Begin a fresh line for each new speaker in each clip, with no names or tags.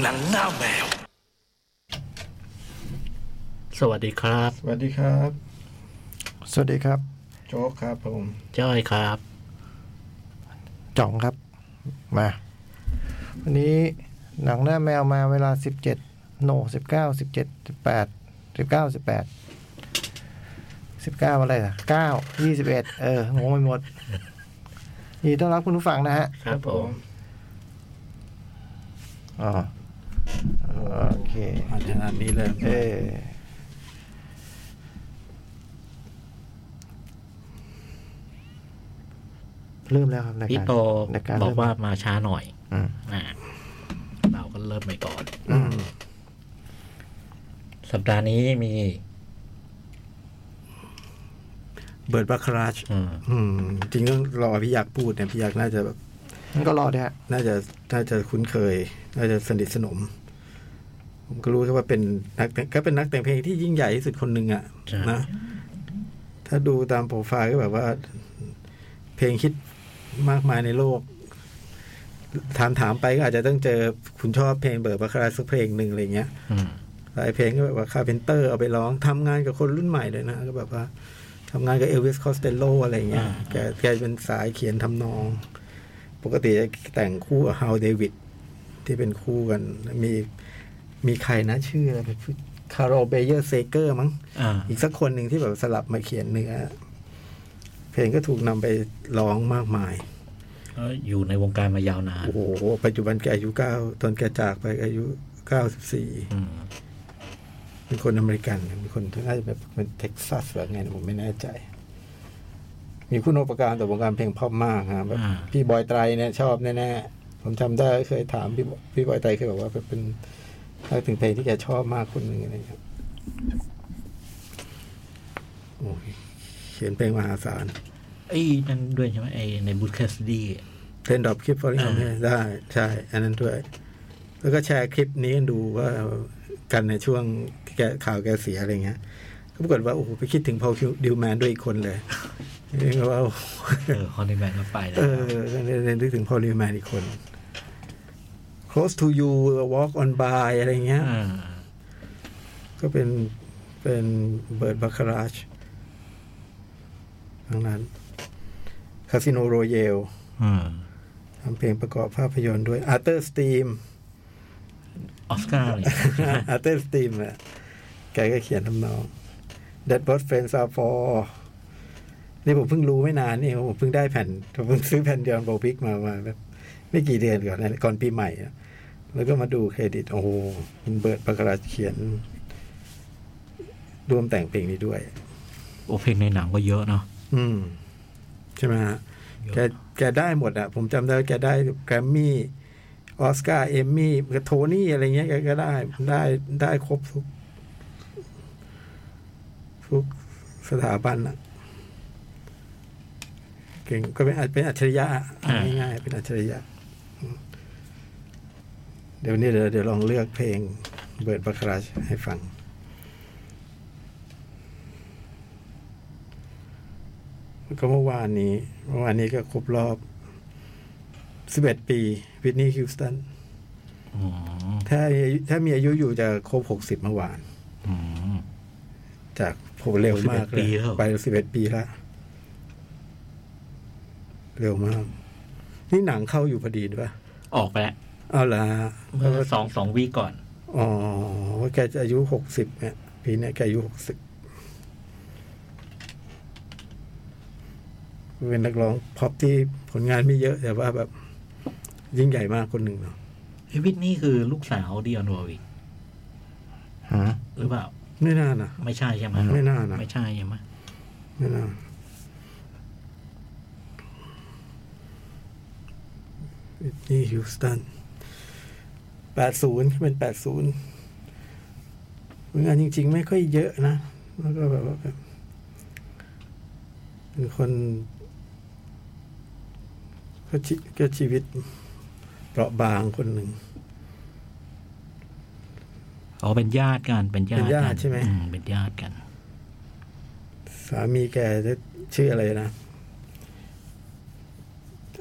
หนังหน้าแมว
สวัสดีครับ
สวัสดีครับ
สวัสดีครับ
โจ๊กครับผม
จ้อยครับ
จ่องครับ มา วันนี้หนังหน้าแมวมาเวลาสิบเจ็ดโนสิบเก้าสิบเจ็ดสิบแปดสิบเก้าสิบแปดสิบเก้าอะไรอ่ะเก้ายี่สิบเอ็ดเอองงไปหมด ยินดีต้อนรับคุณผู้ฟังนะฮะ
ครับผม
อ๋อโอเค
มาขนาดนี้เลย
เออเริ่มแล้วครับรายการ
พี่โป
รายการ
บอก
เริ่ม
ว่ามาช้าหน่อย
อืม
อ่าเราก็เริ่มไปก่อน สัปดาห์นี้มี
เบิร์ดบัคคาราช
อืม
อืม จริงก็รอพี่ยักษ์พูดเนี่ยพี่ยักษ์น่าจะแบบ
มันก็รอดนะฮะ
น่าจะน่าจะคุ้นเคย น่าจะสนิทสนม ผมก็รู้แค่ว่าเป็นนักแต่งก็เป็นนักแต่งเพลงที่ยิ่งใหญ่ที่สุดคนหนึ่งอะ
ใช่
นะ ถ้าดูตามโปรไฟล์ก็แบบว่า เพลงคิดมากมายในโลก ถามถามไปก็อาจจะต้องเจอคุณชอบเพลงเบิร์ดบัคคาราชสักเพลงหนึ่งอะไรอย่างเงี้ย
อืม
หลายเพลงก็แบบว่าคาเพนเตอร์เอาไปร้องทำงานกับคนรุ่นใหม่เลยนะ ก็แบบว่าทำงานกับเอลวิสคอสเตโลอะไรเงี้ย
อ่า
แกแกเป็นสายเขียนทำนอง ปกติจะแต่งคู่กับฮาวเดวิดที่เป็นคู่กัน มีมีใครนะชื่ออะไรคาร์โรเบเยอร์เซเกอร์มั้ง
อ่า
อีกสักคนหนึ่งที่แบบสลับมาเขียนเนื้อเพลงก็ถูกนำไปร้องมากมาย
ก็อยู่ในวงการมายาวนาน
โอ้โห ปัจจุบันแกอายุเก้าตอนแกจากไปอายุเก้าสิบสี่
อืม
เป็นคนอเมริกันเป็นคนที่น่าจะแบบเป็นเท็กซัสหรือไงนะผมไม่แน่ใจ มีคุณอุปการต่อวงการเพลงพอปมากครับแบบ
อ่า
พี่บอยไตรเนี่ยชอบแน่ๆ ผมจำได้เคยถามพี่บอยพี่บอยไตรเคยบอกว่าเป็นนักถึงเพลงที่แกชอบมากคนหนึ่งอะไรอย่างเงี้ยโอ้ยเขียนเพลงมหาศาล
ไอ้นั่นด้วยใช่ไหมไอ้ในบูธแคสดี้
เล่นดรอปคลิปฟอร์ริง
อ่า
ได้ ใช่ อันนั้นด้วย แล้วก็แชร์คลิปนี้กันดูว่ากันในช่วงที่แกข่าวแกเสียอะไรเงี้ย ก็ปรากฏว่า โอ้โห ไปคิดถึงพอคิวดิวแมนด้วยอีกคนเลย นี่ก็ว่าโอ้โห
เออฮอนนี่แมนก็ไปแล้
เอ
ว
อเรียนนึกถึงพอดิวแมนอีกคน close to you walk on by อะไรเงี้ย
อ่า
ก็เป็นเป็นเบิร์ดบัคคาราชทั้งนั้นคาสิโนโรเยล
อืม
ทำเพลงประกอบภาพยนตร์ด้วย อาร์เตอร์สตีม
ออสการ์เนี่ย
อาร์เตอร์สตีมอ่ะ แกก็เขียนทำนอง That What Friends Are For นี่ผมเพิ่งรู้ไม่นานนี่เองผมเพิ่งได้แผ่น ผมเพิ่งซื้อแผ่นยอนโบพิกมามาแบบไม่กี่เดือนก่อนนะก่อนปีใหม่อะแล้วก็มาดูเครดิต โอ้โหคุณเบิร์ดประกราชเขียน รวมแต่งเพลงนี้ด้วย
โอเพลงในหนังก็เยอะเนาะ
อืม ใช่ไหมฮะ
เยอะ
แกแกได้หมดอ่ะ ผมจำได้ว่าแกได้แกรมมี่ออสการ์เอมมี่กับโทนี่อะไรเงี้ยแกก็ได้ได้ได้ครบทุก ทุกสถาบันอ่ะ เก่งก็เป็นเป็นอัจฉริยะอะเอาง่ายๆเป็นอัจฉริยะ เดี๋ยวนี้เดี๋ยวเดี๋ยวลองเลือกเพลงเบิร์ดบัคคาราชให้ฟัง ก็เมื่อวานนี้เมื่อวานนี้ก็ครบรอบ 11 ปีวิทนีย์ฮิวสตัน
อ๋อ
ถ้าถ้ามีอายุอยู่จะครบ 60 เมื่อวาน
อืม
จากโหเร็วมาก
11
เล
ปี
ย
แล้ว
ไป 11 ปีละเร็วมาก นี่หนังเข้าอยู่พอดีด้วยปะ
ออกไปแล้ว
เอาละ
เมื่อสองสองวีก่อน
อ๋อแกจะอายุ 60เนี่ยปีเนี้ยแกอายุ 60 เป็นนักร้องพ็อปที่ผลงานไม่เยอะ แต่ว่าแบบ ยิ่งใหญ่มากคนหนึ่งเนาะ
เฮ้ยวิทนี่คือลูกสาวดิออนวอร์วิก
ฮะ
หรือเปล่า
ไม่น่านะ
ไม่ใช่ใช่ไหม
ไม่น่านะ
ไม่ใช่ใช่ไหม
ไม่น่าวิทนีย์ฮิวสตัน แปดศูนย์เป็นแปดศูนย์ผลงานจริง ๆ ไม่ค่อยเยอะนะ แล้วก็แบบว่าแบบเป็นคนก็ชีก็ชีวิตเปราะบางคนหนึ่ง
อ๋อเป็นญาติกันเป็นญาติ
เป็นญา
กั
ติใช่ไหม
อืเป็นญาติกัน
สามีแกจะชื่ออะไรนะ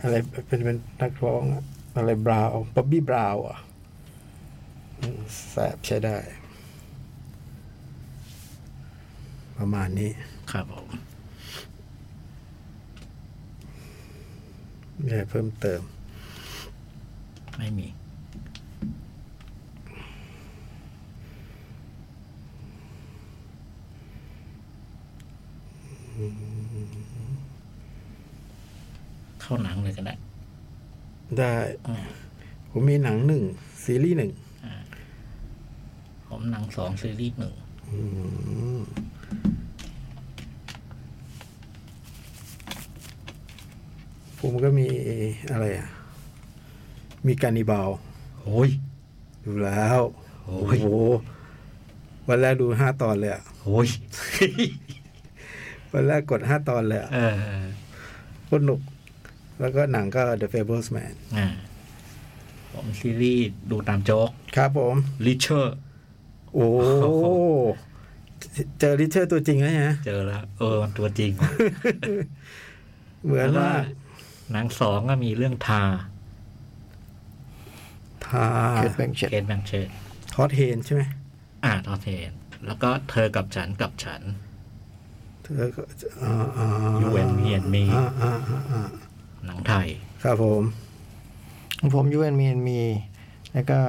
อะไรเป็นเป็นนักร้องอะอะไรบราวบ๊อบบี้บราวอ่ะ แสบใช้ได้ ประมาณนี้
ครับผม
มีอะไรเพิ่มเติม
ไม่มี เข้าหนังเลยก็ได้
ได้
อ่า
ผมมีหนังหนึ่ง ซีรีส์หนึ่ง
ผมหนังสองซีรีส์หนึ่ง
อืมผมก็มีอะไรอ่ะ มีการนิบาล
โอ้ย
ดูแล้ว
โอ้
โอ้
ย
โหวันแรกดูห้าตอนเลยอะ
โอ้ย
วันแรกกดห้าตอนเลยอะ
เออเออ
โคตรหนุก แล้วก็หนังก็ The Fablesman
อ่าผมซีรีส์ดูตามโจ๊ก
ครับผม
ลิเชอร์
โอ้
โอ้โห
เจอริเชอร์ตัวจริงแล้วนะ
เจอแล้ว เออมันตัวจริง
เหมือนว่า
แล้วก็หนังสองก็มีเรื่องทา
ทา
เคสแบงเช็ด
เกนแบงเชน
ฮอตเฮนใช่ไหม
อ่าทอเทน แล้วก็เธอกับฉันกับฉัน
เธอก็อ่าอ่า
You and Me and Me
อ่าอ่าอ่าอ่า
หนังไทย
ครับผม
ผมยูเอ็นมีนมี แล้วก็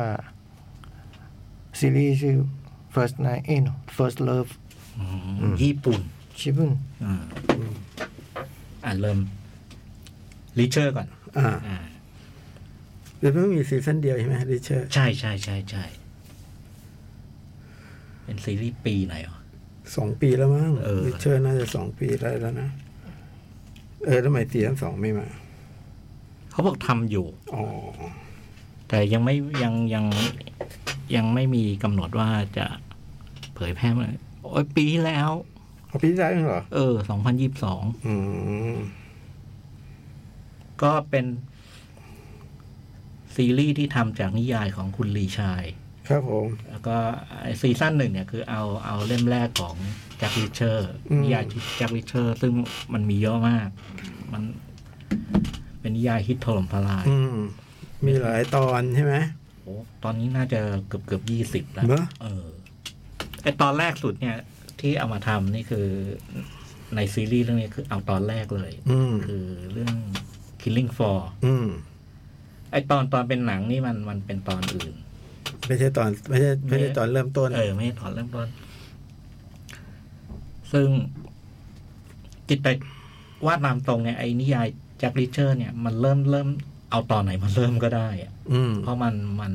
ซีรีส์ชื่อ first night เอ้ย no first love
อืมญี่ปุ่น
ชิบุน
อืมอ่าเริ่มลิเชอร์ก่อน
อ่า
อ่า
เดี๋ยวเพิ่งมีซีซั่นเดียวใช่ไหมริเชอร์
ใช่ใช่ใช่ใช่เป็นซีรีส์ปีไหนอ่ะ
สองปีแล้วมั้ง
เออ
ริเชอร์น่าจะสองปีได้แล้วนะ เออแล้วทำไมซีซั่นสองไม่มา
เขาบอกทำอยู่
อ๋อ
แต่ยังไม่ยังยังยังไม่มีกำหนดว่าจะเผยแพร่เมื่อไหร่โอ้ยปีที่แล้ว
เอาพี่ได้เหรอ
เออสองพันยิบสอง
อืม
ก็เป็น ซีรีส์ที่ทำจากนิยายของคุณลีชาย
ครับผม
แล้วก็ไอ้ซีซั่นหนึ่งเนี่ยคือเอาเอาเล่มแรกของแจ็คริเชอร์
อืม
นิยายแจ็คริเชอร์ ซึ่งมันมีเยอะมาก มันเป็นนิยายฮิตถล่มทลาย
อืม มีหลายตอนใช่ไหม
โอ้ตอนนี้น่าจะเกือบเกือบยี่สิบแล้ว
เหรอ
เออไอตอนแรกสุดเนี่ย ที่เอามาทำนี่คือในซีรีส์เรื่องนี้คือเอาตอนแรกเลย
อืม
คือเรื่อง Killing for
อืม
ไอตอนตอนเป็นหนังนี่มันมันเป็นตอนอื่น
ไม่ใช่ตอน ไม่ใช่ไม่ใช่ตอนเริ่มต้น
เออ ไม่ใช่ตอนเริ่มต้น ซึ่งจิตแต่ว่าตามตรงเนี่ยไอ้นิยายแจ็คริเชอร์ เนี่ยมันเริ่มเริ่มเอาตอนไหนมาเริ่มก็ได้อะ
อืม
เพราะมันมัน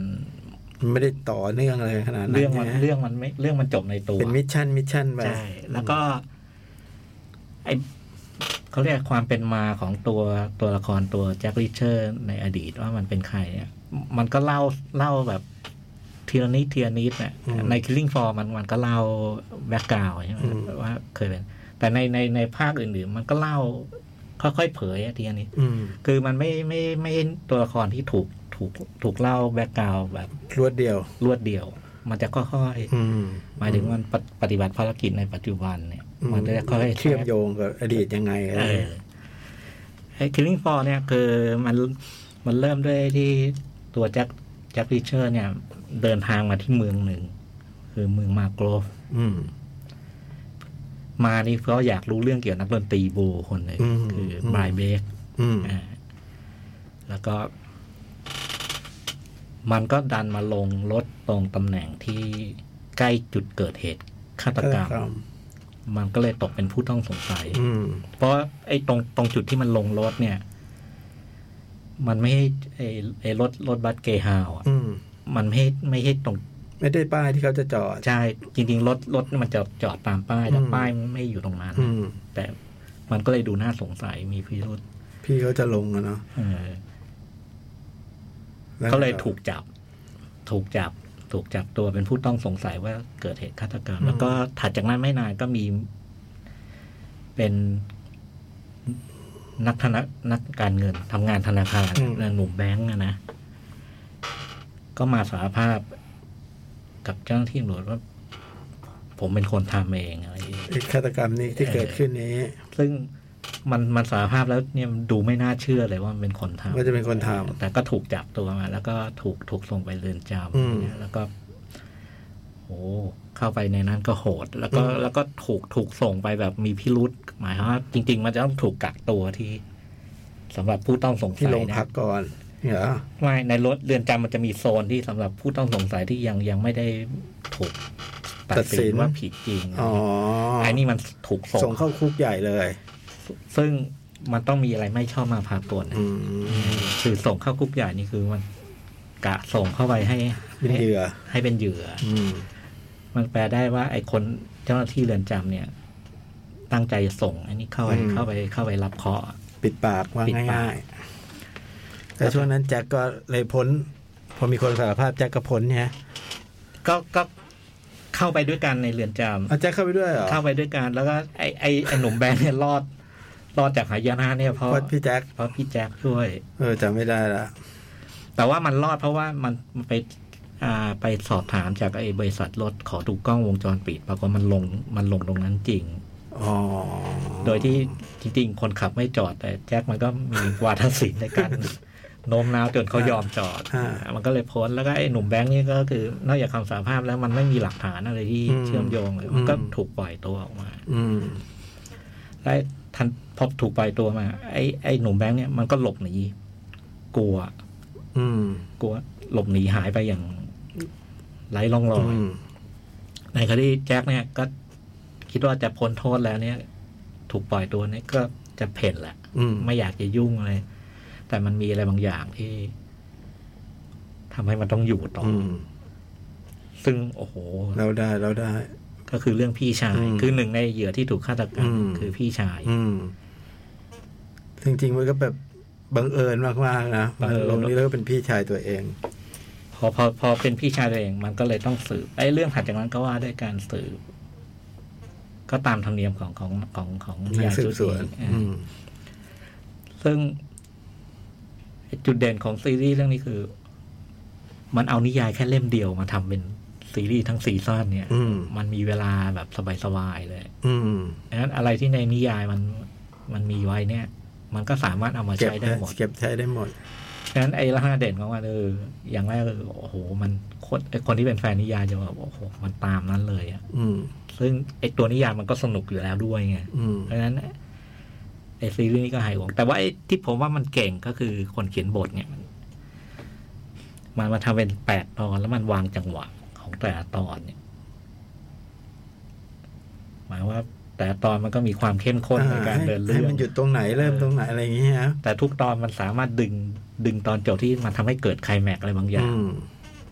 มันไม่ได้ต่อเนื่องอะไรขนาดนั้น
เรื่องมัน
ใช่ไห
เรื่องมันไม่เรื่องมันจบในตัว
เป็นมิชชั่นมิชชั่นไป
ใช่ แล้วก็ ไอเขาเรียกความเป็นมาของตัวตัวละครตัวแจ็คริเชอร์ ในอดีตว่ามันเป็นใครเนี่ย มันก็เล่าเล่าแบบทีละนิดทีละนิดเนี่ยใน Killing f o r มันมันก็เล่าแบ็กกราวใช่ไหมว่าเคยเป็น แต่ในในในภาคอื่นๆ มันก็เล่า ค่อยๆเผยอะทีละนิด
อืม
คือมันไม่ไม่ไม่ไม่ตัวละครที่ถูกถูกถูกเล่าแบ็กกราวแบบ
รวดเดียว
รวดเดียว มันจะค่อย
อืม
ๆหมายถึงมันปฏิปฏิบัติภารกิจในปัจจุบันเนี่ย มันจะค่อยๆ
เชื่อมโยงกับอดีตยังไงอะไร
เออไอ้ Killing f o r เนี่ยคือมันมันเริ่มด้วยที่ตัวแจ็คแจ็คริเชอร์ เนี่ย เดินทางมาที่เมืองหนึ่ง คือเมืองมาโกรฟ
อืม
มานี่เพราะอยากรู้เรื่องเกี่ยวกับนักดนตรีบลูคนหนึ่ง
อืม
คือ
ม
บรายเบก
อืม
แล้วก็ มันก็ดันมาลงรถตรงตำแหน่งที่ใกล้จุดเกิดเหตุฆาตกรรม มันก็เลยตกเป็นผู้ต้องสงสัย
อืม
เพราะไอ้ตรงตรงจุดที่มันลงรถเนี่ย มันไม่ให้ไอ้ไอ้รถรถบัสเกฮาวอะ
อืม
มันไม่ให้ไม่ให้ตรง
ไม่ได้ป้ายที่เขาจะจอด
ใช่จริงๆรถรถมันจะจอดตามป้ายแต่
อืม
ป้ายไม่อยู่ตรงนั้น
อืม
แต่มันก็เลยดูน่าสงสัยมีพิรุษ
พี่เขาจะลงอะเนาะแว
เขาเลยถูกจับ ถูกจับ ถูกจับตัวเป็นผู้ต้องสงสัยว่าเกิดเหตุฆาตกรรม แล้วก็ถัดจากนั้นไม่นานก็มี เป็นนักธนานักการเงินทำงานธนาคารหนุ่มแบงก์อะนะ ก็มาสารภาพกับเจ้าหน้าที่ตำรวจว่า ผมเป็นคนทำเองอะไรอย่างเงี้ย
ไอ้ฆาตกรรมนี้ที่เกิดขึ้นนี้
ซึ่งมันมันสารภาพแล้วเนี่ยมันดูไม่น่าเชื่อเลยว่ามันเป็นคนทำ
ว่าจะเป็นคนท
แต่ก็ถูกจับตัวมา แล้วก็ถูกถูกส่งไปเรือนจ
อืม
ำแล้วก็ โอ้เข้าไปในนั้นก็โหด แล้วก็
อืม
แล้วก็ถูกถูกส่งไปแบบมีพิรุษหมายความว่าจริง ๆ มันจะต้องถูกกักตัวที่สำหรับผู้ต้องสงสัย
ที่โรง
นะ
พักก่อนเหรอ
ไม่ในรถเรือนจำมันจะมีโซนที่สำหรับผู้ต้องสงสัยที่ยังยังไม่ได้ถูกตัดสินว่าผิดจริง
อ๋อ
ไอ้นี่มันถูกส่
ส่ง
ง
เข้าคุกใหญ่เลย
ซึ่งมันต้องมีอะไรไม่ชอบมาพากลนะ
อืม
คือส่งเข้าคุกใหญ่นี่คือมัน กะส่งเข้าไปให้
เป็นเหยื่อ
ให้เป็นเหยื่อ
อืม
มันแปลได้ว่า ไอ้คนเจ้าหน้าที่เรือนจำเนี่ย ตั้งใจจะส่งไอ้นี่เข้าไป
อืม
เข้าไปเข้าไปรับเคราะห์
ปิดปากว่า
ปิดปาก
ง่ายๆ แต่ช่วงนั้นแจ็คก็เลยพ้น พอมีคนสารภาพแจ็คก็พ้นใช่ไหม
ก็ก็เข้าไปด้วยกันในเรือนจำ
เอาแจ็คเข้าไปด้วยเหรอ
เข้าไปด้วยกันแล้วก็ไอไอไอหนุ่มแบงค์เนี่ยรอด รอดจากหายนะเนี่ยเพราะ
เพราะพี่แจ็ค
เพราะพี่แจ็คช่วย
เออจำไม่ได้ละ
แต่ว่ามันรอดเพราะว่ามันมันไปอ่าไปสอบถามจากไอบริษัทรถขอดูกล้องวงจรปิดปรากฏมันลงมันลงตรงนั้นจริง
อ๋อ
โดยที่จริงๆคนขับไม่จอด แต่แจ็คมันก็มีวาทศิลป์ในการ โน้มน้าวจนเขายอมจอด
อ่า
มันก็เลยพ้นแล้วก็ไอ้หนุ่มแบงค์นี่ก็คือนอกจากคำสารภาพแล้วมันไม่มีหลักฐานอะไรที่
อืม
เชื่อมโยงเลยมันก็
อืม
ถูกปล่อยตัวออกมา
อืม
ได้ทันพอถูกปล่อยตัวมา ไอ้ไอ้หนุ่มแบงค์เนี่ยมันก็หลบหนีกลัว
อืม
กลัวหลบหนีหายไปอย่างไร้ร่องรอย
อืม
ในคดีแจ็คเนี่ยก็คิดว่าจะพ้นโทษแล้วเนี่ย ถูกปล่อยตัวเนี่ยก็จะเพ่นแหละ
อืม
ไม่อยากจะยุ่งอะไรแต่มันมีอะไรบางอย่างที่ทำให้มันต้องอยู่ต่ออ
อืม
ซึ่งโอ้โห
เราได้เราได้
ก็คือเรื่องพี่ชาย
อืม
คือหนึ่งในเหยื่อที่ถูกฆาตกรรม
อืม
คือพี่ชาย
อืมจริงๆมันก็แบบบังเอิญมากๆนะ
บังเอิญ
ลงนี้แล้วก็เป็นพี่ชายตัวเอง
พอพอพอเป็นพี่ชายตัวเองมันก็เลยต้องสืบไอ้เรื่องถัดจากนั้นก็ว่าด้วยการสืบก็ตามธรรมเนียมของของของของ
ใน
ยาน
สื
ชุ
บ
ด
สวน
นี้อ่า
อืม
ซึ่งไอ้จุดเด่นของซีรีส์เรื่องนี้คือ มันเอานิยายแค่เล่มเดียวมาทำเป็นซีรีส์ทั้งซีซั่นเนี่ย
อืม
มันมีเวลาแบบสบายๆเลย
อืม
ดังนั้นอะไรที่ในนิยายมันมันมีไว้เนี่ย มันก็สามารถเอามา
เก็บ
ใช้ได้หมด
เก็บใช้ได้หมด
ฉะนั้นไอ้ลักษณะเด่นของมันเอออย่างแรกคือโอ้โห มันคนไอ้คนที่เป็นแฟนนิยายจะแบบโอ้โห มันตามนั้นเลยอะ
อืม
ซึ่งไอ้ตัวนิยายมันก็สนุกอยู่แล้วด้วยไง
อืม
เพราะฉะนั้นไอ้ซีรีส์นี้ก็หายห่วงแต่ว่าไอ้ที่ผมว่ามันเก่งก็คือคนเขียนบทเนี่ย มันมันมาทำเป็นแปดตอนแล้วมันวางจังหวะของแต่ละตอนเนี่ย หมายว่า แต่ละตอนมันก็มีความเข้มข้นในการเดินเรื่อง
ให้มันหยุดตรงไหนเริ่มตรงไหนอะไรอย่างเงี้ยนะ
แต่ทุกตอนมันสามารถดึงดึงตอนจบที่มันทำให้เกิดไคลแม็กซ์อะไรบางอย่าง
อืม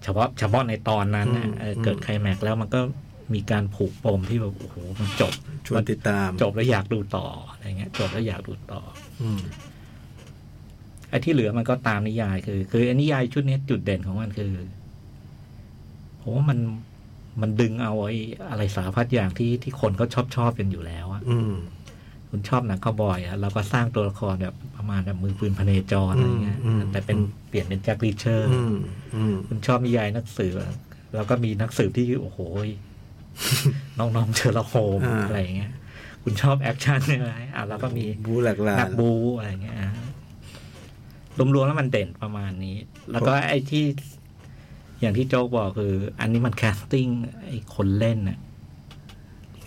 เฉพาะเฉพาะในตอนนั้นน่ะ
อืม
เอออ
ม
เกิดไคลแม็กซ์แล้วมันก็มีการผูกปมที่แบบโอ้โหมันจบ
ชวนติดตาม
จบแล้วอยากดูต่ออะไรเงี้ย จบแล้วอยากดูต่อ
อืม
ไอ้ที่เหลือมันก็ตามนิยายคือ คือไอ้นิยายชุดเนี้ยจุดเด่นของมันคือผมว่ามันมันดึงเอาไอ้อะไรสารพัดอย่างที่ที่คนเขาชอบชอบกันอยู่แล้วอะ
อืม
คุณชอบหนังคาวบอยอะเราก็สร้างตัวละครแบบประมาณแบบมือปืนพเนจรอะไรเงี้ย
อืมอืม
แต่เป็นเปลี่ยนเป็นแจ็ครีเชอร์
อืมอืม
คุณชอบนิยายนักสืบอะแล้วก็มีนักสืบที่โอ้โหย น้องๆเชอร์ลอกโฮมส์
อ่า
อะไรอย่างเงี้ย คุณชอบแอคชั่นอะไรอ่ะแล้วก็มี
บูหลักหลา
นั
น
กบูอะไรอย่างเงี้ยอ่ะรวมๆแล้วมันเด่นประมาณนี้ แล้วก็ไอ้ที่ อย่างที่โจ๊กบอกคือ อันนี้มันแคสติ้งไอ้คนเล่นน่ะ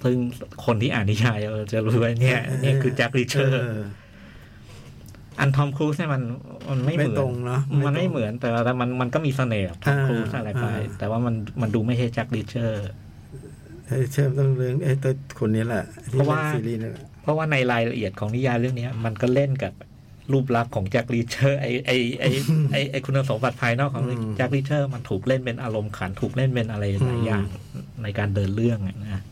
ซึ่งคนที่อ่านนิยายเราจะรู้ว่าเนี่ยเนี่ยคือแจ็คริเชอร์ อันทอมครูซเนี่ยมันมันไม่เห
ไม่
มือน
ตรงเนาะ
มันไม่เหมือนแต่ว่าแต่มันมันก็มีเสน่ห์แบบทอม
อ่า
ครูซอะไรไป
อ่า
แต่ว่ามันมันดูไม่ใช่แจ็คริเชอร์
เอ้ยเชื่อมต้องเรื่องเอ้ยตัวคนนี้แหละที่
เพราะว่า
ล่นซีรีส์นั่นแหละ
เพราะว่าในรายละเอียดของนิยายเรื่องเนี้ย มันก็เล่นกับรูปลักษณ์ของแจ็คริเชอร์ไอไอไอไอไอคุณสมบัติภายนอกของ
อืม
แจ็คริเชอร์มันถูกเล่นเป็นอารมณ์ขันถูกเล่นเป็นอะไรหลายอย่างในการเดินเรื่องอะนะ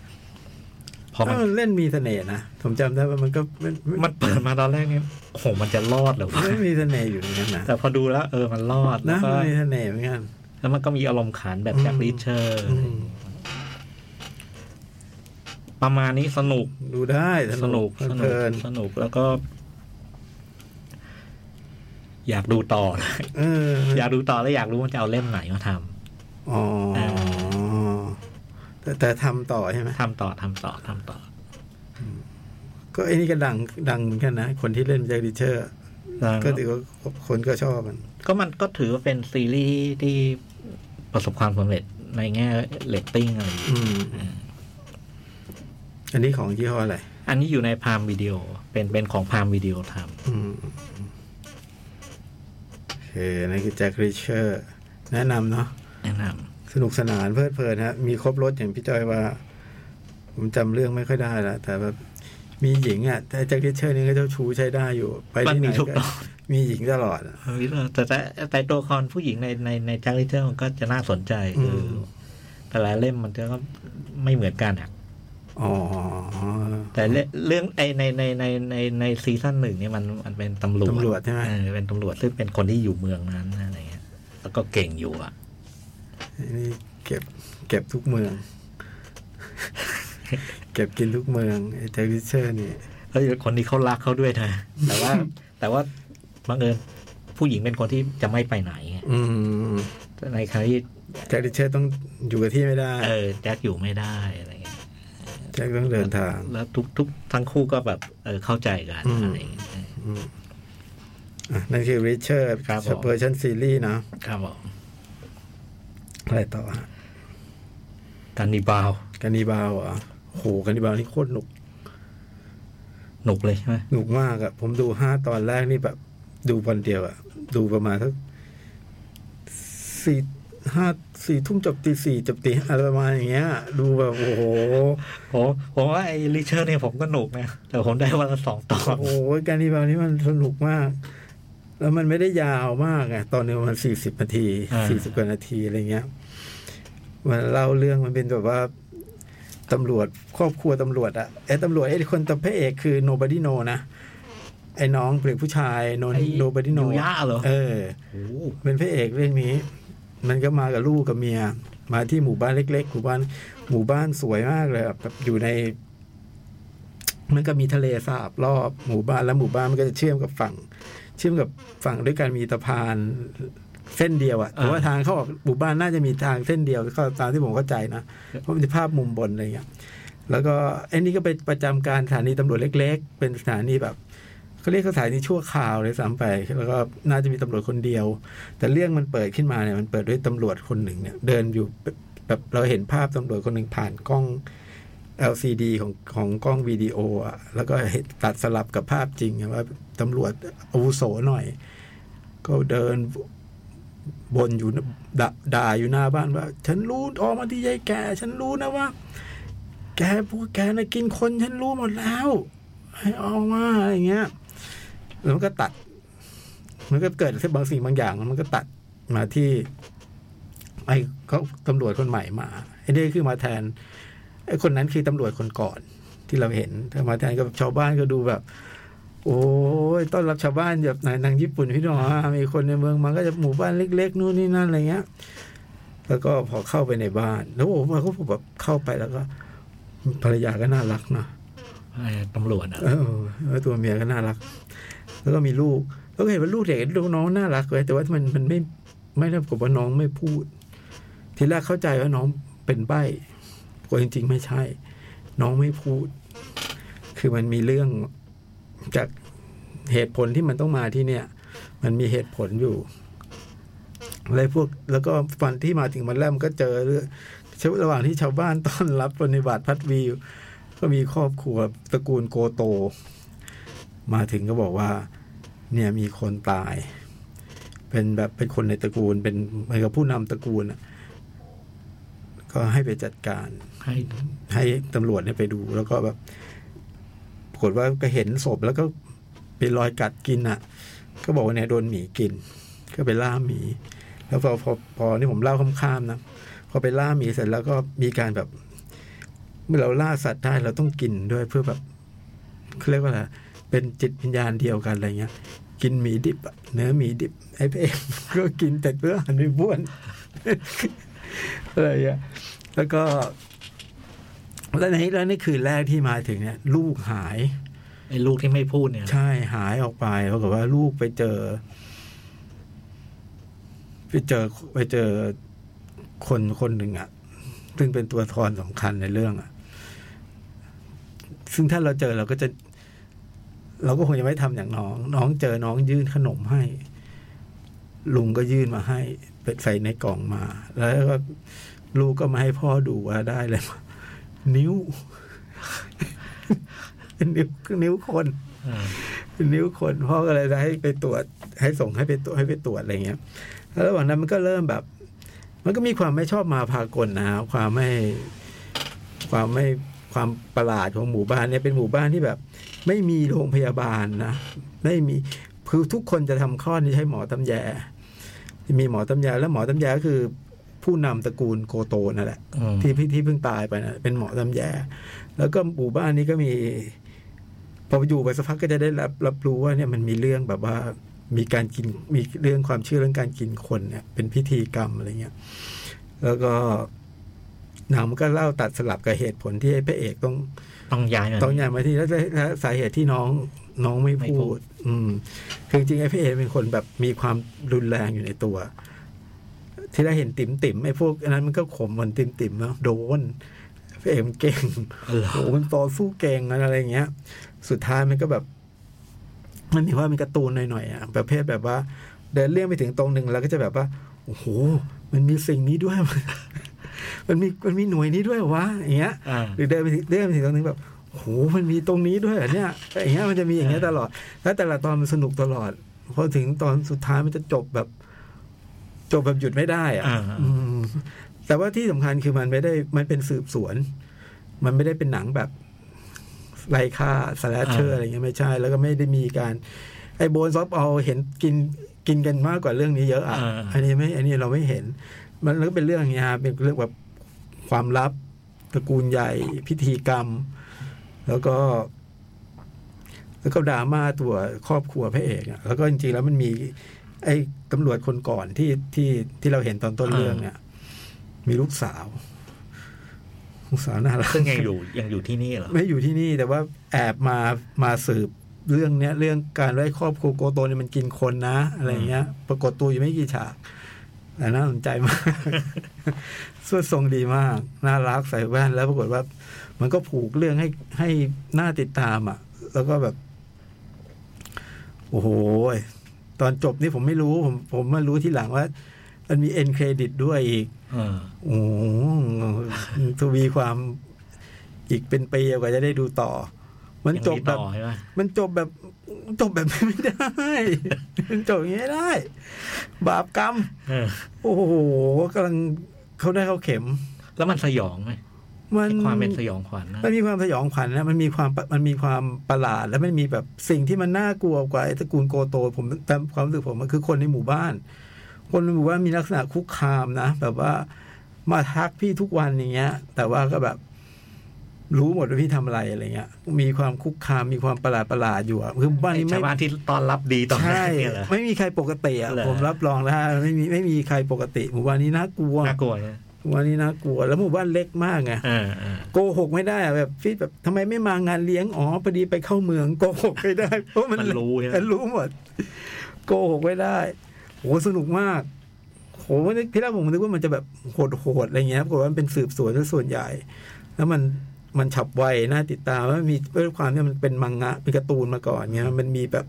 พอมัน
เออเล่นมีเสน่ห์นะ ผมจำได้ว่ามันก็ไมัน
มันเปิดมาตอนแรกเนี่ยโอ้โหมันจะรอดเหรือวะ
ไม่มีเสน่ห์อยู่เหมือนกันนะ
แต่พอดูแล้วเออมันรอดแล้
นะ
วก็
มันมีเสน่ห์เหมือนกัน
แล้วมันก็มีอารมณ์ขันแบบแจ็ค
อืม
ริเชอร์
อืม
ประมาณนี้สนุก
ดูได้
สนุกส
เพ
นุก
ลิน
สนุกแล้วก็ อยากดูต่อเลย
เออ
อยากดูต่อแล้วอยากรู้ว่าจะเอาเล่มไหนมาทำ
อ๋อ
เอ
แต่แต่ทำต่อใช่ไหม
ทำต่อทำต่อทำต่อ
ก็ไอ้นี่ก็ดังดังเหมือนกันนะ คนที่เล่นแจ็คดิเชอร์ ก็ถือว่าคนก็ชอบมัน
ก็มันก็ถือว่าเป็นซีรีส์ที่ประสบความสำเร็จ ในแง่เลตติ้งอะไรอย่าง
อื
เงี้ย
มอันนี้ของยี่ห้ออะไร
อันนี้อยู่ในพามวิดีโอเป็นเป็นของพามวิดีโอท
อืมโอเคนั่นคือแจ็คริชเชอร์ แนะนำเนาะ
ำแนะน
สนุกสนานเพลิดเพลินฮะ มีครบรถอย่างพี่จอยว่า ผมจำเรื่องไม่ค่อยได้ละแต่แบบมีหญิงอ่ะแต่แจ็คริชเชอร์นี่ก็เจ้าชู้ใช้ได้อยู่ ไป
ำมัน
ที่ไหน
มีทุก
ก็
ตอน
มีหญิงตลอดอะ
มันมีทุกตอนแต่แต่แต่ตัวละครผู้หญิงในในในแจ็คลิเทอร์มันก็จะน่าสนใจคืออ
ม
แต่ละเล่มมันก็ไม่เหมือนกันอะ
อ๋อ
แต่เรื่องเรื่องไอในในในในในซีซั่นหนึ่งเนี่ยมันมันเป็นตำรวจ
ตำรวจใช่ไหม
เออเป็นตำรวจซึ่งเป็นคนที่อยู่เมืองนั้นนะอะไรเงี้ย แล้วก็เก่งอยู่อ่ะ
นี่เก็บ เก็บทุกเมือง เก็บกินทุกเมืองไอ้แจ็คริชเชอร์นี่
แล้วคนนี้เขารักเขาด้วยนะ แต่ว่า แต่ว่าบังเอิญผู้หญิงเป็นคนที่จะไม่ไปไหนไง
อืม
ในขณะที่
แจ็คริชเชอร์ต้องอยู่กับที่ไม่ได้
เออแจ็คอยู่ไม่ได้อะไรเงี้ย
แจ็คต้องเดินทาง
แล้วทุกทุกทั้งคู่ก็แบบเออเข้าใจกัน
อืม
อะไรเงี้ย
อืมอ่ะนั่นคือริชเชอร์
ครับผม
เวอร์ชันซีรีส์นะครับ
ผม
อะไรต่อฮะ
การนิบาว
กันนีบาวเหรอ่ะโหกันนีบาวนี่โคตรหนุก
หนุกเลยใช่ไหม
หนุกมากอะผมดูห้าตอนแรกนี่แบบ ดูวันเดียวอะดูประมาณสักสี่ห้าสี่ทุ่มจบตีสี่จบตีห้าอะไรประมาณอย่างเงี้ย ดูแบบโอ้โห
ผมผมว่าไอ้ลิเชอร์เนี่ยผมก็หนุกนะแต่ผมได้วันละสองตอน
โอ้โหการนีบาวนี่มันสนุกมาก แล้วมันไม่ได้ยาวมากอะตอนหนึงมันสี่สิบนาที
อ่า
สี่สิบกว่านาทีอะไรเงี้ย มันเล่าเรื่องมันเป็นแบบว่าตำรวจครอบครัวตำรวจอะไอ้ตำรวจไอ้คนตัวพระเอกคือ nobody know นะ ไอ้น้องเด็กผู้ชายโน
ไอ้
nobody know
ยูย่าเหรอ
เออ
โอ้โห
เป็นพระเอกเรื่องนี้ มันก็มากับลูกกับเมีย มาที่หมู่บ้านเล็กๆ หมู่บ้าน หมู่บ้านสวยมากเลยอะแบบอยู่ใน มันก็มีทะเลสาบรอบหมู่บ้านแล้วหมู่บ้านมันก็จะเชื่อมกับฝั่ง เชื่อมกับฝั่งด้วยการมีสะพานเส้นเดียวอะแต่ว่าทางเข้าออกหมู่บ้านน่าจะมีทางเส้นเดียวก็ตามที่ผมเข้าใจนะ เพราะมันจะภาพมุมบนอะไรอย่างเงี้ย แล้วก็ไอ้นี่ก็เป็นประจำการสถานีตำรวจเล็ก ๆ เป็นสถานีแบบเขาเรียกสถานีชั่วคราวเลยซ้ำไป แล้วก็น่าจะมีตำรวจคนเดียว แต่เรื่องมันเปิดขึ้นมาเนี่ยมันเปิดด้วยตำรวจคนหนึ่งเนี่ยเดินอยู่แบบแบบเราเห็นภาพตำรวจคนหนึ่งผ่านกล้อง LCD ของของกล้องวิดีโออะแล้วก็เห็นตัดสลับกับภาพจริงอะว่าตำรวจอาวุโสหน่อย ก็เดินบนอยู่ดาด่าอยู่หน้าบ้านว่า ฉันรู้ออกมาที่ยายแก ฉันรู้นะว่า แกพวกแกนะกินคนฉันรู้หมดแล้ว ให้ออกมาอะไรเงี้ย แล้วมันก็ตัด มันก็เกิดบางสิ่งบางอย่างแล้วมันก็ตัดมาที่ ไอ้เขาตำรวจคนใหม่มาไอ้นี่คือมาแทนไอ้คนนั้นคือตำรวจคนก่อนที่เราเห็นถ้ามาแทนกับชาวบ้านก็ดูแบบ โอ้ยต้อนรับชาวบ้านแบบไหนทางญี่ปุ่นพี่น้องอ่ะมีคนในเมืองมันก็จะหมู่บ้านเล็ก ๆ นู่นนี่นั่นอะไรเงี้ย แล้วก็พอเข้าไปในบ้าน แล้วโอ้โหมันก็แบบเข้าไปแล้วก็ ภรรยาก็น่ารักเนาะ
ไอ้ตำรวจอะ
เออเออตัวเมียก็น่ารัก แล้วก็มีลูก แล้วก็เห็นว่าลูกเด็กลูกน้องน่ารักเลยแต่ว่ามันมันไม่ไม่ได้ปรากฏว่าน้องไม่พูด ทีแรกเข้าใจว่าน้องเป็นใบ้ปรากฏจริง ๆ ไม่ใช่ น้องไม่พูด คือมันมีเรื่องจากเหตุผลที่มันต้องมาที่เนี่ย มันมีเหตุผลอยู่อะไรพวก แล้วก็ฟันที่มาถึงมันแรกมันก็เจอเรื่องระหว่างที่ชาวบ้านต้อนรับปฏิบัติพัดวีอยู่ ก็มีครอบครัวตระกูลโกโต มาถึงก็บอกว่า เนี่ยมีคนตาย เป็นแบบเป็นคนในตระกูล เป็นเหมือนกับผู้นำตระกูลน่ะก็ให้ไปจัดการ
ให้
ให้ตำรวจเนี่ยไปดู แล้วก็แบบปรากฏว่าก็เห็นศพแล้วก็เป็นรอยกัดกินอ่ะ ก็บอกว่าเนี่ยโดนหมีกิน ก็ไปล่าหมี แล้วพอพอพอนี่ผมเล่าข้ามๆนะพอไปล่าหมีเสร็จแล้วก็มีการแบบ เมื่อเราล่าสัตว์ได้เราต้องกินด้วยเพื่อแบบเขาเรียกว่าอะไรเป็นจิตวิญญาณเดียวกันอะไรเงี้ย กินหมีดิบอะเนื้อหมีดิบไอ้เพม ก็กินแต่เพื่อหันไปบ้วน อะไรเงี้ยแล้วก็ แล้วในแล้วในคืนแรกที่มาถึงเนี่ย ลูกหาย
ไอ้ลูกที่ไม่พูดเนี่ย
ใช่หายออกไปปรากฏว่าลูกไปเจอ ไปเจอไปเจอคนคนหนึ่งอะซึ่งเป็นตัวละครสำคัญในเรื่องอะซึ่งถ้าเราเจอเราก็จะ เราก็คงจะไม่ทำอย่างน้อง น้องเจอน้องยื่นขนมให้ ลุงก็ยื่นมาให้เป็นใส่ในกล่องมา แล้วก็ ลูกก็มาให้พ่อดูว่า ได้เลย นิ้ว เป็นนิ้วนิ้วคน
เออ
เป็นนิ้วคนพ่อก็เลยให้ไปตรวจ ให้ส่งให้ไปตรวจให้ไปตรวจอะไรเงี้ยแล้วระหว่างนั้นมันก็เริ่มแบบ มันก็มีความไม่ชอบมาพากลนะความไม่ ความไม่ความประหลาดของหมู่บ้านเนี่ยเป็นหมู่บ้านที่แบบ ไม่มีโรงพยาบาลนะไม่มีคือทุกคนจะทำคลอดนี่ใช้หมอตำแยมีหมอตำแยแล้วหมอตำแยก็คือ ผู้นำตระกูลโกโตนั่นแหละ
อืม
ที่พี่ที่เพิ่งตายไปนะเป็นหมอลำแยแล้วก็หมู่บ้านนี้ก็มี พออยู่ไปสักพักก็จะได้รับรับรู้ว่าเนี่ยมันมีเรื่องแบบว่ามีการกินมีเรื่องความเชื่อเรื่องการกินคนเนี่ย เป็นพิธีกรรมอะไรเงี้ยแล้วก็หนังมันก็เล่าตัดสลับกับเหตุผลที่ให้พระเอกต้อง
ต้องย้ายมัน
ต้องอย่างมาที่แล้วแล้วสาเหตุที่น้องน้องไม่
ไม่พู
พูด
ด
อืมคือจริงๆไอ้พี่เอเป็นคนแบบมีความรุนแรงอยู่ในตัว ที่ได้เห็นติ๋มติ๋มๆไอ้พวกอันนั้นมันก็ขมเหมือนติ๋มติ๋มๆเนาะโดนพี่เอมันเก่ง
เออ
โอ้โหมันต่อสู้เก่งอะไรอย่างเงี้ย สุดท้ายมันก็แบบ มันมีว่ามีการ์ตูนหน่อยๆอ่ะประเภทแบบว่า เดินเรื่องไปถึงตรงหนึ่งแล้วก็จะแบบว่าโอ้โห มันมีสิ่งนี้ด้วย มันมีมันมีหน่วยนี้ด้วยวะอย่างเงี้ย
อ่า
หรือเดินไปถึงเดินไปถึงตรงนึงแบบโหมันมีตรงนี้ด้วยเหรอเนี่ยอย่างเงี้ยมันจะมีอย่างเงี้ยตลอด แล้วแต่ละตอนมันสนุกตลอดพอถึงตอนสุดท้ายมันจะจบแบบ จบแบบหยุดไม่ได้อะ
อ่า
อืมแต่ว่าที่สำคัญคือมันไม่ได้มันเป็นสืบสวน มันไม่ได้เป็นหนังแบบไรค่าสแลชเชอร์อะไรเงี้ยไม่ใช่ แล้วก็ไม่ได้มีการ ไอ้โบนซอฟเอาเห็นกินกินกันมากกว่าเรื่องนี้เยอะอ่ะ
อ่า
อันนี้ไม่ อันนี้เราไม่เห็น มันก็เป็นเรื่องอย่างเงี้ยฮะเป็นเรื่องแบบความลับ ตระกูลใหญ่พิธีกรรม แล้วก็ แล้วก็ดราม่าตัวครอบครัวพระเอกอะแล้วก็จริงๆแล้วมันมี ไอ้ตำรวจคนก่อนที่ที่ที่เราเห็นตอนต้นเรื่องเนี่ย มีลูกสาวลูกสาวน่ารัก
ซึ่งยังอยู่ยังอยู่ที่นี่เหรอ
ไม่อยู่ที่นี่แต่ว่าแอบมามาสืบเรื่องเนี้ย เรื่องการไล่ครอบครัวโกโตเนี่ยมันกินคนนะ อะไรเงี้ย ปรากฏตัวอยู่ไม่กี่ฉากแต่น่าสนใจมาก สวดทรงดีมาก น่ารักใส่แว่นแล้วปรากฏว่า มันก็ผูกเรื่องให้ให้น่าติดตามอ่ะ แล้วก็แบบ โอ้โหตอนจบนี่ผมไม่รู้ ผม ผมมารู้ทีหลังว่า มันมีเอ็นเครดิตด้วยอีก
เออ
โอ้โหทวีความอีกเป็นปีกว่าจะได้ดูต่อ มันจบ
ยัง
แบ
ต่
บ
อใช่ไหม
มันจบแบบ จบแบบไม่ได้ มันจบอย่างนี้ไม่ได้ บาปกรรม
เออ
โอ้โหกำลังเขาได้เขาเข็ม
แล้วมันสยองไหม
มัน
ความเป็นสยองขวัญนะ
มันมีความสยองขวัญนะมันมีความมันมีความประหลาด แล้วมันมีแบบสิ่งที่มันน่ากลัวกว่าไอ้ตระกูลโกโต ผมตามความรู้สึกผมมันคือคนในหมู่บ้าน คนในหมู่บ้านมีลักษณะคุกคามนะแบบว่ามาทักพี่ทุกวันอย่างเงี้ย แต่ว่าก็แบบรู้หมดว่าพี่ทำอะไรอะไรเงี้ย มีความคุกคามมีความประหลาดประหลาดอยู่อะคือหมู่บ้าน
ไอ้
นี้
ชาว
ไม่
บ้านที่ต้อนรับดีตอนนั้
ใช่
นเนี่ยเหรอ
ไม่มีใครปกติอ่ะ
เหรอ
ผมรับรองแล้วไม่มีไม่มีใครปกติ หมู่บ้านนี้น่ากลัว
น่ากลัวนะ
หมู่บ้านนี้น่ากลัว แล้วหมู่บ้านเล็กมากไง
เออเออ
โกหกไม่ได้อะแบบฟีดแบบทำไมไม่มางานเลี้ยงอ๋อพอดีไปเข้าเมืองโกหกไม่ได้ เพราะมัน
มันรู้ใช่ไหม
มันรู้หมดโกหกไม่ได้โหสนุกมากโหนึกที่แรกผมนึกว่ามันจะแบบโหดโหดๆอะไรเงี้ยปรากฏว่ามันเป็นสืบสวนซะส่วนใหญ่ แล้วมันมันฉับไวน่าติดตามแล้วมีด้วยความที่มันเป็นมังงะเป็นการ์ตูนมาก่อนเงี้ยมันมีแบบ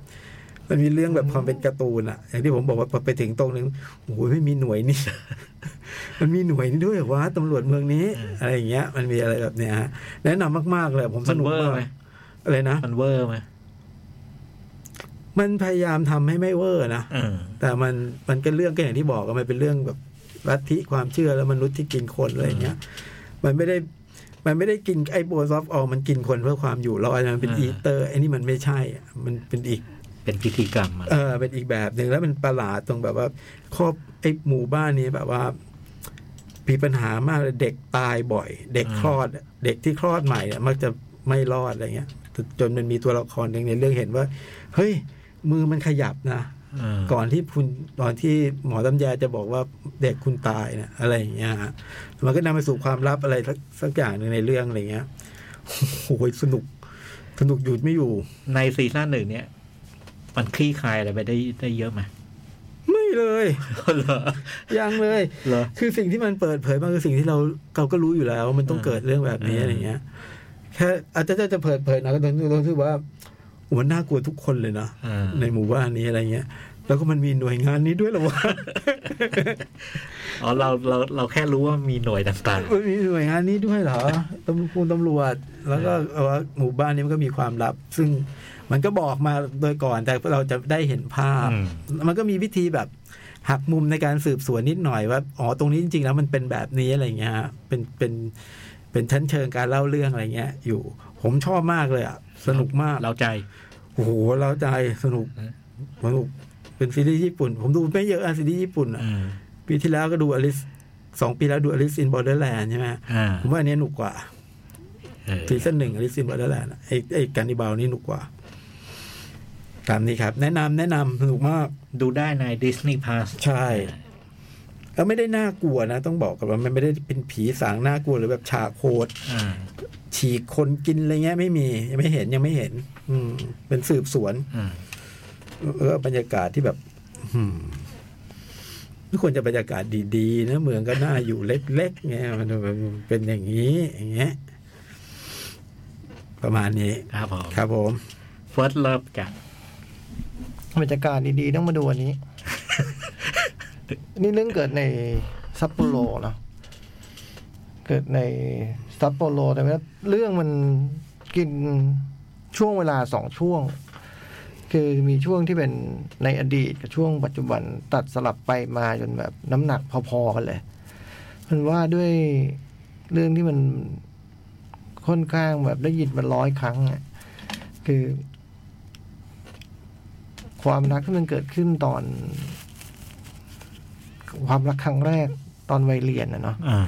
มันมีเรื่องแบบความเป็นการ์ตูนอะอย่างที่ผมบอกว่าพอไปถึงตรงนึงโอ้โหไม่มีหน่วยนี่ มันมีหน่วยนี้ด้วยเหรอวะตำรวจเมืองนี้ อะไรอย่างเงี้ย มันมีอะไรแบบเนี้ยฮะแนะนำมากๆเลยผมส
มัน
นุก
เวอร์
มาก
ไหม
อะไรนะ
มันเวอร์ไหม
มันพยายามทำให้ไม่เวอร์นะ
เออ
แต่มันมันก็เรื่องก็อย่างที่บอกอะมันเป็นเรื่องแบบลัทธิความเชื่อแล้วมนุษย์ที่กินคนอะไรอย่างเงี้ย มันไม่ได้มันไม่ได้กินไอ้โบซอฟออมันกินคนเพื่อความอยู่รอดมันเป็น
อ่า
อีเตอร์ไอ้นี่มันไม่ใช่อะมันเป็นอีก
เป็นพิธีกรรมมัน
เออเป็นอีกแบบหนึ่งแล้วมันประหลาดตรงแบบว่าครอบไอ้หมู่บ้านนี้แบบว่ามีปัญหามากเลยเด็กตายบ่อย เด็กคลอดอะเด็กที่คลอดใหม่เนี่ยมักจะไม่รอดอะไรเงี้ยจนจนมันมีตัวละครหนึ่งในเรื่องเห็นว่า เฮ้ย มือมันขยับนะ
เออ
ก่อนที่คุณตอนที่หมอตำแยจะบอกว่าเด็กคุณตายเนี่ยอะไรอย่างเงี้ยฮะมันก็นำไปสู่ความลับอะไรสักสักอย่างหนึ่งในเรื่องอะไรเงี้ยโอ้ยสนุก สนุกหยุดไม่อยู่
ในซีซั่นหนึ่งเนี่ย มันคลี่คลายอะไรไปได้ได้เยอะไหม
ไม่เลย
เหรอ
ยังเลย
เหรอ
คือสิ่งที่มันเปิดเผยมันคือสิ่งที่เราเราก็รู้อยู่แล้วว่ามันต้อง
อ่า
เกิดเรื่องแบบนี้
อ่า
อะไรเงี้ยแค่อาจจะจะจะเปิดเผยหนะก็ต้องต้องรู้สึกว่าโอ้มันน่ากลัวทุกคนเลยนะ
เออ
ในหมู่บ้านนี้อะไรเงี้ย แล้วก็มันมีหน่วยงานนี้ด้วยเหรอวะ
อ๋อเราเราเราแค่รู้ว่ามีหน่วยต่าง
มันมีหน่วยงานนี้ด้วยเหรอ ตำรวจคุณตำรวจ แล้วก็เอ่อหมู่บ้านนี้มันก็มีความลับ ซึ่งมันก็บอกมาโดยก่อนแต่เราจะได้เห็นภาพ
อืม
มันก็มีวิธีแบบหักมุมในการสืบสวนนิดหน่อยว่าอ๋อตรงนี้จริงๆ แล้วมันเป็นแบบนี้อะไรเงี้ยฮะเป็นเป็นเป็นชั้นเชิงการเล่าเรื่องอะไรเงี้ย อยู่ผมชอบมากเลยอ่ะสนุกมาก
ๆ เราใจ
โอ้โหเราใจสนุก
เออ
สนุกเป็นซีรีส์ญี่ปุ่น ผมดูไม่เยอะอะซีรีส์ญี่ปุ่นอะ
อืม
ปีที่แล้วก็ดูอลิสสองปีแล้วดูอลิสอินบอร์เดอร์แลนใช่ไหม
อ่า
ผมว่าอันเนี้ยหนุกกว่า
เออ
ซีซั่นหนึ่งอลิซินบอร์เดอร์แลนด์ไอ้ไอ้การนิบาลนี่หนุกกว่า ตามนี้ครับ แนะนำแนะนำสนุกมาก
ดูได้ใน Disney Plus
ใช่ แล้วไม่ได้น่ากลัวนะ ต้องบอกกันว่ามันไม่ได้เป็นผีสางน่ากลัวหรือแบบฉากโหด
อ่า
ฉีกคนกินอะไรเงี้ยไม่มี ยังไม่เห็นยังไม่เห็น อืม เป็นสืบสวน
อ่า
เออบรรยากาศที่แบบอืมไม่ควรจะบรรยากาศดีๆนะเมืองก็น่าอยู่เล็กๆเงี้ยมันเป็นอย่างนี้ อย่างเงี้ย ประมาณนี้
ครับผม
ครับผม
First Love จาก
บรรยากาศดีๆ ต้องมาดู วันนี้ นี่เรื่องเกิดในซัปโปโรเนอะเกิดในซัปโปโรแต่ว่าเรื่องมันกินช่วงเวลาสองช่วง คือมีช่วงที่เป็นในอดีตกับช่วงปัจจุบันตัดสลับไปมาจนแบบน้ำหนักพอๆกันเลย มันว่าด้วยเรื่องที่มันค่อนข้างแบบได้ยินมาร้อยครั้งอะคือ ความรักที่มันเกิดขึ้นตอน ความรักครั้งแรกตอนวัยเรียนนะเนาะ
อ่า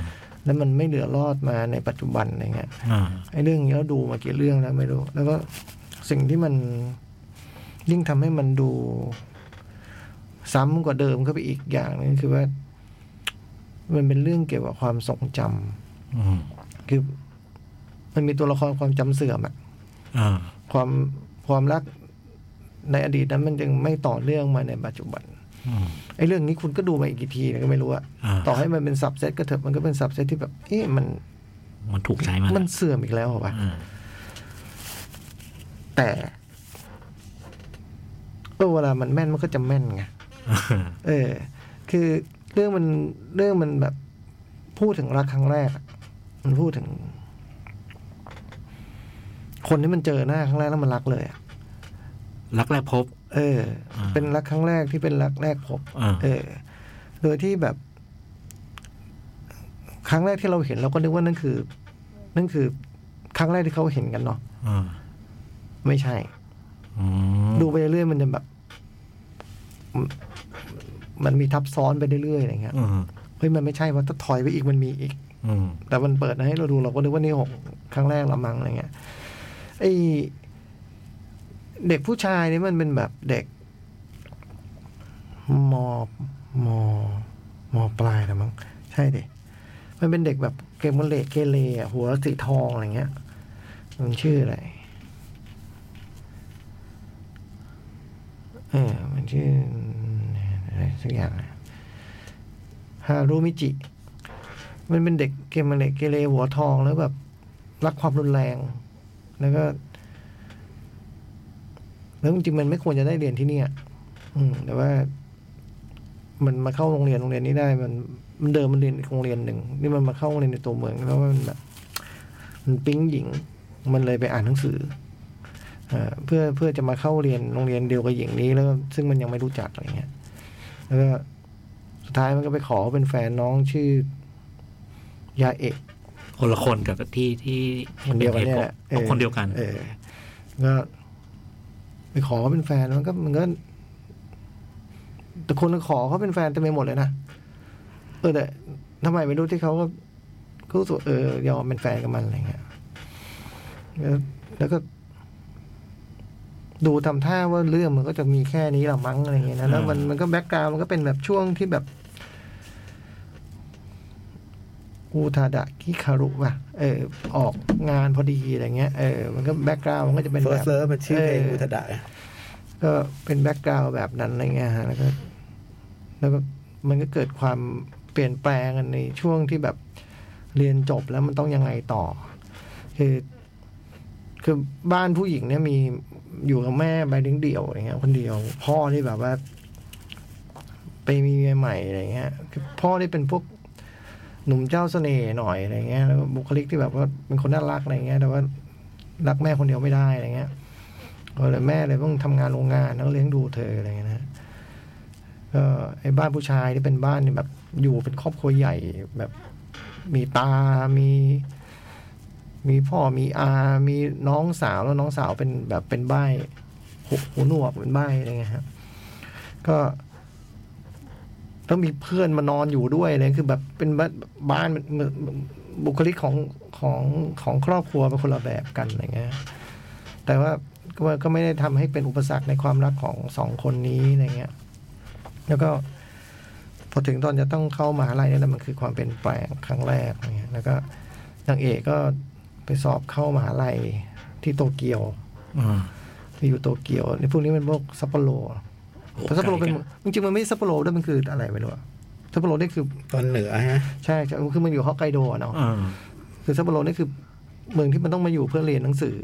แล้วมันไม่เหลือรอดมาในปัจจุบันอะไรเงี้ย
อ่า
ไอ้เรื่องนี้เราดูมากี่เรื่องแล้วไม่รู้ แล้วก็สิ่งที่มันยิ่งทำให้มันดู ซ้ำกว่าเดิมเข้าไปอีกอย่างหนึงคือว่า มันเป็นเรื่องเกี่ยวกับความทรงจำ
อืม
คือ มันมีตัวละครความจำเสื่อมอะ
อ่า
ความความรักในอดีตนั้นมันยังไม่ต่อเนื่องมาในปัจจุบัน
อืม
ไอ้เรื่องนี้คุณก็ดูมาอีกกี่ทีเนี่ยก็ไม่รู้อะ
อ่า
ต่อให้มันเป็นสับเซตก็เถอะมันก็เป็นสับเซตที่แบบเอ๊ะมัน
มันถูกใช้มา
มั
แล้
น
ว
เสื่อมอีกแล้วเหรอวะ
อ่า
แต่เออเวลามันแม่นมันก็จะแม่นไงเออ คือเรื่องมันเรื่องมันแบบพูดถึงรักครั้งแรกอะมันพูดถึง คนที่มันเจอหน้าครั้งแรกแล้วมันรักเลยอะ
รักแรกพบ
เออ
อ่า
เป็นรักครั้งแรกที่เป็นรักแรกพบ
อ่า
เออ โดยที่แบบ ครั้งแรกที่เราเห็นเราก็นึกว่านั่นคือ นั่นคือ ครั้งแรกที่เขาเห็นกันเนาะ
อ่า
ไม่ใช่
อืม
ดูไปเรื่อยๆมันจะแบบ มันมีทับซ้อนไปเรื่อยๆอะไรเงี้ย
อืม
เฮ้ยมันไม่ใช่ว่าถ้าถอยไปอีกมันมีอีก
อืม
แต่มันเปิดให้เราดูเราก็นึกว่านี่หกครั้งแรกละมั้งอะไรเงี้ยไอเด็กผู้ชายนี่มันเป็นแบบเด็กมมมปลายละมั้งใช่ดิมันเป็นเด็กแบบเกมเลดเกเรอะหัวสีทองอะไรเงี้ยมันชื่ออะไรเออมันชื่ออะไรสักอย่างอะฮารุมิจิ มันเป็นเด็กเกมเรเกเรหัวทองแล้วแบบรักความรุนแรง แล้วก็ แล้วจริงๆมันไม่ควรจะได้เรียนที่เนี่ย อืม แต่ว่า มันมาเข้าโรงเรียนโรงเรียนนี้ได้ มันมันเดิมมันเรียนอีกโรงเรียนหนึ่งนี่มันมาเข้าโรงเรียนในตัวเมืองแล้วมันแบบมันปิ๊งหญิง มันเลยไปอ่านหนังสือเอ่อเพื่อเพื่อจะมาเข้าเรียนโรงเรียนเดียวกับหญิงนี้แล้ว ซึ่งมันยังไม่รู้จักอะไรเงี้ยแล้วก็สุดท้ายมันก็ไปขอเป็นแฟนน้องชื่อ ยาเอก
คนละคนกับที่ที่
คนเดียวกันเนี่ยแหละ
เป็นคนเดียวกัน
เออก็ไปขอเขาเป็นแฟนมันก็มันก็แต่คนขอเขาเป็นแฟนเต็มไปหมดเลยนะเออแต่ทำไมไม่รู้ที่เขาก็ก็รู้สึกว่าเออยอมเป็นแฟนกับมันอะไรเงี้ยแล้วแล้วก็ ดูทำท่าว่าเรื่องมันก็จะมีแค่นี้ละมั้งอะไรเงี้ยนะแล้วมันมันก็แบ็กกราวมันก็เป็นแบบช่วงที่แบบ อูทาดะคิคารุป่ะ เออ ออกงานพอดีอะไรเงี้ย เออ มันก็แบ็กกราวมันก็จะเป็น
เฟิ
แบ
ร์ส
บ
เลมันชื่อเพลงอุท
เออ
ดะ
ก็เป็นแบ็กกราวแบบนั้นอะไรเงี้ยฮะ แล้วก็ แล้วก็มันก็เกิดความเปลี่ยนแปลงกันในช่วงที่แบบเรียนจบแล้วมันต้องยังไงต่อ คือ คือบ้านผู้หญิงเนี่ยมีอยู่กับแม่ไปเลี้ยงเดี่ยวอะไรเงี้ย คนเดียว พ่อที่แบบว่า ไปมีเมียใหม่อะไรเงี้ยคือพ่อได้เป็นพวกหนุ่มเจ้าเสน่ห์หน่อยอะไรเงี้ยแล้วบุคลิกที่แบบว่าเป็นคนน่ารักอะไรเงี้ย แต่ว่ารักแม่คนเดียวไม่ได้อะไรเงี้ยก็เลยแม่เลยต้องทำงานโรงงานแล้วก็เลี้ยงดูเธออะไรเงี้ยนะฮะก็ไอ้บ้านผู้ชายที่เป็นบ้านเนี่ยแบบอยู่เป็นครอบครัวใหญ่แบบมีตา มี มีพ่อมีอามีน้องสาวแล้วน้องสาวเป็นแบบเป็นใบ้หูหูหนวกเป็นใบ้อะไรเงี้ยฮะก็ ต้องมีเพื่อนมานอนอยู่ด้วยเลยคือแบบเป็นบ้านบ้านบุคลิกของของของครอบครัวเป็นคนละแบบกันอะไรเงี้ย แต่ว่าก็ก็ไม่ได้ทำให้เป็นอุปสรรคในความรักของสองคนนี้อะไรเงี้ย แล้วก็พอถึงตอนจะต้องเข้ามหาลัยนี่แหละมันคือความเป็นแปลงครั้งแรกอะไรเงี้ยแล้วก็นางเอกก็ไปสอบเข้ามหาลัยที่โตเกียว
อืม
ไปอยู่โตเกียวนี่พวกนี้เป็นพวกซัปโปโร
โอ้
เพราะซัปโปโร
ไกล
เป็น
กัน
จริงๆมันไม่ใช่ซัปโปโรด้วยมันคืออะไรไม่รู้อะซัปโปโรนี่คือ
ตอนเหนือฮะ
ใช่ใช่คือมันอยู่ฮอกไกโดอะเนาะ
อืม
คือซัปโปโรนี่คือเมืองที่มันต้องมาอยู่เพื่อเรียนหนังสือ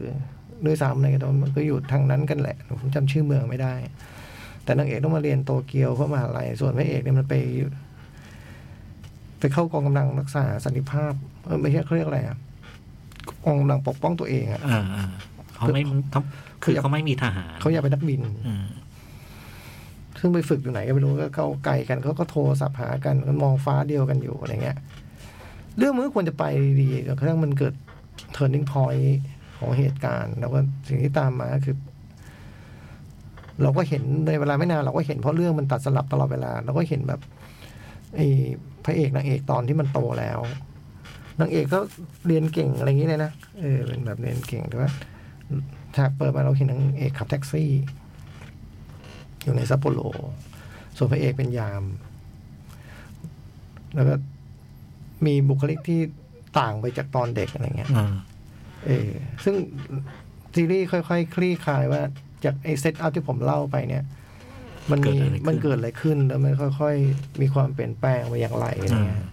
ด้วยซ้ำอะไรกันแต่ว่ามันก็อยู่ทางนั้นกันแหละ ผมจำชื่อเมืองไม่ได้ แต่นางเอกต้องมาเรียนโตเกียวเพราะมหาลัย ส่วนพระเอกเนี่ยมันไป ไปเข้ากองกำลังรักษาสันติภาพเออไม่ใช่เขาเรียกอะไรอะกองกำลังปกป้องตัวเองอะ
อ่าอ่าเขาไม่เขา
คื
คือ อเขาไม่มีทหาร
เขาอยากเป็นนักบิน
อืม
ซึ่งไปฝึกอยู่ไหนก็ไม่รู้ก็เขาไกลกันเขาก็โทรศัพท์หากันก็มองฟ้าเดียวกันอยู่อะไรเงี้ย เรื่องมันก็ควรจะไปดีๆจนกระทั่งมันเกิด turning point ของเหตุการณ์ แล้วก็สิ่งที่ตามมาก็คือ เราก็เห็นในเวลาไม่นานเราก็เห็นเพราะเรื่องมันตัดสลับตลอดเวลา เราก็เห็นแบบไอ้พระเอกนางเอกตอนที่มันโตแล้วนางเอกก็เรียนเก่งอะไรอย่างนี้เลยนะเออเป็นแบบเรียนเก่งแต่ว่าฉากเปิดมาเราเห็นนางเอกขับแท็กซี่ อยู่ในซัปโปโร ส่วนพระเอกเป็นยาม แล้วก็มีบุคลิกที่ต่างไปจากตอนเด็กอะไรเงี้ย
อืม
เออ ซึ่งซีรีส์ค่อยๆ คลี่คลายว่าจากไอเซตอัพที่ผมเล่าไปเนี่ย มันมีมันเกิดอะไรขึ้นแล้วมันค่อยๆ มีความเปลี่ยนแปลงไปอย่างไรอะไรเงี้ย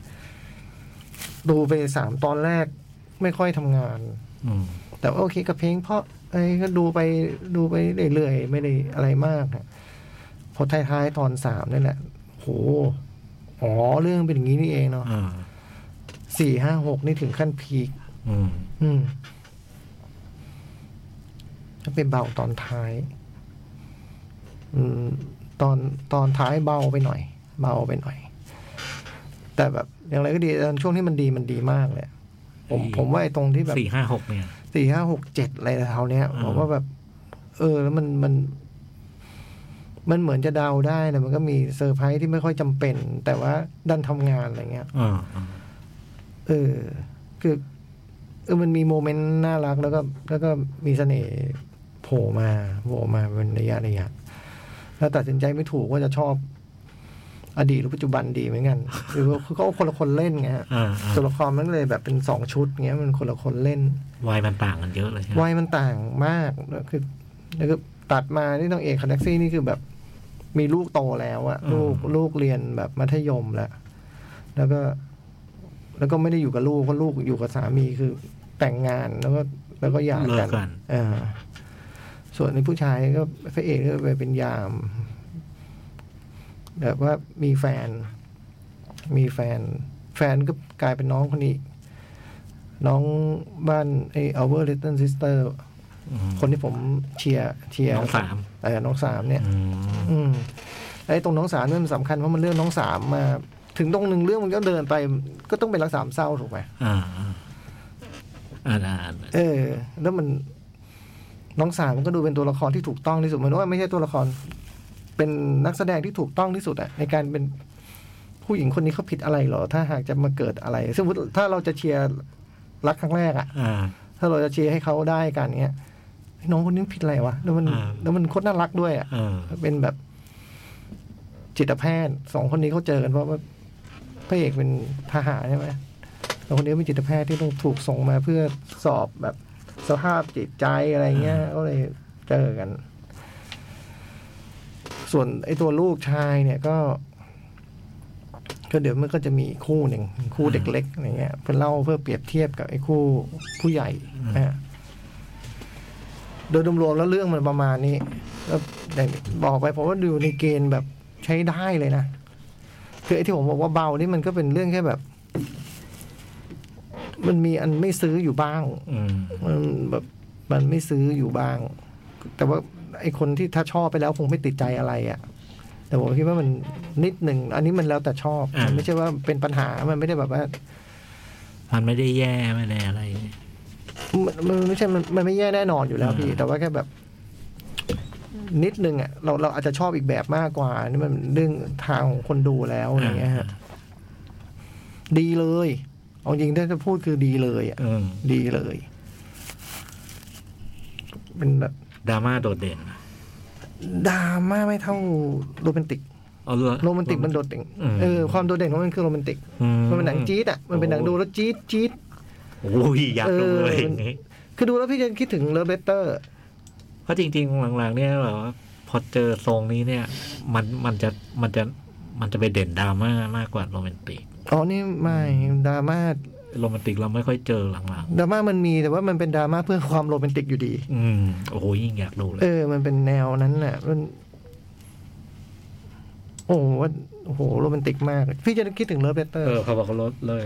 ดูไปสามตอนแรกไม่ค่อยทำงาน
อืม
แต่ว่าโอเคกับเพลงเพราะไอ้ยก็ดูไปดูไปเรื่อยๆ ไม่ได้อะไรมากนะพอท้ายๆ ตอนสามนี่แหละโหอ๋อเรื่องเป็นอย่างนี้นี่เองเนาะ
อืม
สี่ห้าหกนี่ถึงขั้นพีค
อืม
อืมแล้วเป็นเบาตอนท้าย อืม ตอนตอนท้ายเบาไปหน่อย เบาไปหน่อย แต่แบบอย่างไรก็ดีตอนช่วงที่มันดีมันดีมากเลย ผมผมว่าไอ้ตรงที่แบบ
สี่ห้าหกเนี่ย
สี่ห้าหกเจ็ดอะไรแถวๆเนี้ย
อืม
ผมว่าแบบ เออ แล้วมันมัน มันเหมือนจะเดาได้นะมันก็มีเซอร์ไพรส์ที่ไม่ค่อยจำเป็น แต่ว่าดันทำงานอะไรเงี้ย
อืมอืม
เออ คือเออมันมีโมเมนต์น่ารักแล้วก็ แล้วก็มีเสน่ห์โผล่มาโผล่มาเป็นระยะระยะแล้วตัดสินใจไม่ถูกว่าจะชอบ อดีตหรือปัจจุบันดีเหมือนกันคือคือเขาคนละคนเล่นไงฮะ
อ่าอ่า
ตัวละครมันเลยแบบเป็นสองชุดเงี้ยมันคนละคนเล่น
วัยมันต่างกันเยอะเลยฮะ
วัยมันต่างมากแล้วคือแล้วก็ตัดมานี่น้องเอกคอนแท็กซี่นี่คือแบบ มีลูกโตแล้วอะลูกลูกเรียนแบบมัธยมแล้ว แล้วก็ แล้วก็ไม่ได้อยู่กับลูกก็ลูกอยู่กับสามีคือแต่งงานแล้วก็แล้วก็หย่า
เลิ
กั
ก
น
กัน
เออส่วนในผู้ชายก็พระเอกก็ไปเป็นยามแบบว่ามีแฟน มีแฟน แฟนก็กลายเป็นน้องคนนี้ น้องบ้านไอเอาเวอร์ลิตเติ้ลซิสเตอร์
อืม
คนที่ผมเชียร์เชียร์
น้องสาม
เออน้องสามเนี่ย
อืม
อืมไอ้ตรงน้องสามเนี่ยมันสำคัญเพราะมันเรื่องน้องสามมา ถึงตรงหนึ่งเรื่องมันก็เดินไป ก็ต้องเป็นรักสามเศร้าถูกไหม
อ่าอ่าอ่านอ่าน
เออ แล้วมันน้องสามมันก็ดูเป็นตัวละครที่ถูกต้องที่สุดเหมือนว่าไม่ใช่ตัวละคร เป็นนักแสดงที่ถูกต้องที่สุดอะในการเป็นผู้หญิงคนนี้เขาผิดอะไรเหรอ ถ้าหากจะมาเกิดอะไรซึ่งถ้าเราจะเชียร์รักครั้งแรกอะ
อ่า
ถ้าเราจะเชียร์ให้เขาได้กันเงี้ยเฮ้ยน้องคนนี้ผิดอะไรวะ แล้วมัน
อ่า
แล้วมันโคตรน่ารักด้วยอ่ะ
อ่า
เป็นแบบจิตแพทย์สองคนนี้เขาเจอกันเพราะว่าพระเอกเป็นทหารใช่ไหมแล้วคนนี้เป็นจิตแพทย์ที่ต้องถูกส่งมาเพื่อสอบแบบสภาพจิตใจอะไรเงี้ยก็เลยเจอกัน ส่วนไอ้ตัวลูกชายเนี่ยก็ ก็เดี๋ยวมันก็จะมีคู่หนึ่งคู่เด็กเล็กอะไรเงี้ยเพื่อเล่าเพื่อเปรียบเทียบกับไอ้คู่ผู้ใหญ่นะฮะโดยรวมๆแล้วเรื่องมันประมาณนี้ แล้วอย่างที่บอกไปผมว่าดูในเกณฑ์แบบใช้ได้เลยนะ คือไอ้ที่ผมบอกว่าเบานี่มันก็เป็นเรื่องแค่แบบ มันมีอันไม่ซื้ออยู่บ้าง
อืม
มันแบบมันไม่ซื้ออยู่บ้าง แต่ว่าไอคนที่ถ้าชอบไปแล้วคงไม่ติดใจอะไรอะ่ะ แต่ผมคิดว่ามันนิดหนึ่ง อันนี้มันแล้วแต่ชอบ
อ่ามั
นไม่ใช่ว่าเป็นปัญหามันไม่ได้แบบว่า
มันไม่ได้แย่ไม่ได้อะไรเนี่ย
มันมันไม่ใช่มันมันไม่แย่แน่นอนอยู่แล้ว
อ่า
พี่ แต่ว่าแค่แบบ นิดนึงอ่ะเราเราอาจจะชอบอีกแบบมากกว่า นี่มันเรื่องทางของคนดูแล้วอย่างเงี้ยฮะดีเลยเอาจริงถ้าจะพูดคือดีเลยอ่ะ
อืม
ดีเลย เป็นแบบ
ดราม่าโดดเด่นนะ
ดราม่าไม่เท่าโรแมนติก
เอาเรื่อง
โรแมนติกมันโดดเด่น
อืม
เออความโดดเด่นของมันคือโรแมนติก
อื
มันเป็นหนังจี๊ดอ่ะ มันเป็นหนังดูแล้วจี๊ดจี๊ด
โอ้ยอยากดูเลย
เอออ
ย่างนี้
คือดูแล้วพี่จะคิดถึงเลิฟเลเตอร์
เพราะจริงๆ หลังๆ เนี่ยแบบว่าพอเจอทรงนี้เนี่ย มันมันจะมันจะมันจะไปเด่นดราม่ามากกว่าโรแมนติก
อ๋อนี่ไม่ดราม่า
โรแมนติกเราไม่ค่อยเจอหลัง
ดราม่ามันมีแต่ว่ามันเป็นดราม่าเพื่อความโรแมนติกอยู่ดี
ๆ อืมโอ้โหยิ่งอยากดูเล
เอย อ มันเป็นแนวนั้นน่ะมันโอ้โหว่าโอ้โหโรแมนติกมาก พี่จะคิดถึงเลิฟเลเตอร์
เออเขาบอกเขาลดเลย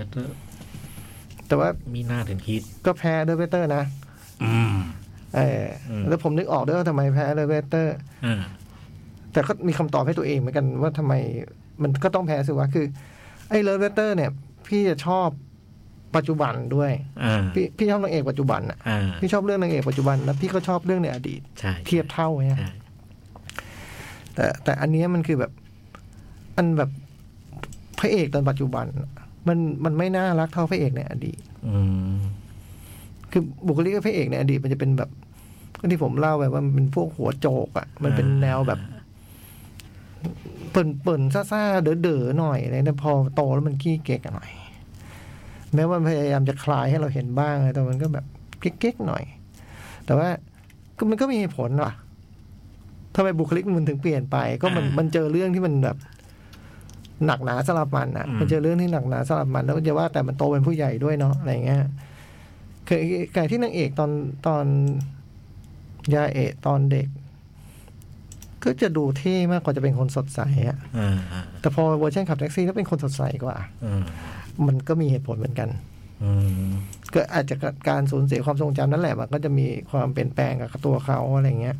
แต่ว่า
มีหน้าถึงฮิต
ก็แพ้เลิฟเลเตอร์นะ
อืม
เอออ
ม
แล้วผมนึกออกด้วยว่าทำไมแพ้เลิฟเลเตอร์
อ่า
แต่ก็มีคำตอบให้ตัวเองเหมือนกันว่าทำไมมันก็ต้องแพ้สิวะคือ ไอ้เลิฟเลเตอร์เนี่ย พี่จะชอบปัจจุบันด้วย
อ่า
พี่พี่ชอบนางเอกปัจจุบันอ่ะ
อ่า
พี่ชอบเรื่องนางเอกปัจจุบันแล้วพี่ก็ชอบเรื่องในอดีต
ใช่
เทียบเท่าไง
ใช่
ฮะแต่แต่อันเนี้ยมันคือแบบ อันแบบพระเอกตอนปัจจุบันอะมันมันไม่น่ารักเท่าพระเอกในอดีต
อืม
คือบุคลิกพระเอกในอดีตมันจะเป็นแบบก็ที่ผมเล่าไปว่ามันเป็นพวกหัวโจกอ่ะ มันเป็นแนวแบบ เปิ่นเปิ่นซ่าซ่าเด๋อเด๋อหน่อยอะไรแต่พอโตแล้วมันขี้เก๊กหน่อย แม้ว่ามันพยายามจะคลายให้เราเห็นบ้างแต่มันก็แบบเก๊กๆหน่อย แต่ว่าก็มันก็มีเหตุผลว่ะทำไมบุคลิกมันถึงเปลี่ยนไป ก็มันมันเจอเรื่องที่มันแบบ หนักหนาสลับมันอ่ะ มันเจอเรื่องที่หนักหนาสลับมันแล้วจะว่าแต่มันโตเป็นผู้ใหญ่ด้วยเนาะอะไรอย่างเงี้ยเคยการที่นางเอกตอนตอนยาเอะตอนเด็ก ก็จะดูเท่มากกว่าจะเป็นคนสดใสอะ
อ่าอ่า
แต่พอเวอร์ชันขับแท็กซี่แล้วเป็นคนสดใสกว่า
อืม
มันก็มีเหตุผลเหมือนกัน
อืม
ก็อาจจะการสูญเสียความทรงจำนั่นแหละ มันก็จะมีความเปลี่ยนแปลงกับตัวเขาอะไรเงี้ย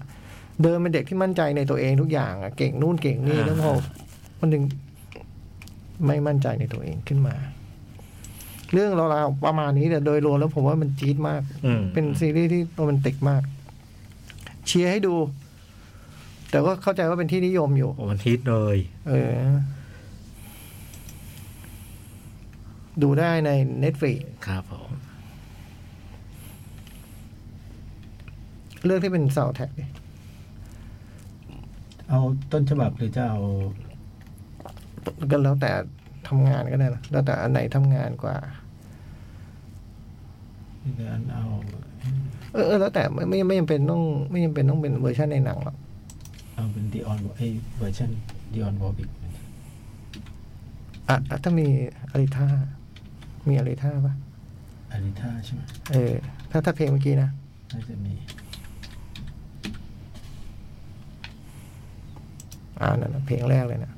เดิมเป็นเด็กที่มั่นใจในตัวเองทุกอย่างอะเก่งนู่นเก่งนี่แล้วพอวันหนึ่งไม่มั่นใจในตัวเองขึ้นมา เรื่องราวๆประมาณนี้แต่โดยรวมแล้วผมว่ามันจี๊ดมาก
อืม
เป็นซีรีส์ที่โรแมนติกมาก เชียร์ให้ดู แต่ก็เข้าใจว่าเป็นที่นิยมอยู่
โอ้มันฮิตเลย
เออ ดูได้ใน Netflix
ครับผม
เรื่องที่เป็นสาวแท็กดิ
เอาต้นฉบับหรือจะเอา
ก็แล้วแต่ทำงานก็ได้นะแล้วแต่อันไหนทำงานกว่า
หรืออันเอา
เออเออแล้วแต่ไม่ไม่ไม่จำเป็นต้อง ไม่จำเป็นต้องเป็นเวอร์ชันในหนังหรอก
เอาเป็นดีออนไอเวอร์ชันดีออนวอลบิก
อ่ะอ่ะถ้ามีอาริท่ามีอาริท่าปะ
อาริท่าใช่ไหม
เออ ถ้าถ้าเพลงเมื่อกี้นะ
น่าจะมี
อ่านั่นนะเพลงแรกเลยนะ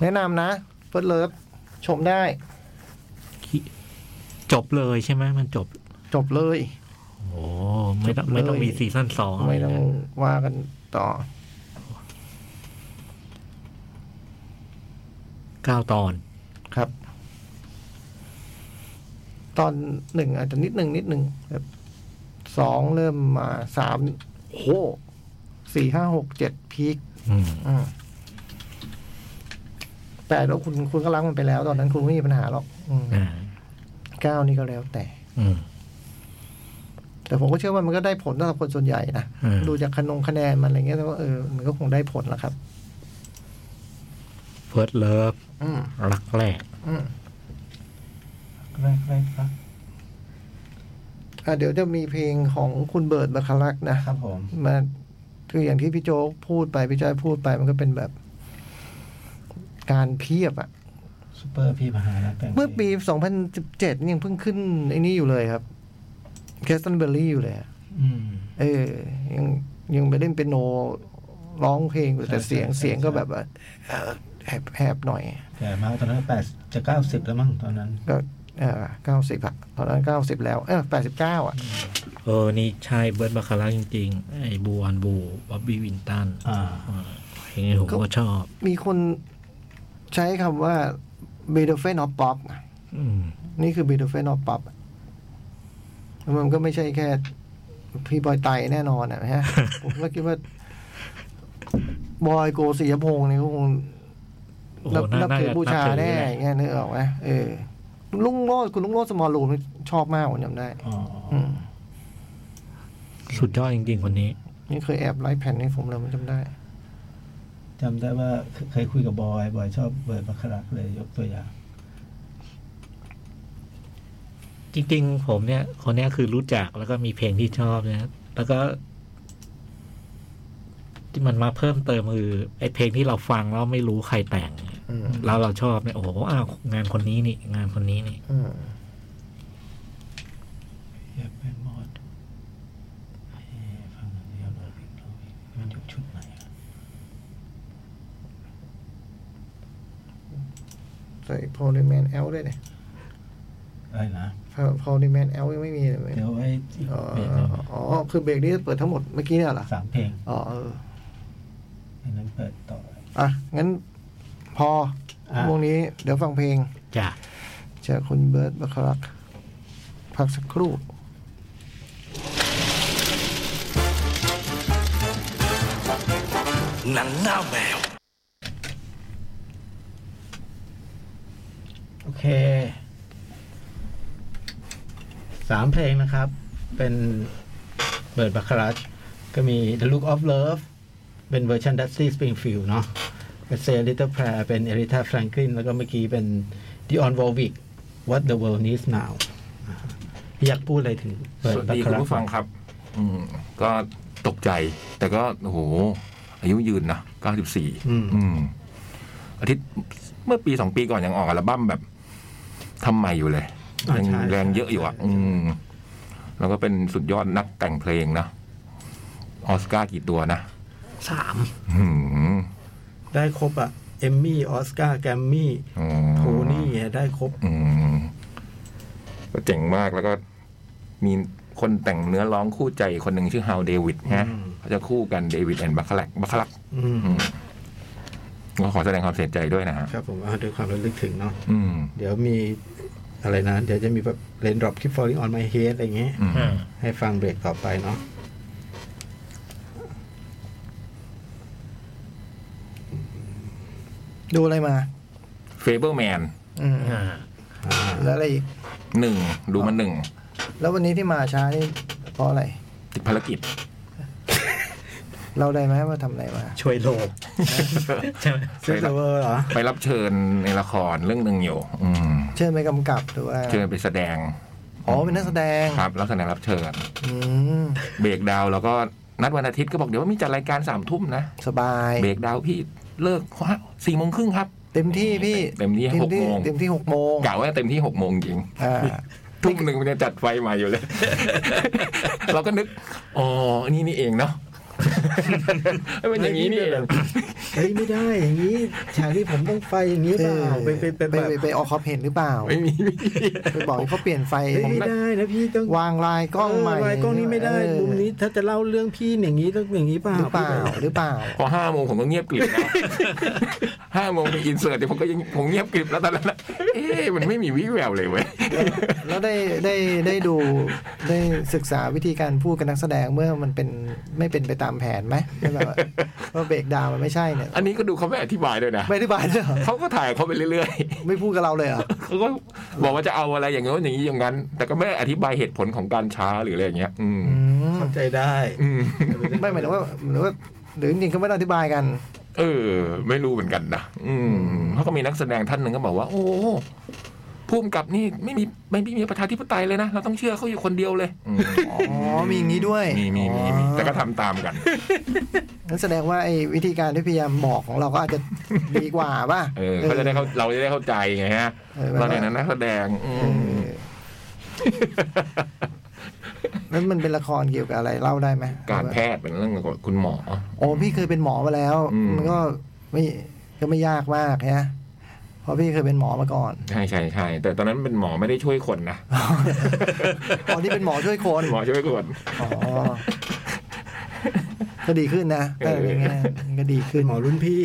แนะนำนะเฟิร์สเลิฟชมได้
ขี้จบเลยใช่ไหมมันจบ
จบเลย
โอ้ไม่ต้องไม่ต้องมีซีซั่นสอง
ไม่ต้องว่ากันต่อ
เก้าตอน
ครับ ตอนหนึ่งอาจจะนิดหนึ่งนิดหนึ่งแบบสองเริ่มมาสามโอ้โหสี่ห้าหกเจ็ดพีค
อืม
อืมแปดแล้วคุณคุณก็ล้างมันไปแล้ว ตอนนั้นคุณไม่มีปัญหาหรอกอืม
อ่า
เก้านี่ก็แล้วแต่
อืม
แต่ผมก็เชื่อว่ามันก็ได้ผลสำหรับคนส่วนใหญ่นะ
อืม
ดูจากคะนงคะแนนมันอะไรเงี้ยแต่ว่าเออมันก็คงได้ผลแล้วครับ
เฟิร์สเลิฟ
อืม
รักแรก
อืม
แรกแรกครับ
อ่ะเดี๋ยวจะมีเพลงของคุณเบิร์ดบาคารักนะ
ครับผม
มาคืออย่างที่พี่โจ๊กพูดไป พี่จ้อยพูดไปมันก็เป็นแบบ การเพียบอะ
ซูเปอร์พี่มหาลัยแปลง
เมื่อปี 2017 ยังเพิ่งขึ้นไอ้นี่อยู่เลยครับแคสตันเบอร์รี่อยู่เลยอะ
อืม
เออ ยัง ยังไปเล่นเป็นโนร้องเพลงอยู่แต่
ใช่
เสียง
ใช่
เสียงก็
ใช่
แบบว่าเอ่อแหบแหบหน่อย
แต่มาตอนนั้นแปดจะเก้าสิบแล้วมั้งตอนนั้น
ก็เก้าสิบอะตอนนั้นเก้าสิบแล้ว เออแปดสิบเก้าอะ
เออ นี่ใช่เบิร์ดบาคาร่าจริง ๆ ไอ้บูออนบูบ๊อบบี้วินตัน
อ่า
เพลงนี้ผมก็ชอบ
มีคนใช้คำว่า b e t h e f e n of pop อะ
อืม
นี่คือ b e t h e f e n of pop อะแล้วมันก็ไม่ใช่แค่ พี่บอยไตแน่นอนอะนะฮะ ผมก็คิดว่า บอยโกศิยพงษ์เนี่ยก็คง
โอ้โห
นับ
น่า
นับ
น่า
ถือ
จะ
บูชา
นับถือ
แน่
หละ
อย่างเงี้ยนึกออกไหมเออลุงโรดคุณลุงโรดสมอลรูมชอบมากผมจำได้
อ๋อ
อืม
สุดยอดจริง ๆ คนนี้
นี่เคยแอบไลฟ์แผ่นให้ผมเลยผมจำได้
จำได้ว่าเคเคยคุยกับบอย บอยชอบเบิร์ดบัคคารักเลยยกตัวอย่าง
จริง ๆ ผมเนี่ย คนเนี้ยคือรู้จักแล้วก็มีเพลงที่ชอบนะแล้วก็ ที่มันมาเพิ่มเติมคือไอ้เพลงที่เราฟังแล้วไม่รู้ใครแต่ง
อืม
แล้วเราชอบเนี่ยโอ้โหอ้าวงานคนนี้นี่ งานคนนี้นี่
อืม
อยากเป็นมอดให้ฟังอย่างเดียวเราเรียนรู้อีกมันอยู่ชุดไหนอะ
ใส่พอลิแมนเอลด้วยเนี่ย
ได้นะ
พอลิแมนเอลยังไม่มีเลยไหม
เดี๋ยวไอ้อีก
อ๋อ
เบรกหนึ่ง
อ๋อ คือเบรกนี้เปิดทั้งหมดเมื่อกี้เนี่ยเหรอ
สามเพลง
อ๋อเออ
อันนั้นเปิดต่อ
อ่ะ งั้นพอ
อ่ะ
วงนี้เดี๋ยวฟังเพลง
จ้ะ
จากคุณเบิร์ตบัคคารักพักสักครู่
หนังหน้าแมว
โอเค สามเพลงนะครับ เป็นเบิร์ดบัคคารัสก็มี The Look of Love เป็นเวอร์ชัน Dusty Springfield เนาะเป็น Say a Little Prayer เป็น Aretha Franklin แล้วก็เมื่อกี้เป็น Dionne Warwick What the World Needs Now อ่าพี่อยากพูดอะไรถึง
ส
เบิร์ด
วัส
บัค
ดี
คา
คุณ
รัส
ผู้ฟังครับ อืม ก็ตกใจ แต่ก็ โอ้โห อายุยืนนะ 94
อืม
อืม อาทิตย์เมื่อปีสองปีก่อนยังออกอัลบั้มแบบทำใหม่อยู่เลย
อ่า
ยัง
ใช่
แรงเยอะอยู่อ่ะ
ใช่
อืม แล้วก็เป็นสุดยอดนักแต่งเพลงนะ ออสการ์กี่ตัวนะ
สาม
หืม
ได้ครบอะเอมมี่ ออสการ์ แกรมมี่
อืม
โทนี่ได้ครบ
อืมก็เจ๋งมากแล้วก็มีคนแต่งเนื้อร้องคู่ใจคนหนึ่งชื่อฮาวเดวิดฮะ
อืม
เขาจะคู่กันเดวิดแอนด์บัคคลักบัคลัก
อืม
ก็ขอแสดงความเสียใจด้วยนะฮะ
ครับผมเอาด้วยความระลึกถึงเนาะ
อืม
เดี๋ยวมีอะไรนะ เดี๋ยวจะมีแบบเลนดรอปคลิปฟอร์ i ิ g ออนไมเฮดอะไรเงี้ย
อืม
ให้ฟังเบรกต่อไปเนาะ
ดูอะไรมา
เฟเบอร์แมน
อืมแล้วอะไรอีก
หนึ่งดูมาหนึ่ง
แล้ววันนี้ที่มาช้านี่เพราะอะไร
ติดภารกิจ
เราได้ไหมว่าทำอะไรมา
ช่วยโลก ใช่ไหม
เซฟเวอร์เหรอ
ไปรับเชิญในละครเรื่องหนึ่งอยู่ อืม
เชิญไปกำกับหรือว่า
เชิญไปแสดง
อ๋อเป็นนักแสดง
ครับรับแสดงรับเชิญ
อืม
เบรกดาวน์แล้วก็นัดวันอาทิตย์ก็บอกเดี๋ยวมีจัดรายการสามทุ่มนะ
สบาย
เบรกดาวน์พี่เลิกสี่โมงครึ่งครับ
เต็มที่พี่
เต็มที่หกโมง
เต็มที่หกโมง
กะว่าเต็มที่หกโมงจริง
อ่า
ทุ่มหนึ่งมันจะจัดไฟใหม่อยู่เลย เราก็นึก อ๋อ นี่นี่เองเนาะ เป็นอย่างนี้นี่เอง
เฮ้ย ไม่ได้อย่างนี้ ฉากที่ผมต้องไฟอย่างนี้เปล่า ไปไปไป
ไป
แบบ
ไปไปออกคอปเห็นหรือเปล่า
ไม่มี
ไปบอกให้เขาเปลี่ยนไฟ
เฮ้ยไม่ได้นะพี่ต้อง
วางลายกล้องใหม่
เไว้กล้องนี้ไม่ได้
เออ
มุมนี้ถ้าจะเล่าเรื่องพี่อย่างนี้ต้องอย่างนี้เปล่า
หรือเปล่าหรือเปล่า
พอห้าโมงผมก็เงียบกริบนะ ห้าโมงมีอินเสิร์ตเดี๋ยวผมก็ยังผมเงียบกริบแล้วตอนนั้นนะเอ๊ะมันไม่มีวิแววเลยเว้ย
แล้วได้ได้ได้ดูได้ศึกษาวิธีการพูดกับนักแสดงเมื่อมันเป็นไม่เป็นไปตามแผนไหมไม่แบบว่าว่าเบรกดาวน์มันไม่ใช่เนี่ย
อันนี้ก็ดูเขาไม่อธิบายด้วยนะ
ไม่ได้บายด้วยเหรอ
เขาก็ถ่ายเขาไปเรื่อย
ไม่พูดกับเราเลยเหรอ
ๆเขาก็บอกว่าจะเอาอะไรอย่างงี้นอย่างนี้อย่างนั้น แต่ก็ไม่อธิบายเหตุผลของการช้าหรืออะไรอย่างเงี้ย อืม
อืม
เข้าใจได้
อืม
ไม่หมายถึงว่าหรือว่าหรือจริงๆก็ไม่ต้องอธิบายกัน
เออ ไม่รู้เหมือนกันนะอืมเขาก็มีนักแสดงท่านหนึ่งก็บอกว่า โอ้ภูมิกับนี่ไม่มีไม่มีประชาธิปไตยเลยนะ เราต้องเชื่อเขาอยู่คนเดียวเลยอืม
อ๋อ มีอย่างนี้ด้วย
มีมีมีมีแต่ก็
อ๋
ทำตามกัน
อนั่นแสดงว่าไอ้วิธีการที่พยายามบอกของเราก็อาจจะ ดีกว่าป่ะ
เออเขาจะได้เขาเราจะได้เข้าใจไงฮะ
เออ
เราในนั้นนักแสดงอื
เอ
ม
อ แล้วมันเป็นละครเกี่ยวกับอะไรเล่าได้ไหม
การแพทย์เป็นเรื่องของคุณหมอ
โอ้พี่เคยเป็นหมอมาแล้ว
อืม
มันก็ไม่ก็ไม่ยากมากนะเพราะพี่เคยเป็นหมอมาก่อน
ใช่ใช่ใช่แต่ตอนนั้นเป็นหมอไม่ได้ช่วยคน นะ
ตอนที่เป็นหมอช่วยคน
หมอช่วยคน
อ๋อก็ดีขึ้นนะก็เป็นไงก็ดี
เป็
ขึ้
น
น
หมอรุ่นพี่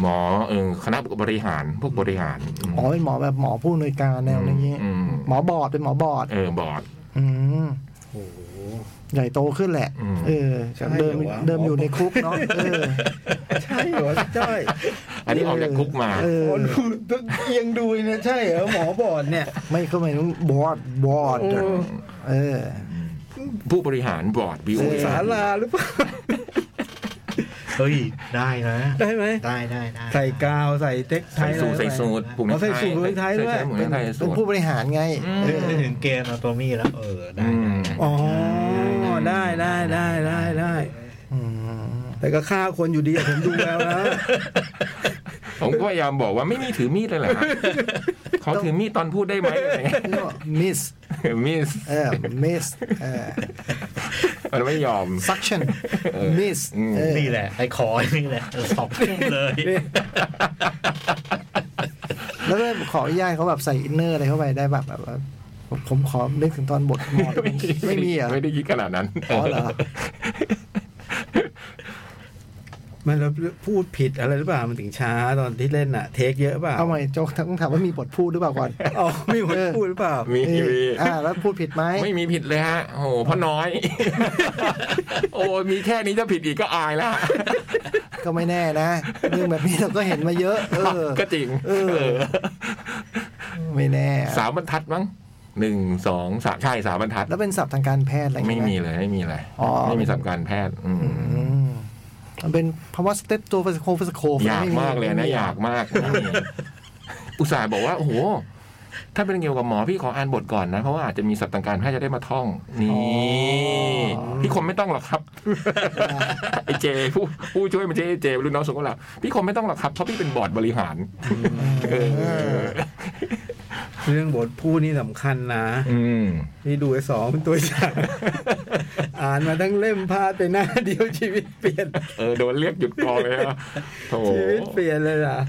หมอเออคณะบริหารพวกบริหาร
หมอเป็นหมอแบบหมอผู้อำนวยการแนวอย่างนี้
ม
หมอบอดเป็นหมอบอด
เออบอร์ด
อืม
โอ้โห
ใหญ่โตขึ้นแหละ
อืม
เออ
ใช่เหรอ
เดิม
วะ
เดิมอยู่ในคุกเนาะ เออ
ใช่เหรอจ้อย
อันนี้ออกจากคุกมา
เออ
โอ้ดูดูเอียงดูเนี่ยใช่เหรอหมอบอดเนี่ย
ไม่เข้าไปต้องบอด บอด
โอ้
เออ
ผู้บริหารบอร์ดบิว
เออ
สาราหรือเปล่า
เฮ้ย ได้นะ
ได้ไหม
ได้ได้ได้
ใส่กาวใส่เต็กไทย
ใส่สูท
อะไร
ใส่สูทผูก
อ๋อ
เนื้อ
ใส่สูทไทย
ใส่
ด้วย
ใส่ผูกเนื้อไทยสู
เป็น
ท
ผู้บริหารไง
อืม
เออ
นึกนึกถึงเกมอัตโตมี่แล้ว เออ ได้ได้
อ๋อได้ได้ได้ได้ได้
อืม
แต่ก็ฆ่าคนอยู่ดีอะผมดูแล้วนะ
ผมก็พยายามบอกว่าไม่มีถือมีดเลยเหรอครับขอถือมีดตอนพูดได้ไหมอะไรเงี้ย
มิส
มีด
เออ มิส เออ
มันไม่ยอม
suction
เออ
มิส
อืม
เออ
นี่แหละ ไอ้คอยนี่แหละเออสองทุ่มเลย
แล้วก็ขออนุญาตเขาแบบใส่อินเนอร์อะไรเข้าไปได้แบบแบบว่าผมขอนึกถึงตอนบทหมอไม่มีเหรอ่ะ
ไม่ได้คิดขนาดนั้น
อ๋อเหรอ
มันเราพูดผิดอะไรหรือเปล่ามันถึงช้าตอนที่เล่นอะเทคเยอะเปล่า
เอาใหม่โจ๊กต้องถามว่ามีบทพูดหรือเปล่าก่อน
อ๋อไม่หมดพูดหรือเปล่า
มี
เอ
มี
ออ่า แล้วพูดผิดไหม
ไม่มีผิดเลยฮะ โอ้โหเพราะน้อย โอ้มีแค่นี้จะผิดอีกก็อายแล้ว
ก็ไม่แน่นะ เรื่องแบบนี้เราก็เห็นมาเยอะ เออ
ก็จริง
เออ
เออ
ไม่แน่
สามบรรทัดมั้งหนึ่งสองสามใช่สามบรรทัด
แล้วเป็นศัพท์ทางการแพทย์อะไรอย่าง
ไม่
เงี้ย
มีเลยไม่มีเลย
อ๋อ
ไม่มีสำหรับการแพทย์ อืม
มันเป็นภาวะสเต็ปตัวฟาสโคฟาสโค
อยากมากเลยนะ อยากมากไม่มีอุตส่าห์บอกว่า โอ้โห ถ้าเป็นเกี่ยวกับหมอพี่ขออ่านบทก่อนนะ เพราะว่าอาจจะมีสับทางการแพทย์จะได้มาท่อง นี่พี่คมไม่ต้องหรอกครับ ไอเจผู้ผู้ช่วยมันเจเจรุ่นน้องสุขลับพี่คมไม่ต้องหรอกครับเพราะพี่เป็นบอร์ดบริหารเออ
เรื่องบทพูดนี่สำคัญนะ
อืม
นี่ดูไอ้สองเป็นตัวอย่าง อ่านมาทั้งเล่มพลาดไปหน้าเดียวชีวิตเปลี่ยน
เออโดนเรียกหยุดกองเลยนะโถ
ชีวิตเปลี่ยนเลยอ่ะ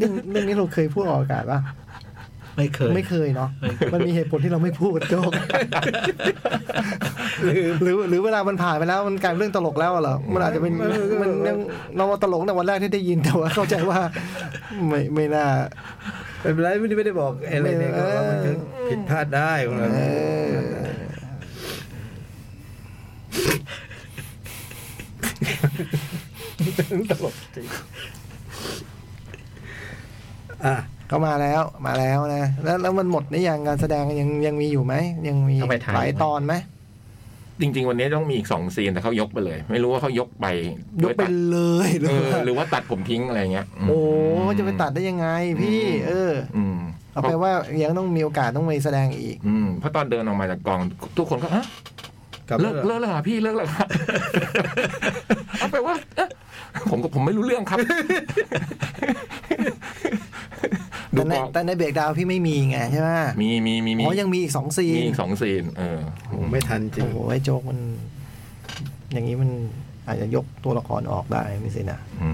นี่เรื่องนี้เราเคยพูดออกอากาศป่ะ
ไม่เคย
ไม่เคยเนาะ มันมีเหตุผลที่เราไม่พูดโจ๊กหรือหรือหรือเวลามันผ่านไปแล้วมันกลายเป็นเรื่องตลกแล้วเหรอ มันอาจจะเป็นมันยังเราตลกตั้งแต่วันแรกที่ได้ยินแต่ว่าเข้าใจว่า ไม่ไม่น่า
เป็นไรไม่ได้ไม่ได้บอกอะไรเลยก็ว่ามันผิดพลาดได้ของเรา
เออ
ตลกจริงอ่ะ
ก็มาแล้วมาแล้วนะ แล้วแล้วมันหมดหรือยังการแสดงยังยังมีอยู่ไหม ยังมี
ต้องไปถ่าย
หลายตอนไหม
จริง ๆ วันนี้ต้องมีอีกสองซีนแต่เขายกไปเลย ไม่รู้ว่าเขายกไป
ยกไปเลยหรื
เอ
อ
อ
ว่า
หรือว่าตัดผมทิ้งอะไรเงี้ยม
โอ้จะไปตัดได้ยังไงพี่ เออ
อืม
เอาไปว่ายังต้องมีโอกาสต้องไปแสดงอีก
อืมเพราะตอนเดินออกมาจากกองทุกคนก็ฮะ
กับ
เลิกเลิกแล้วเหรอพี่เลิกแล้วเหรอ เอาไปว่าเอ๊ะผมก็ผมไม่รู้เรื่องครับ
แต่ในแต่ในเบรกดาวน์พี่ไม่มีไงใช่ไหม
มีมีมีมี
อ๋อยังมีอีกสองซี
มี
น
อีกสองซีน เออ
ผมไม่ทันจริง
โอ้โหไอ้โจ๊กมัน อย่างนี้มันอาจจะยกตัวละครออกได้ไม่สินะ
อื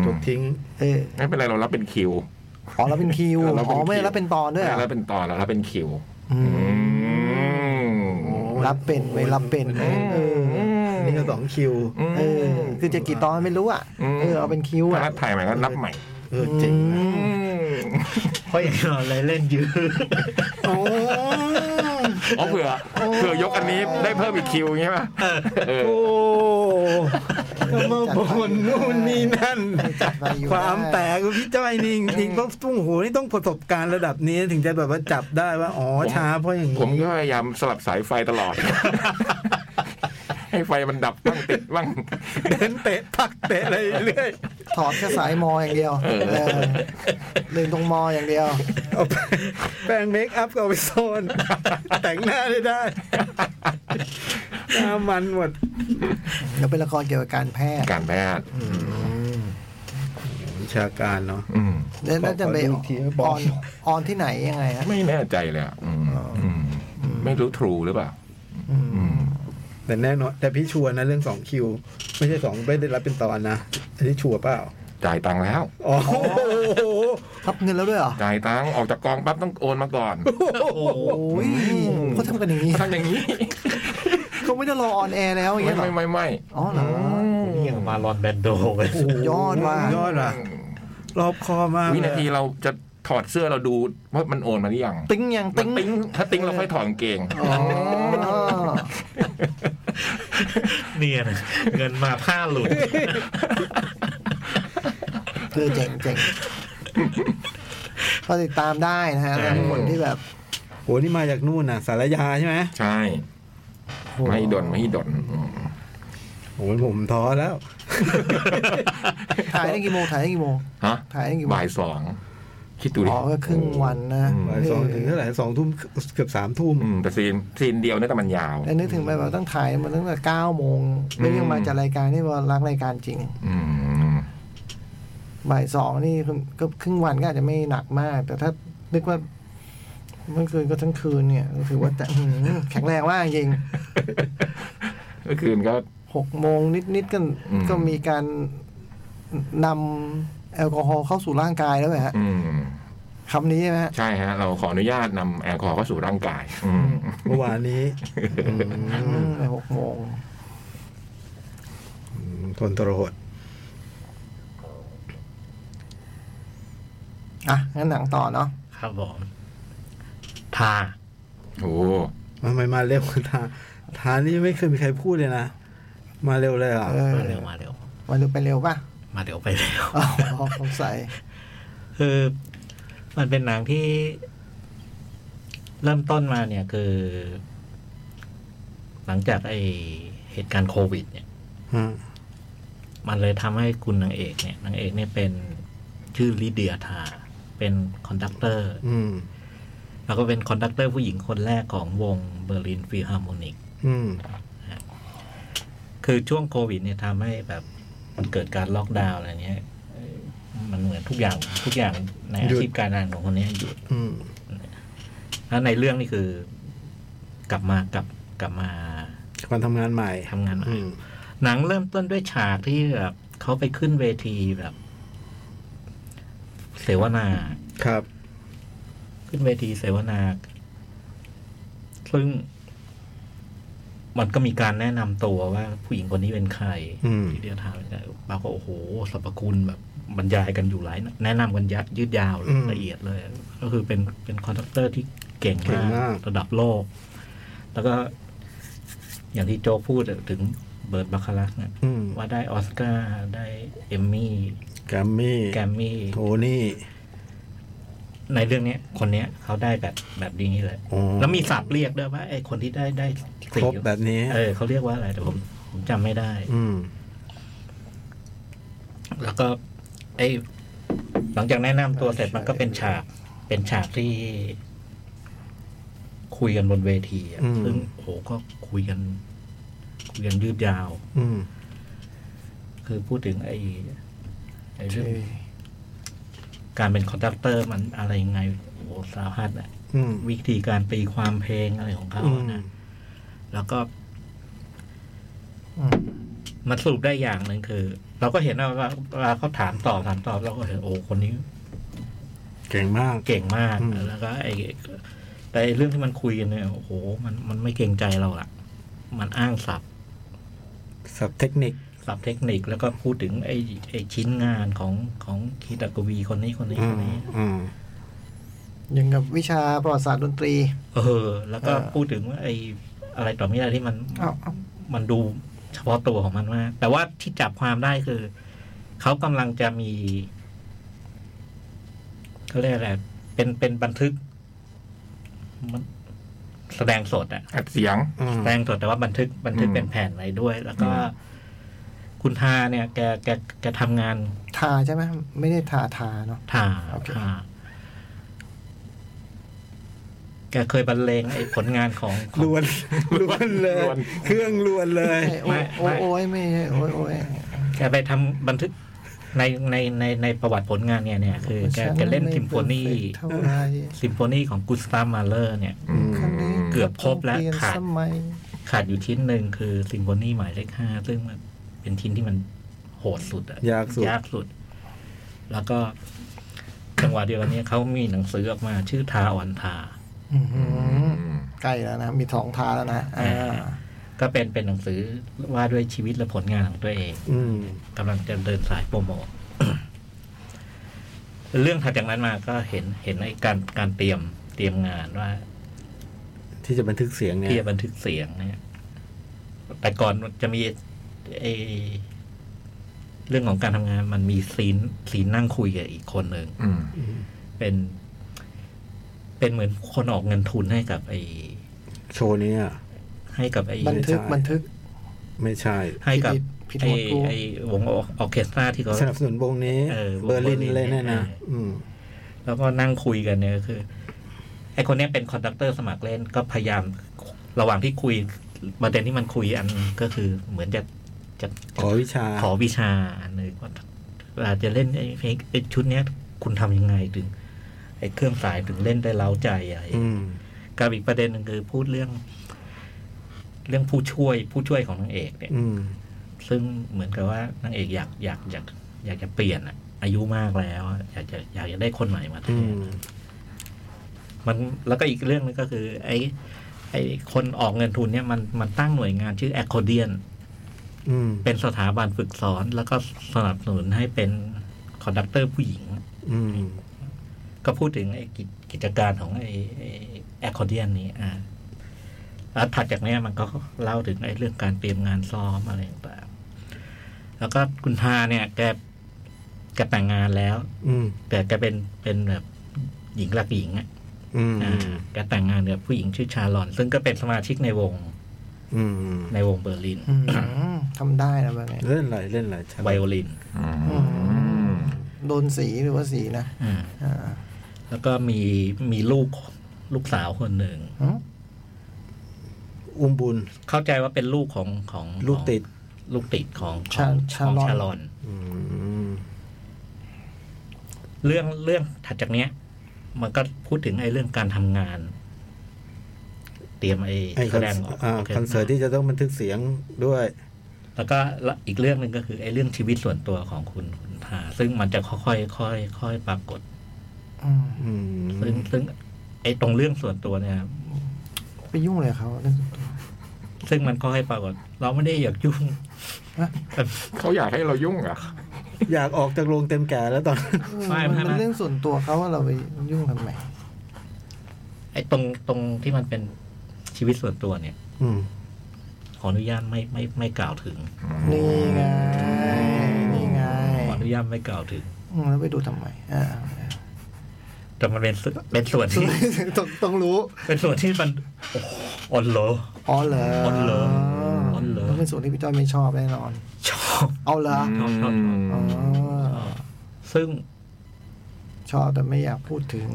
ม
จบทิ้ง
เออ
ไม่เป็นไรเรารับเป็นคิว
อ๋อแล้วเป็นคิว
เรา
อ๋อ
เคิ
ไม่ได้รับเป็นตอนด้วยเหรอ
ไม่รับเป็นตอนเรารับเป็นคิว
อืม
โอ้โห
รับเป็นไว้ยรับเป็นเว้ยเออ
นี่ก็สองคิว
เออ คือจะกี่ตอนไม่รู้อ่ะเออเอาเป็นคิวอ่ะ
ถ้ารับถ่ายใหม่ก็นับใหม่
เออเจริงนะ
อืม
เพราะอย่างเราเลยเล่นยืด
โอ้
อ๋อเผื่อเผื่อยกอันนี้ได้เพิ่มอีกคิวใช่ไหมเออ
โอ้ก็มาบ่นนู่นนี่นั่น
จัดไปอยู่
ค
นะ
วามแตกของพี่จ้อยนี่จริงๆเพราะต้องโอ้โหนี่ต้องประสบการณ์ระดับนี้ถึงจะแบบว่าจับได้ว่า อ๋อช้าเพราะอย่าง
ผม
นี้
ก็พยายามสลับสายไฟตลอด ให้ไฟมันดับบ้างติดบ้าง
เดินเตะพักเตะอะไรเรื่อย
ถอดแค่สายมออย่างเดียว
เออ
เออเดินตรงมออย่างเดียว
เอาไปแปรงเมคอัพก็เอาไปซ่อน แต่งหน้าได้ได้หน้ามันหมด
เดี๋ยวเป็นละครเกี่ยวกับการแพทย์
การแพทย์
วิชาการเนาะ
อืม
แล้วแล้วจะไป
ขอดู
อ
อีกทีว่าบอก
อนออนที่ไหนยังไงฮะ
ไม่แน่ใจเลยอ่ะอืมอืมไม่รู้ทรูหรือเปล่า
อืม
อืม
แต่แน่นอนแต่พี่ชัวร์นะเรื่องสองคิว ไม่ใช่สองไม่ได้รับเป็นตอนนะอันนี้ชัวร์เปล่า
จ่ายตังค์แล้ว
อ๋อโ
รับเงินแล้วด้วยเหรอ
จ่ายตังค์ออกจากกองปั๊บต้องโอนมาก่อน
โอ้ยเขาทำกันอย่างนี้
ทำอย่างนี้
เขาไม่ได้รอออนแอร์แล้วอย่าง
ไม่
เงี้ยเหร
ไม่
อ
ไม่ไม่
อ๋อเหรอ
นี่ยังมาลอนแบนโดเลย
โห
ยอดว่ะ
ยอดว่ะรอบคอมาก
วินาทีเราจะถอดเสื้อเราดูว่ามันโอนมาหรือยัง
ติ้งยัง
มั
ติ้
น
ง
ติ้งถ้าติ้งเราค่อยถอดกางเกง
อ๋อ
เนียนเงินมาผ้าหลุด
เออเจ๋งเจ๋งก็ติดตามได้นะฮะ
ใช่
คนที่แบบ
โหนี่มาจากนู่นน่ะ สารยาใช่ไหม
ใช่
โห
ไม่ดนไม่ดนอืม
โอ้ยผมท้อแล้ว
ถ่ายได้กี่โมงถ่ายได้กี่โมง
ฮะ
ถ่ายได้กี่โมง
บ่ายสองคิดดูดิ
อ๋อก็ครึ่งวันนะ
บ่ายสองถึงเท่าไหร่สองทุ่มเกือบสามทุ่ม
อืมแต่ซีนซีนเดียวเนี่ยแต่มันยาว
แล้วนึกถึงไปแบบต้องถ่ายมาตั้งแต่เก้าโมงไม่ยังมาจากรายการนี่ว่ารักรายการจริง
อืม
บ่ายสองนี่คุณก็ครึ่งวันก็อาจจะไม่หนักมาก แต่ถ้านึกว่าเมื่อคืนก็ทั้งคืนเนี่ยถือว่าแต่อื้อหือแข็งแรงมากจริง
เมื่อคืนก็
หกโมงนิดๆก็
อืม
ก็มีการนำแอลกอฮอล์เข้าสู่ร่างกายแล้วไหมฮะ
อืม
คำนี้ใช่ไหมฮะ
ใช่ฮะ เราขออนุญาตนำแอลกอฮอล์เข้าสู่ร่างกาย อืม
เมื่อวานนี้อื
อื
ม
มหกโมง
ทนทรหด
อ่ะ งั้นหนังต่อเนาะ
ครับผมทา
โอ้
ทำไมมาเร็วทางทางนี้ไม่เคยมีใครพูดเลยนะ มาเร็วเลยอ่ะ
เออ
มาเร็วมาเร็ว
วันดูไปเร็วป่ะ
มาเร็วไปเร็ว
อ๋อสงสัย
คือมันเป็นหนังที่เริ่มต้นมาเนี่ยคือ หลังจากไอเหตุการณ์โควิด เนี่ย
ฮะ
มันเลยทำให้คุณนางเอกเนี่ยนางเอกเนี่ยเป็นชื่อลิเดียทา เป็นคอนดักเตอร์
อืม
แล้วก็เป็นคอนดักเตอร์ผู้หญิงคนแรกของวงเบอร์ลินฟิลฮาร์โมนิก
อืม
คือช่วงโควิดเนี่ยทำให้แบบมันเกิดการล็อกดาวน์อะไรเนี้ยเอ่อมันเหมือนทุกอย่างทุกอย่างในอา
หยุด
ชีพการงานของคนเนี้ยหยุด
อืม
แล้วในเรื่องนี่คือกลับมากลับกลับมา
วันทำงานใหม่
ทำงานใหม่
อืม
หนังเริ่มต้นด้วยฉากที่แบบเขาไปขึ้นเวทีแบบ เสวนา
ครับ
ขึ้นเวทีเสวนา ซึ่ง มันก็มีการแนะนำตัวว่าผู้หญิงคนนี้เป็นใคร
อืม
ที่เดียวทางไปได้ปรากฏโอ้โหสรรพคุณแบบบรรยายกันอยู่หลายนะแนะนำกันยัดยืดยาว
อืม
ละเอียดเลย ก็คือเป็นเป็นคอนดักเตอร์ที่เก่ง
เก่งมาม
าก กระดับโลก แล้วก็ อย่างที่โจกพูดอะถึงเบิร์ดบาคารักนะ
อืม
ว่าได้ออสการ์ ได้เอมมี่
แกรมมี่
แกรมมี่
โทนี่
ในเรื่องเนี้ย คนเนี้ยเขาได้แบบแบบดีนี่เลย
อ๋อ
แล้วมีศัพท์เรียกด้วยว่าไอ้คนที่ได้ได้
ค
สี่
รบแบบนี้
เออเขาเรียกว่าอะไรแต่ผมผมจำไม่ได้
อืม
แล้วก็ไอ้หลังจากแนะนำตัวเสร็จมันก็เป็นฉาก เป็นฉากที่ คุยกันบนเวทีอะ
อืม
ซึ่งโอ้โหก็คุยกัน คุยกันยืดยาว
อืม
คือพูดถึงไอ้ไอ้
โอเค
เรื่องการเป็นคอนดักเตอร์มันอะไรยังไงโอ้โหสาหัสอะ
อืม
วิธีการตีความเพลงอะไรของเขา
อื
อะ
ม
นะแล้วก็
อืม
มันสรุปได้อย่างหนึ่งคือ เราก็เห็นว่าว่าเวลาเขาถามตอบถามตอบเราก็เห็นโอ้โหคนนี้
เก่งมาก
เก่งมาก
อืม
แล้วก็ไอ้แต่ไอ้เรื่องที่มันคุยกันเนี่ยโอ้โห มันมันไม่เกรงใจเราละมันอ้างศัพท์
สับเทคนิค
ศัพท์เทคนิคแล้วก็พูดถึงไอ้ไอ้ชิ้นงานของของคีตากวีคนนี้คนนี้
อื
ค
ม
นนี้
อืม
ยังกับวิชาประวัติศาสตร์ดนตรี
เออ แล้วก็
เออ
พูดถึงว่าไอ้อะไรต่อมีอะไรที่มัน
เอ้าว
มันดูเฉพาะตัวของมันมากแต่ว่าที่จับความได้คือ เขากำลังจะมีเขาเรียกอะไรเป็นเป็นบันทึก มันแสดงสดอะ
อัดเสียง
อืม
แปลงสดแต่ว่าบันทึกบันทึก
อืม
เป็นแผ่นอะไรด้วย แล้วก็
อืม
คุณทาเนี่ยแกแกแกทำงาน
ทาใช่ไหมไม่ได้ทาทาเนาะ
ทา
โอเค
ทาแกเคยบรรเลงไอ้ผลงานของของ
ล้วน ล้วนเลย
ล้วน
เครื่องล้วนเลย
ไม่โอ้ยโอ้ยโอ้ยไม่ใช่โอ้ยโอ้ย
แกไปทำบันทึกในในในในประวัติผลงานเนี่ยเนี่ยคือแก
ฉั
แกเล่น
ไม่
ซิมโฟนี
เพอร์เฟกต์เท่าไหร่
ซิมโฟนีของกุสตามาเลอร์เนี่ย
อืม
ครั้งนี้
เกือบครบแล้ว
เปยน
ขาด
สมัย
ขาดอยู่ชิ้นหนึ่งคือซิมโฟนีหมายเลขห้าซึ่งมันเป็นชิ้นที่มันโหดสุดอะ
ยากสุด
ยากสุด แล้วก็จังหวะเดียวกันเนี้เขามีหนังสือออกมาชื่อทาอ่อนทา
อื้อหื
อื
อ
ม
ใกล้แล้วนะ มีสองทาแล้วนะอ่า
ก็เป็นเป็นหนังสือว่าด้วยชีวิตและผลงานของตัวเอง
อืม
กำลังจะเดินสายโปรโมท เรื่องถัดจากนั้นมาก็เห็นเห็นไอ้การการเตรียมเตรียมงานว่า
ที่จะบันทึกเสียงเนี่ย
ที่จะบันทึกเสียงเนี่ย แต่ก่อนจะมีไอ้เรื่องของการทำงานมันมีซีนซีนนั่งคุยกับอีกคนหนึ่ง
อืม
อืม
เป็น เป็นเหมือนคนออกเงินทุนให้กับไอ้
โชว์เนี้อ่ะ
ให้กับไอ้
บันทึก
ใช่
บันทึก
ไม่ใช่
ให้กับ
ผิดหม
ไอ้
ดกู
ไอ้วงออเคสตราที่เขา
สนับสนุนวงนี้
เออวง
เบอร์ลิน
เบอร์ลิน
เลยเนี่ยนะ
เอออื
ม
แล้วก็นั่งคุยกันเนี่ยก็คือไอคนเนี้ยเป็นคอนดักเตอร์สมัครเล่นก็พยายามระหว่างที่คุยประเด็นที่มันคุยอันก็คือเหมือนจะจะ
ขอวิชา
ขอวิชาอันหนึ่งว่าอาจจะเล่นไอ้เพลงไอ้ชุดเนี้ย คุณทำยังไงถึง ไอ้เครื่องสายถึงเล่นได้เล้าใจอะไร
อืม
กับอีกประเด็นหนึ่งคือพูดเรื่อง เรื่องผู้ช่วยผู้ช่วยของนางเอกเนี่ย
อืม
ซึ่งเหมือนกับว่านางเอกอยากอยากอยากอยากจะเปลี่ยนอะอายุมากแล้วอะอยากจะอยากจะได้คนใหม่มาแท
อื
น
ม
มันแล้วก็อีกเรื่องหนึงก็คือไอ้ไอ้คนออกเงินทุนเนี่ยมันมันตั้งหน่วยงานชื่อแอคคอเดียน
อืม
เป็นสถาบันฝึกสอนแล้วก็สนับสนุนให้เป็นคอนดักเตอร์ผู้หญิง
อืม
ก็พูดถึงไอ้กิจกิจการของไอ้แอคคอเดียนนี้อ่าแล้วถัดจากเนี้ยมันก็เล่าถึงไอ้เรื่องการเตรียมงานซ้อมอะไรต่างๆแล้วก็คุณทาเนี่ยแกแกแต่งงานแล้ว
อืม
แต่แกเป็นเป็นแบบหญิงรักหญิงอะ
อืม
อ่าแกแต่งงานกับผู้หญิงชื่อชาลอน ซึ่งก็เป็นสมาชิกในวง
อืม
ในวงเบอร์ลิน
อื้อหือทำได้นะแบบนี้
เล่นอะไรเล่นอะไรใช่ไหม
ไวโอลิน
อืม
โดนสีหรือว่าสีนะ
อ่า
อ่า
แล้วก็มีมีลูกลูกสาวคนหนึ่ง
หือ
อุ้มบุญ
เข้าใจว่าเป็นลูกของของ
ลูกติด
ลูกติดของ
ชา
ของ
ชา
ของ
ลอน
ชาลอน
อืม
เรื่องเรื่องถัดจากเนี้ย มันก็พูดถึงไอ้เรื่องการทำงาน เตรียมไอ้
ไอ้
แสดงออก
อ่า
โอเค
คอนเสิร์ตที่จะต้องบันทึกเสียงด้วย
แล้วก็อีกเรื่องหนึ่งก็คือไอ้เรื่องชีวิตส่วนตัวของคุณคุณทาซึ่งมันจะค่อยๆค่อยๆค่อยๆปรากฏ
อืม
อืม
ซึ่งซึ่งไอ้ตรงเรื่องส่วนตัวเนี่ย
ไปยุ่งเลยเขาเรื่องส่วนตัว
ซึ่งมันก็ให้ปรากฏเราไม่ได้อยากยุ่ง
เขาอยากให้เรายุ่งเหรอ่ะ
อยากออกจากโรงเต็มแก่แล้วตอนนั้น
เออ
ไม่
มัน
ไม่
มัน
ไม่
เรื่องส่วนตัวเขาว่าเราไปยุ่งทำไม
ไอ้ตรงตรงที่มันเป็นชีวิตส่วนตัวเนี่ย
อืม
ขออนุญาตไม่ไม่ไม่กล่าวถึง
นี่ไงนี่ไง
ขออนุญาตไม่กล่าวถึง
อืมแล้วไปดูทำไมอ่า
แต่มันเป็นสเป็นส่วนที่
ต้องต้องรู้
เป็นส่วนที่มันโอ้โหอ่อนโล
อ๋อเหรอ
อ๋
อ๋
อเหรออ๋อเหรอ
ต้องเป็นส่วนที่พี่จ้อยไม่ชอบแน่นอน
ชอบ
เอาเหรอ
อืม
อ๋อ
ซึ่ง
ชอบแต่ไม่อยากพูดถึง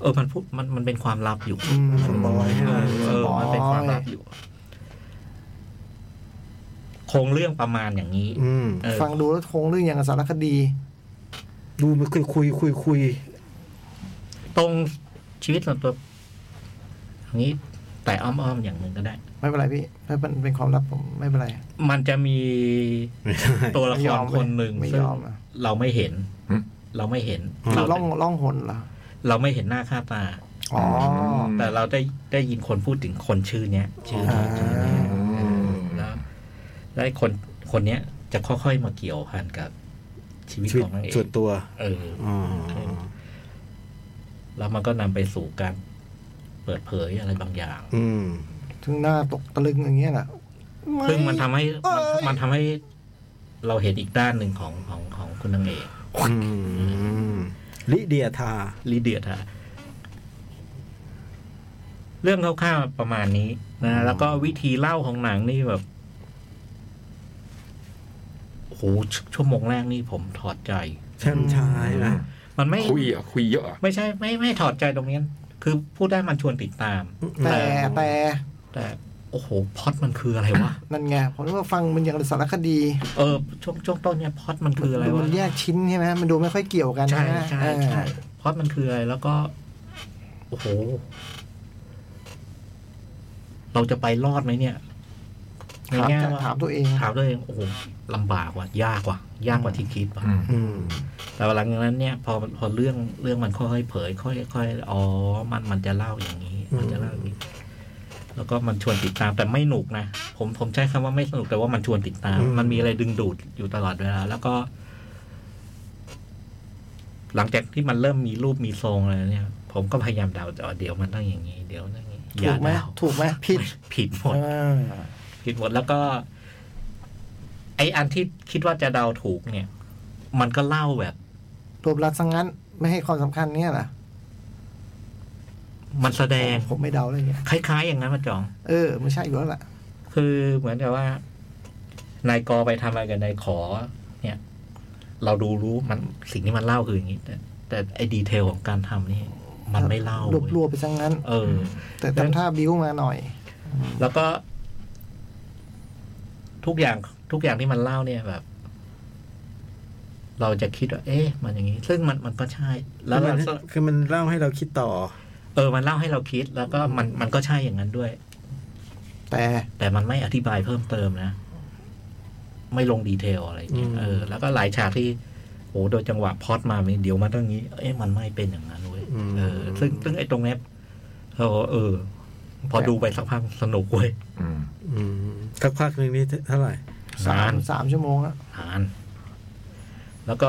เออมันพูดมันมันเป็นความลับอยู่
อืม
มัน
บอย
เออเออ
สปอย
มันเป็นความลับอยู่โครงเรื่องประมาณอย่างนี้
อืม
เออ
ฟังดูแล้วคงเรื่องอย่างสารคดี
ดูมันคุยคุยคุยคุ ย
ตรงชีวิตส่วนตัวอย่างนี้ แต่อ้อมๆอย่างหนึ่งก็ได้
ไม่เป็นไรพี่ถ้ามันเป็นความลับผมไม่เป็นไร
มันจะมี
ไม่ได้
ตัวละค
ไม่ยอ
ร
ม
คนหนึ่ง
ไม่
ซึ่ง
ยอมอะ
เราไม่เห็น
หึ
เราไม่เห็น
คื
เรา
อล่องล่องหนเหรอ
เราไม่เห็นหน้าค่าตา
อ๋อ
อืม
แต่เราได้ได้ยินคนพูดถึงคนชื่อเนี้ยชื่อนี้ชื่อนี้แล้วแล้วไอ้คนคนเนี้ยจะค่อยๆมาเกี่ยวพันกับชีวิต
ชีวิ
ข
ต
องนางเอก
ส่วนตัว
เออ
อ๋อ
แล้วมันก็นำไปสู่การเปิดเผยอะไรบางอย่าง
อืม
ถึงหน้าตกตะลึงอย่างเงี้ยเหรอ
ซึ่งมันทำให้
เอ้
มัน
ย
มันทำให้เราเห็นอีกด้านหนึ่งของของของคุณนางเอก
อืมลิเดียทา
ลิเดียทาเรื่องคร่าวๆประมาณนี้
อื
นะ
ม
แล้วก็วิธีเล่าของหนังนี่แบบโอ้โหชชั่วโมงแรกนี่ผมถอดใจ
แช่มชายนะ
มันไม่
คุยเหรอ่ะคุยเยอะเหรอ
ไม่ใช่ ไม่ไม่ถอดใจตรงนี้ คือพูดได้มันชวนติดตาม
แต่แต่
แต่ โอ้โหพล็อดมันคืออะไรวะ
นั่นไงผมนึกว่าฟังมันอย่างสารคดี
เออ ช่วงช่วงต้นเนี่ยพล็อดมันคืออะไร
ดู
วะ
มันแยกชิ้นใช่ไหมมันดูไม่ค่อยเกี่ยวกัน
ใช่
นะ
ใช่
เออ
ใช่เพราะมันคืออะไรแล้วก็ โอ้โห เราจะไปรอดไหมเนี่ย ใน
ถาม
แง่
จาก
ว่า
ถามตัวเอง
ถามตัวเองโอ้โหลำบากว่ะยากว่ะยากกว่าที่คิดว่ะ
อืม
อืม
แต่หลังจากนั้นเนี่ยพอพอเรื่องเรื่องมันค่อยๆเผย ค่อยๆอ๋อมันมันจะเล่าอย่างนี้
อืม
มันจะเล่าอย่างนี้ แล้วก็มันชวนติดตามแต่ไม่หนุกนะผมผมใช้คำว่าไม่สนุกแต่ว่ามันชวนติดตาม มันมีอะไรดึงดูดอยู่ตลอดเวลาแล้วก็ หลังจากที่มันเริ่มมีรูปมีทรงอะไรเนี่ย ผมก็พยายามเดาอ๋อเดี๋ยวมันต้องอย่างนี้เดี๋ยวนั่นอย่างนี้อ
ถู
ย่าก
ไหม
เดา
ถูกไหมผิด
ผิดหมด
อ่า
ผิดหมดแล้วก็ ไออันที่คิดว่าจะเดาถูกเนี่ย มันก็เล่าแบบ
รูปลักษณ์ซะงั้น ไม่ให้ความสำคัญเนี่ยนะ
มันแสดง
ผมไม่เดาเลยเนี่ย
คล้ายๆ อย่างนั้นมาจอง
เออไม่ใช่อยู่แล้วล่ะ
คือเหมือนกับว่า นายกอไปทำอะไรกับนายขอ เนี่ย เราดูรู้มันสิ่งที่มันเล่าคืออย่างนี้ แต่แต่ไอ้ดีเทลของการทำนี่ มันไม่เล่าร เว้
วบ
ย
รวบไปซะงั้น
เออ
แต่ทำท่าบิ้วมาหน่อย
แล้วก็ ทุกอย่างทุกอย่างที่มันเล่าเนี่ยแบบ เราจะคิดว่า เอ๊ะ มันอย่างนี้ ซึ่งมันมันก็ใช่ แล้วเราก็
คือมันเล่าให้เราคิดต่อ
เออ มันเล่าให้เราคิด แล้วก็มันมันก็ใช่อย่างนั้นด้วย
แต่
แต่มันไม่อธิบายเพิ่มเติมนะ ไม่ลงดีเทลอะไรอย่างเงี้ย
อืม
เออ แล้วก็หลายฉากที่โอ้โดยจังหวะพล็อดมาเดี๋ยวมันต้องงี้ เอ๊ะมันไม่เป็นอย่างนั้นเว้ยเออ ซึ่งซึ่งไอ้ตรงเนี้ยเราเออ พอดูไปสักพักสนุกเว้ย
อืม
อืมสักพักหนึ่งนี่เท่าไหร่
สา
าม
น
น
สามชั่วโมงอะ
นาน แล้วก็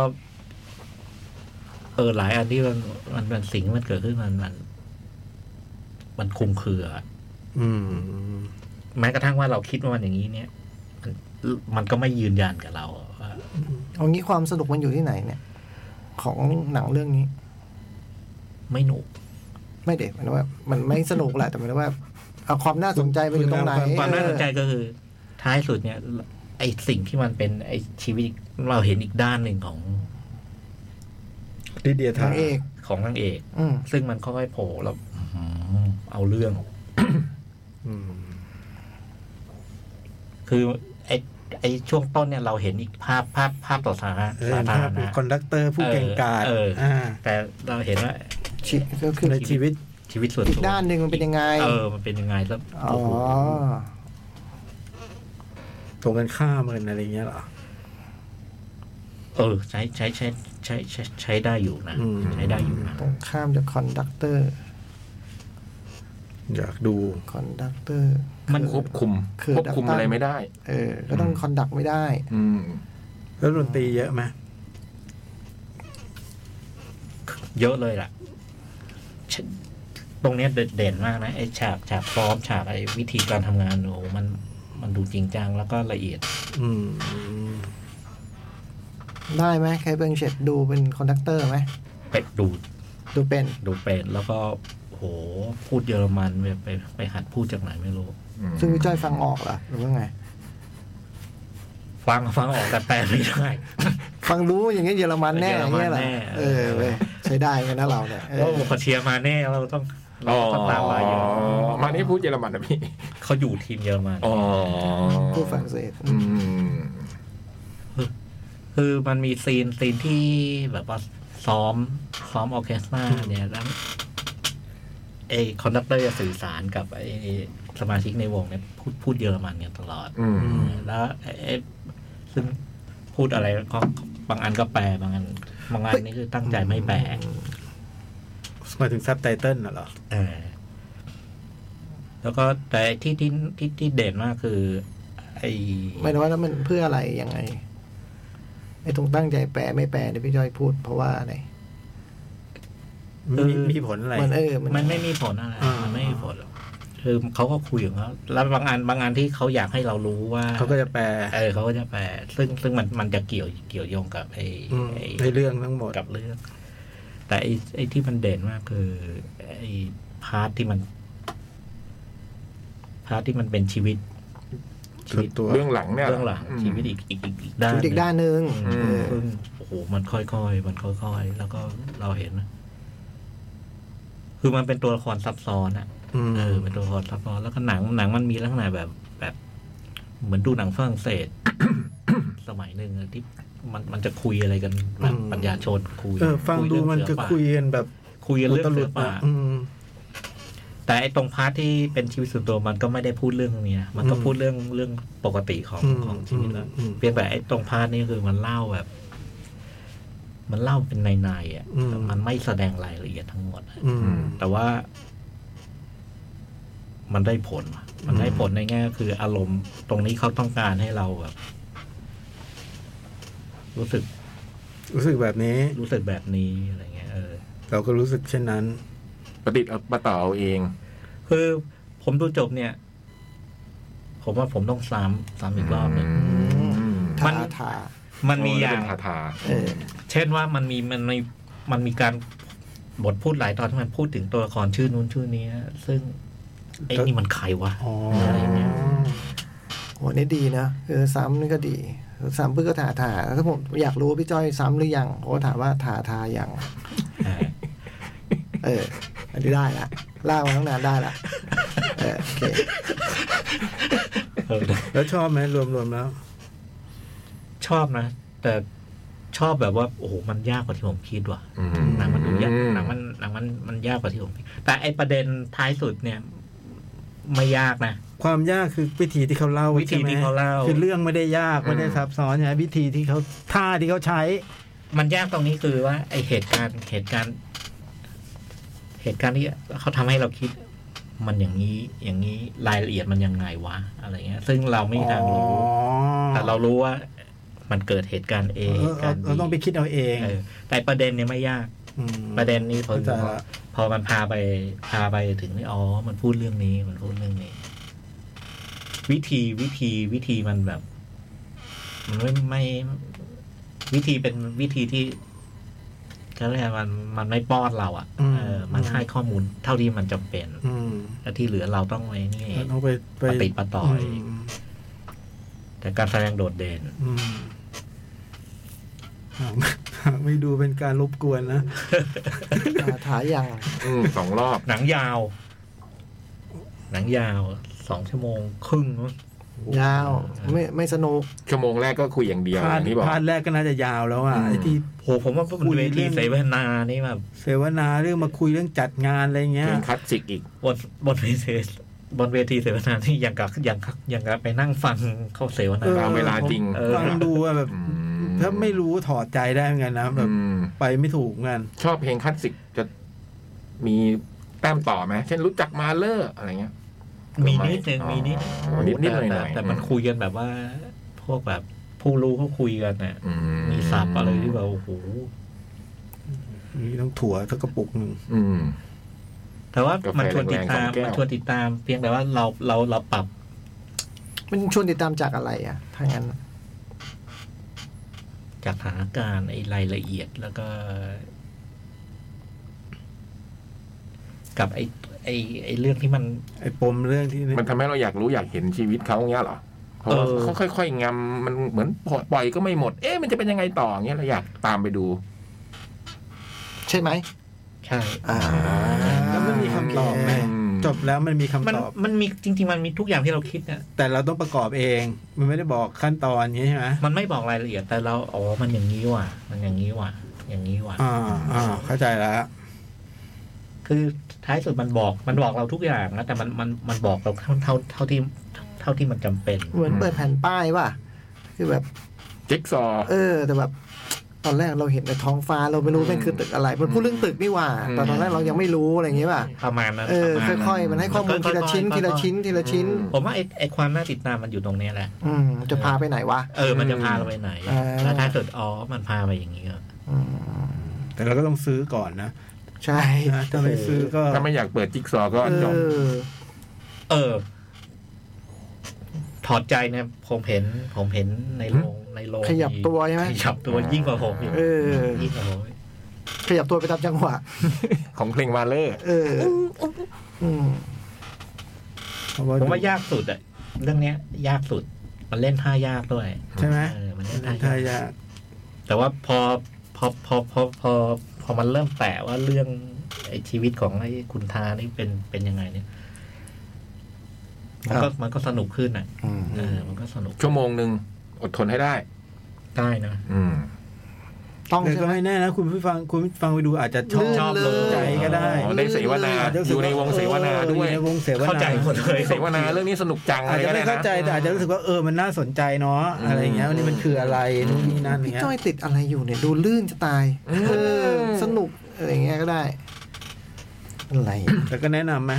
เออหลายอันที่มันมันมันสิ่งที่มันเกิดขึ้นมันมัน มันคลุมเครืออะ
อืม
แม้กระทั่งว่าเราคิดว่ามันอย่างนี้เนี่ย มันมันก็ไม่ยืนยันกับเราว่า
เอางี้ความสนุกมันอยู่ที่ไหนเนี่ย ของหนังเรื่องนี้
ไม่หนุก
ไม่เด็กมันว่า มันไม่สนุกแหละแต่หมันว่าเอาความน่าสนใจไปอยู่ตรงไหน
ความน่าสนใจ
เออ
ก็คือ ท้ายสุดเนี่ย ไอสิ่งที่มันเป็นไอชีวิตเราเห็นอีกด้านหนึ่งของ
ลิเดียทา
ทางเอก
ของนางเอก
อืม
ซึ่งมันค่อยๆโผล่แล้วอื้อหือเอาเรื่อง
อืม
คือไอไอช่วงต้นเนี่ยเราเห็นอีกภาพภาพภาพต่อสาธารณะ
เออ
สาธาร
ภาพ
ณะ
คอนดักเตอร์ผู้เก่งกาจ
เออเอออ่
่า
แต่เราเห็นว่า
ชีก็คือ
ในชีวิต
ชีวิตส่วน
อีก
ตัว
ด้านหนึ่งมันเป็นยังไง
เออมันเป็นยังไงแล้ว
อ๋อ
โอ้โห
ตรงกันข้ามกันอะไรเงี้ยเหรอ
เออใช้ใช้ใช้ใช้ใช้ใช้ได้อยู่นะ
อืม
ใช้ได้อยู่นะ
ตรงข้ามจากคอนดักเตอร์
อยากดู
คอนดักเตอร์
มันควบคุม
คือ
ควบคุม
ดักตั้ง
อะไรไม่ได้
เออ ก็ต้องคอนดักไม่ได้
อืม
แล้วดนตรีเยอะไหม
เยอะเลยล่ะฉะตรงเนี้ยเด่นมากนะไอ้ฉากฉากพร้อมฉากไอ้วิธีการทำงานโอ้โหมันมันดูจริงจังแล้วก็ละเอียด
อืม
ได้ไหมใครเบิงเฉดดูเป็นคอนดักเตอร์ไหม
เป็ดดู
ดูเป็น
ดูเป็ดแล้วก็โอ้โหพูดเยอรมันไปไปไปหัดพูดจากไหนไม่รู้
ซึ่งพี่จ้อยฟังออกเหรอหรือว่าไง
ฟังฟังออกแต่แปลไม่ได้
ฟังรู้อย่างเงี้ยเยอรมันแน่อย่างเงี้ยเหรอ
เยอรมันแน่
เออเว้ยใช้ได้เหมือนกันนะเรา เนี่ยเออ
ว่าพอเชียร์มาแน่เราต้องเราต้องตามมาอยู่
มานี่พูดเยอรมันนะพี่
เขาอยู่ทีมเยอรมัน
อ๋อ
พูดฝรั่งเศส
อืม
คือมันมีซีนซีนที่แบบว่าซ้อมซ้อมออร์เคสตราเนี่ยแล้วไอ้คอนดักเตอร์จะสื่อสารกับไอ้สมาชิกในวงเนี่ยพูดพูดเยอรมันกันตลอด
อืม
แล้วไอ้ไอ้ซึ่งพูดอะไรก็บางอันก็แปลบางอันบางอันนี่คือตั้งใจไม่แปล
มาถึงซับไตเติลน่ะเหรอ
เออแล้วก็แต่ที่ที่ที่ที่เด่นมากคือ ไอ้
ไม่รู้ว่าแล้วมันเพื่ออะไรยังไงไอ้ตรงตั้งใจแปลไม่แปลเนี่ยพี่จ้อยพูดเพราะว่าอะไร
มีมีผลอะไร
มันเออมัน
มันไม่มีผลอะไร
อ่ามั
มันไม่มีผลหรอกคือเขาก็คุยของเขาแล้วบางอันบางอันที่เขาอยากให้เรารู้ว่า
เขาก็จะแปล
เออเขาก็จะแปลซึ่งซึ่งมันมันจะเกี่ยวเกี่ยวโยงกับไอ้
อืม
ไอ้
ในเรื่องทั้งหมด
กับเรื่อง แต่ไอ้ไอ้ที่มันเด่นมากคือไอ้พาร์ทที่มัน พาร์ทที่มันเป็นชีวิตชี
ส่วน
วิต
ตัว
เรื่องหลังเนี่ย
เรื่องหลัง
ม
ชีวิตอีกอีกอีกอีกด้าน
ชีวิตอีกด้านหนึ่ง
หนึ่ง
อืม
เออซึ่งโอ้โหมันค่อยๆมันค่อยๆแล้วก็เราเห็นนะคือมันเป็นตัวละครซับซ้อนอะ
อืม
เออเป็นตัวละครซับซ้อนแล้วก็หนังหนังมันมีลักษณะแบบแบบ เหมือนดูหนังฝรั่งเศส สมัยหนึ่งอะที่มันมันจะคุยอะไรกันแบบปัญญาชนคุย
เออ ฟัง
คุย
ดู
เรื่อ
มัน
เสื
จะ
อป่า
คุยกันแบบ
คุยกันเรื่อง
ต
เสื
ลุ
อ
ด
ป่า
นะอืม
แต่ไอ้ตรงพาร์ทที่เป็นชีวิตส่วนตัวมันก็ไม่ได้พูดเรื่องตรงนี้นะมันก็
อืม
พูดเรื่องเรื่องปกติของ
อืม
ของชีวิตแล้ว
อืมอืม
เพียงแต่ไอ้ตรงพาร์ทนี้คือมันเล่าแบบ มันเล่าเป็นในๆอ่ะ
อืม
แต่มันไม่แสดงรายละเอียดทั้งหมดอะ
อืม
แต่ว่า มันได้ผลว่ะมันได้ผลในแง่คืออารมณ์ตรงนี้เขาต้องการให้เราแบบ รู้สึก
รู้สึกแบบนี้
รู้สึกแบบนี้อะไรเงี้ยเออ
เราก็รู้สึกเช่นนั้น
ประดิษฐ์เอาประต่อเอาเอง
คือผมดูจบเนี่ย ผมว่าผมต้องซ้ำซ้ำอีกรอบหนึ่ง
ทา
ม
มัน
ทา
มันมีอย่าง
เป็นคาถา
เออ
เช่นว่ามันมีมันมีมันมีการบทพูดหลายตอนที่มันพูดถึงตัวละครชื่อนู้นชื่อนี้นะซึ่งไอ้นี่มันใครวะ
อ๋อ
อะไรเงี้ย
โหนี่ดีนะคือซ้ำนี่ก็ดี ซ้ำเพื่อก็ถาถาถ้าผมอยากรู้ว่าพี่จ้อยซ้ำหรือยังผมก็ถามว่าถาทายัง
อ่า
เออ อันนี้ได้ละล่ากมาตั้งนานได้ละเออโอเค
เออ
แล้วชอบไหมรวมๆแล้ว
ชอบนะ แต่ชอบแบบว่า โอ้โหมันยากกว่าที่ผมคิดว่ะ
อื
หนังมันดูยากหนังมันหนังมันมันยากกว่าที่ผมคิดแต่ไอประเด็นท้ายสุดเนี่ย ไม่ยากนะ
ความยากคือวิธีที่เขาเล่า
วิธี
ใช่
ที่
ไหม
เขาเล่า
คือเรื่องไม่ได้ยากไม่ได้ซับซ้อนใช่ไหมวิธีที่เขาท่าที่เขาใช้
มันยากตรงนี้คือว่า ไอเหตุการณ์เหตุการณ์ เหตุการณ์ที่เขาทำให้เราคิด มันอย่างนี้ อย่างนี้รายละเอียดมันยังไงวะ อะไรเงี้ย ซึ่งเราไม่มีทางรู้ แต่เรารู้ว่า มันเกิดเหตุการณ์เอ
เออ
การ
เราเราต้องไปคิดเอาเอง
เออแต่ประเด็นเนี่ยไม่ยาก
ม
ประเด็นนี้พอ
เข้าใจ
พอ
ละ
พอมันพาไปพาไปถึงนี่อ๋อ มันพูดเรื่องนี้ มันพูดเรื่องนี้ วิธีวิธีวิธีมันแบบ มันไม่ไม่ วิธีเป็นวิธีที่ก็เรียกว่ามันมันไม่ป้อนเราอะ
อืม
เออ มันให้ข้อมูลเท่าที่มันจำเป็น
อืม
และที่เหลือเราต้องไว้นี่เอง
เราต้องไปไป
ปฏิดประต่อย
ม
แต่การแสดงโดดเด่น
อืมอ้าว ไม่ดูเป็นการรบกวนนะ
ถาทายัง
อืมสองรอบ
หนังยาว หนังยาวสองชั่วโมงครึ่งมั้ง
ยาว ไม่ไม่สนุก
ชั่วโมงแรกก็คุยอย่างเดียว
พา
อ
ด
ย่างที่บอก
พาดแรกก็น่าจะยาวแล้วอ่ะ
อืม
ไอ้ที่
โหผมว่าพวก
คุย
เวที
เรื่อง
เสวนานี่แบบ
เสวนาเรื่องมาคุยเรื่องจัดงานอะไรเงี้
เพ
ย
ลงคลาสสิกอีก
บนบนเวทีบนเวทีเสวนาที่อย่างกับอย่างกับอย่างกับไปนั่งฟังเขาเสวนา
ออ
ตามเวลาจริง
เออ
ฟังดูว่าแบบ
อืม
ถ้าไม่รู้ถอดใจได้เหมือนกันนะแบบ
อืม
ไปไม่ถูกเหมือนกัน
ชอบเพลงคลาสสิกจะมีแต้มต่อไหมเช่นรู้จักมาเลอร์อะไรเงี้ย
มีนิดนึงมีนิด
อ๋อนิดนิดหน่อยหน่อย
แต่แต่มันคุยกันแบบว่า พวกแบบผู้รู้เขาคุยกันน่ะ
อื
มีศัพท์อะไรที่แบบโอ้โห
นี่ต้องถั่วสักกระปุกหนึ่ง
อืม
แต่ว่ามันชวนติดตาม
กาแฟแรงๆสองแก้ว
มันชวนติดตาม เพียงแต่ว่าเราเราเราปรับ
มันชวนติดตามจากอะไรอ่ะถ้างั้น
จากสถานการณ์ไอ้รายละเอียดแล้วก็ กับไอ้ไอ้ไอ้เรื่องที่มัน
ไอ้ปมเรื่องที่
มันทำให้เราอยากรู้อยากเห็นชีวิตเขาอย่างเงี้ยเหรอเพราะว่า
เออ
เขาค่อยๆงำมันเหมือนปล่อยก็ไม่หมด เอ๊ะมันจะเป็นยังไงต่ออย่างเงี้ยเราอยากตามไปดู
ใช่ไหม
ใช่
อ่า
แล้วมันมีคำตอบไหม
อืม
จบแล้วมันมีคำ
มัน
ตอบ
มันมีจริง ๆ มันมีทุกอย่างที่เราคิดนะ
แต่เราต้องประกอบเอง มันไม่ได้บอกขั้นตอนอย่างนี้ใช่ไหม
มันไม่บอกรายละเอียดแต่เราอ๋อมันอย่างนี้ว่ะ มันอย่างนี้ว่ะ อย่างนี้ว่ะ
อ่าอ่าเข้าใจแล้ว
คือท้ายสุดมันบอกมันบอกเราทุกอย่างนะแต่มันมันมันบอกเราเท่าเท่าเท่าที่เท่าที่มันจำเป็น
เหมือนเปิดแผ่นป้ายว่ะ คือแบบ
จิ๊กซอว์
เออ แต่แบบ ตอนแรกเราเห็นแต่ท้องฟ้าเราไม่รู้มันคือตึกอะไร มันพูดเรื่องตึกนี่หว่า
อืม
แต่ตอนแรกเรายังไม่รู้อะไรอย่างเงี้ยป่ะ
ประมาณนั้น
เออ
ประมาณนั้น
ค่อยๆ มันให้ข้อมูลทีละชิ้นทีละชิ้นทีละชิ้น
ผมว่าไอ้ไอ้ความน่าติดตามมันอยู่ตรงเนี้ยแหละ
อืม จะพาไปไหนวะ
เออมันจะพาเราไปไหน
อ่า
แล้วท้ายสุดอ๋อมันพาไปอย่างนี้ครับ
อืม
แต่เราก็ต้องซื้อก่อนนะ
ใช่
นะถ้าไม่ซื้อก็
ถ้าไม่อยากเปิดจิ๊กซอว์ก็
เอ
จบ
อ
เออ ถอดใจเนี่ยผมเห็น ผมเห็นในโรงในโรง
ขยับตัวใช่ไหม
ขยับตัวยิ่งกว่าผมอีก
เออ
ยิ่งกว่าผม
ขยับตัวไปตามจังหวะ
ของเพลงมาเลอร์
เออ อืม
เพราะว่า
ผมว่ายากสุดอะเรื่องเนี้ย ยากสุด มันเล่นท่ายากด้วย
ใช่ไหม
เออมันเล่นท่ายา
ถ้าก อยาก
แต่ว่าพอพอพอพอพอพอมันเริ่มแตะว่าเรื่องไอ้ชีวิตของไอ้คุณทานี่เป็นเป็นยังไงเนี่ย มันก็มันก็สนุกขึ้นอ่ะ
อืม
เออ มันก็สนุก
ชั่วโมงหนึ่งอดทนให้ได้
ได้นะ
อืม
ต้อง
แต่
ใช่
ก็
ไหม
ไม่แน่นะคุณผู้ฟังคุณผู้ฟังไปดูอาจจะชอบ
ลื่น
ชอบ
เลย
ใจก็ได้
อ๋อได้เสวนา
อาจจะรู้
อ
สึก
ยู่ในวงเสวนาด้
เอออ
วย
ยู่ในวงเสวนา
เข้าใจหมดเลยเสวนาเรื่องนี้สนุกจังอะ
อาจ
ไร
จะ
ก็
ไม่
ได้
เข้า
นะ
ใจแต่อาจจะรู้สึกว่าเออมันน่าสนใจเนาะอะไรอย่างเงี้ยวันนี้มันคืออะไรนู่นนี่นั่น
พี่
เงี้ย
จ้อยติดอะไรอยู่เนี่ย ดูลื่นจะตาย
อืม
เออสนุกอะไรอย่างเงี้ยก็ได้ อะไร
แต่ก็แนะนำไหม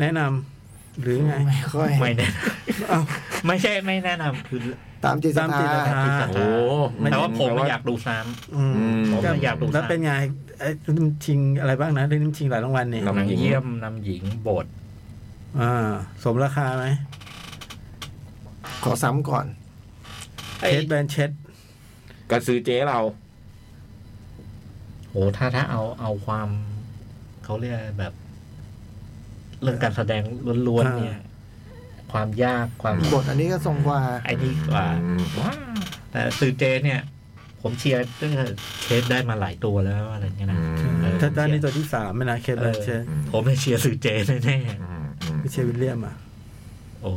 แนะนำหรือไง
ไม่ค่อย
ไม่แนะน
อ้าว
ำไม่ใช่ไม่แนะนำคือ
ตามจิตศ
ตา
รัท
มจิตศรัทธา
ธา
คือศรัทธา
โอ้มัน
แต่ว่าผมอยากดูซ้ำ
อืม
ผมก็อยากดู
แล้วเป็นไงไอ้มันชิงอะไรบ้างนะเรื่องนี้มันชิงหลายรางวัลนี่
ครับ
นำเยี่ยมนำหญิงบท
อ่าสมราคาไหม
ขอซ้ำก่อน
ไอ้
เชดแบนเชด
กระสือเจ๊เรา
โหถ้าถ้าเอาเอาความเขาเรียกอะไรแบบ เรื่องการแสดงล้วนๆเนี่ย ความยากความ
บทอันนี้ก็ทรงกว่า
ไอ้นี่กว่า แต่สื่อเจเนี่ย ผมเชียร์ตั้งแต่เคสได้มาหลายตัวแล้วอะไรเงี้ยนะ
อืม
เออ
ถ้าด้านนี้ตัวที่สามไหมนะเชดแบนเชด
ผมเนี่ยเชียร์สื่อเจแน่
พี่เชดวิลเลียมอ่ะ
ๆโอ้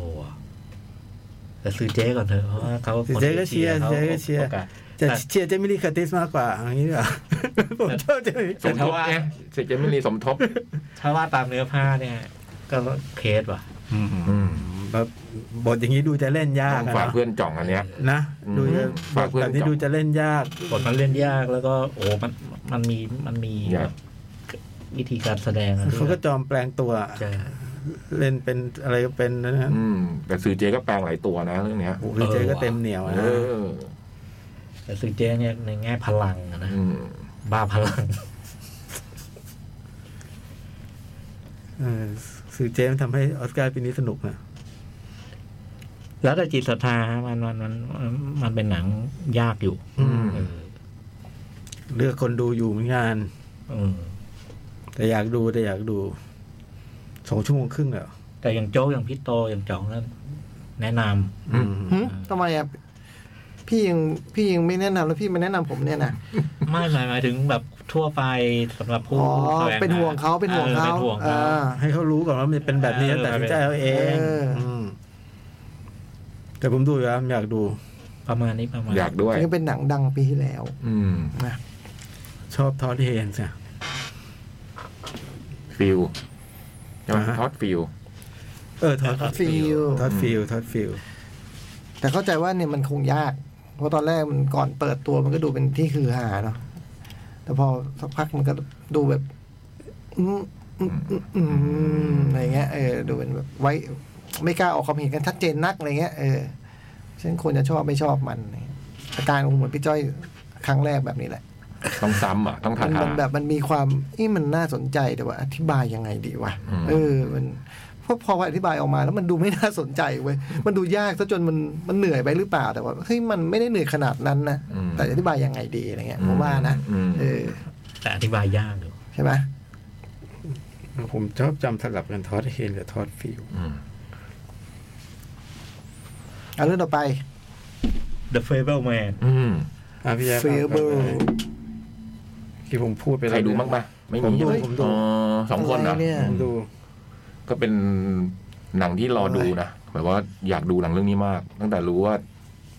แต่สื่อเจก่อนเถอะเพราะว่าเขา
สื่อเจ๊ก็เชียร์
คนที่
สื่อเจ๊ก็เชียร์
ขาโอกาส
จะ
แต่
เชียร์เจมิลี่คาร์ติสมากกว่าอย่างนี้ดีก ว่า ผมชอบเจมิลี่
สมทบเนี่ยเสร็จจะไม่มีสมทบ
ถ้าว่าตามเนื้อผ้าเนี่ย ก็เคสว่ะ
แบบบทอย่างนี้ดูจะเล่นยาก
ต้อง
อะ
ฝาก
เนาะ
เพื่อนจ่องอันเนี้ย
นะดูจะ
ฝากเพื่อน
แบบนี้
จับ
ดูจะเล่นยาก
บทมันเล่นยากแล้วก็ โอ้มันมันมีมันมี
ยาก
วิธีการแสดงอะ
เขาก็จอมแปลงตัว
จะ
เล่นเป็นอะไรก็เป็นนะฮะ
อืมแต่สื่อเจก็แปลงหลายตัวนะเรื่องเนี้ย
โอ้โหเจก็เต็มเหนียวนะ
เออ
แต่สื่อเจเนี่ยในแง่พลังอะนะ
อืม
บ้าพลัง
เออสื่อเจมนทำให้ออสการ์ปีนี้สนุกนะ
แล้วแต่จิตศรัทธาฮะมันมันมันมันเป็นหนังยากอยู่
อืม
เออ
เลือกคนดูอยู่เหมือนกัน
เออ
แต่อยากดูแต่อยากดูสองชั่วโมงครึ่งเหรอ
แต่อย่างโจกอย่างพี่โตอย่างจ๋องนั้นแนะน
อืม
หึทำไมอ่ะ พี่ยังพี่ยังไม่แนะนำแล้วพี่มาแนะนำผมเนี่ยนะ
ำไม่หมายหมายถึงแบบทั่วไปสำหรับผู้
อ๋อ
แสวงหา
เป็นห่วงเขาเป็นห่วงเขา
ออป็นห่วง
เอ
เขา
อ
ให้เขารู้ก่อนว่ามันเป็นแบบนี้
เออ
แล้วแต่ใจเอาเอง
เอออื
มแต่ผมดูอยู่ครับอยากดู
ประมาณนี้ประมาณ
อยากด้วย
นี่ก็เป็นหนังดังปีที่แล้ว
อืม
ชอบทอดเฮนส์อะ
ฟิลใช่ไหม
อ่าฮะ
ทอดฟิล
เออทอด
ฟิล
ทอดฟิลทอดฟิล
แต่เข้าใจว่าเนี่ยมันคงยาก เพราะตอนแรกมันก่อนเปิดตัวมันก็ดูเป็นที่คือหาเนาะ แต่พอสักพักมันก็ดูแบบ อืมอืมอืมอืมอะไรเงี้ย เออ ดูเป็นแบบไว้ ไม่กล้าออกความเห็นกันชัดเจนนักอะไรเงี้ย เออฉันควรจะชอบไม่ชอบมันอะไรเงี้ยอาการของผมเหมือนพี่จ้อยครั้งแรกแบบนี้แหละ
ต้องซ้ำอ่ะ ต้อง
มั
ทาน ทา
มันแบบมันมีความนี่มันน่าสนใจแต่ว่า อธิบายยังไงดีวะ
อืม
เออ มันเพราะพออธิบายออกมาแล้วมันดูไม่น่าสนใจเว้ย มันดูยากซะจนมันมันเหนื่อยไปหรือเปล่าแต่ว่าเฮ้ยมันไม่ได้เหนื่อยขนาดนั้นนะ
อืม
แต่อธิบายยังไงดีอะไรเงี้ยผมว่านะ
อืม
เออ
แต่อธิบายยากอยู่
ใช่ไหม
ผมชอบจำสลับกันทอดเฮนกับทอดฟิล
อืม
เอาเรื่องต่อไป
The Fable Man
อืม
อ่ะพี่แจ๊ค
Fable
ที่ผมพูดไปแล้ว
ใครดูบ้างปะไม่
ผม
มี
ดู
ใช่ไห
ผมดู
อ๋อสองคนเหรอ
อะไรเนี่ย
ผมดู
ก็เป็นหนังที่รอดูนะแบบว่าอยากดูหนังเรื่องนี้มาก ตั้งแต่รู้ว่า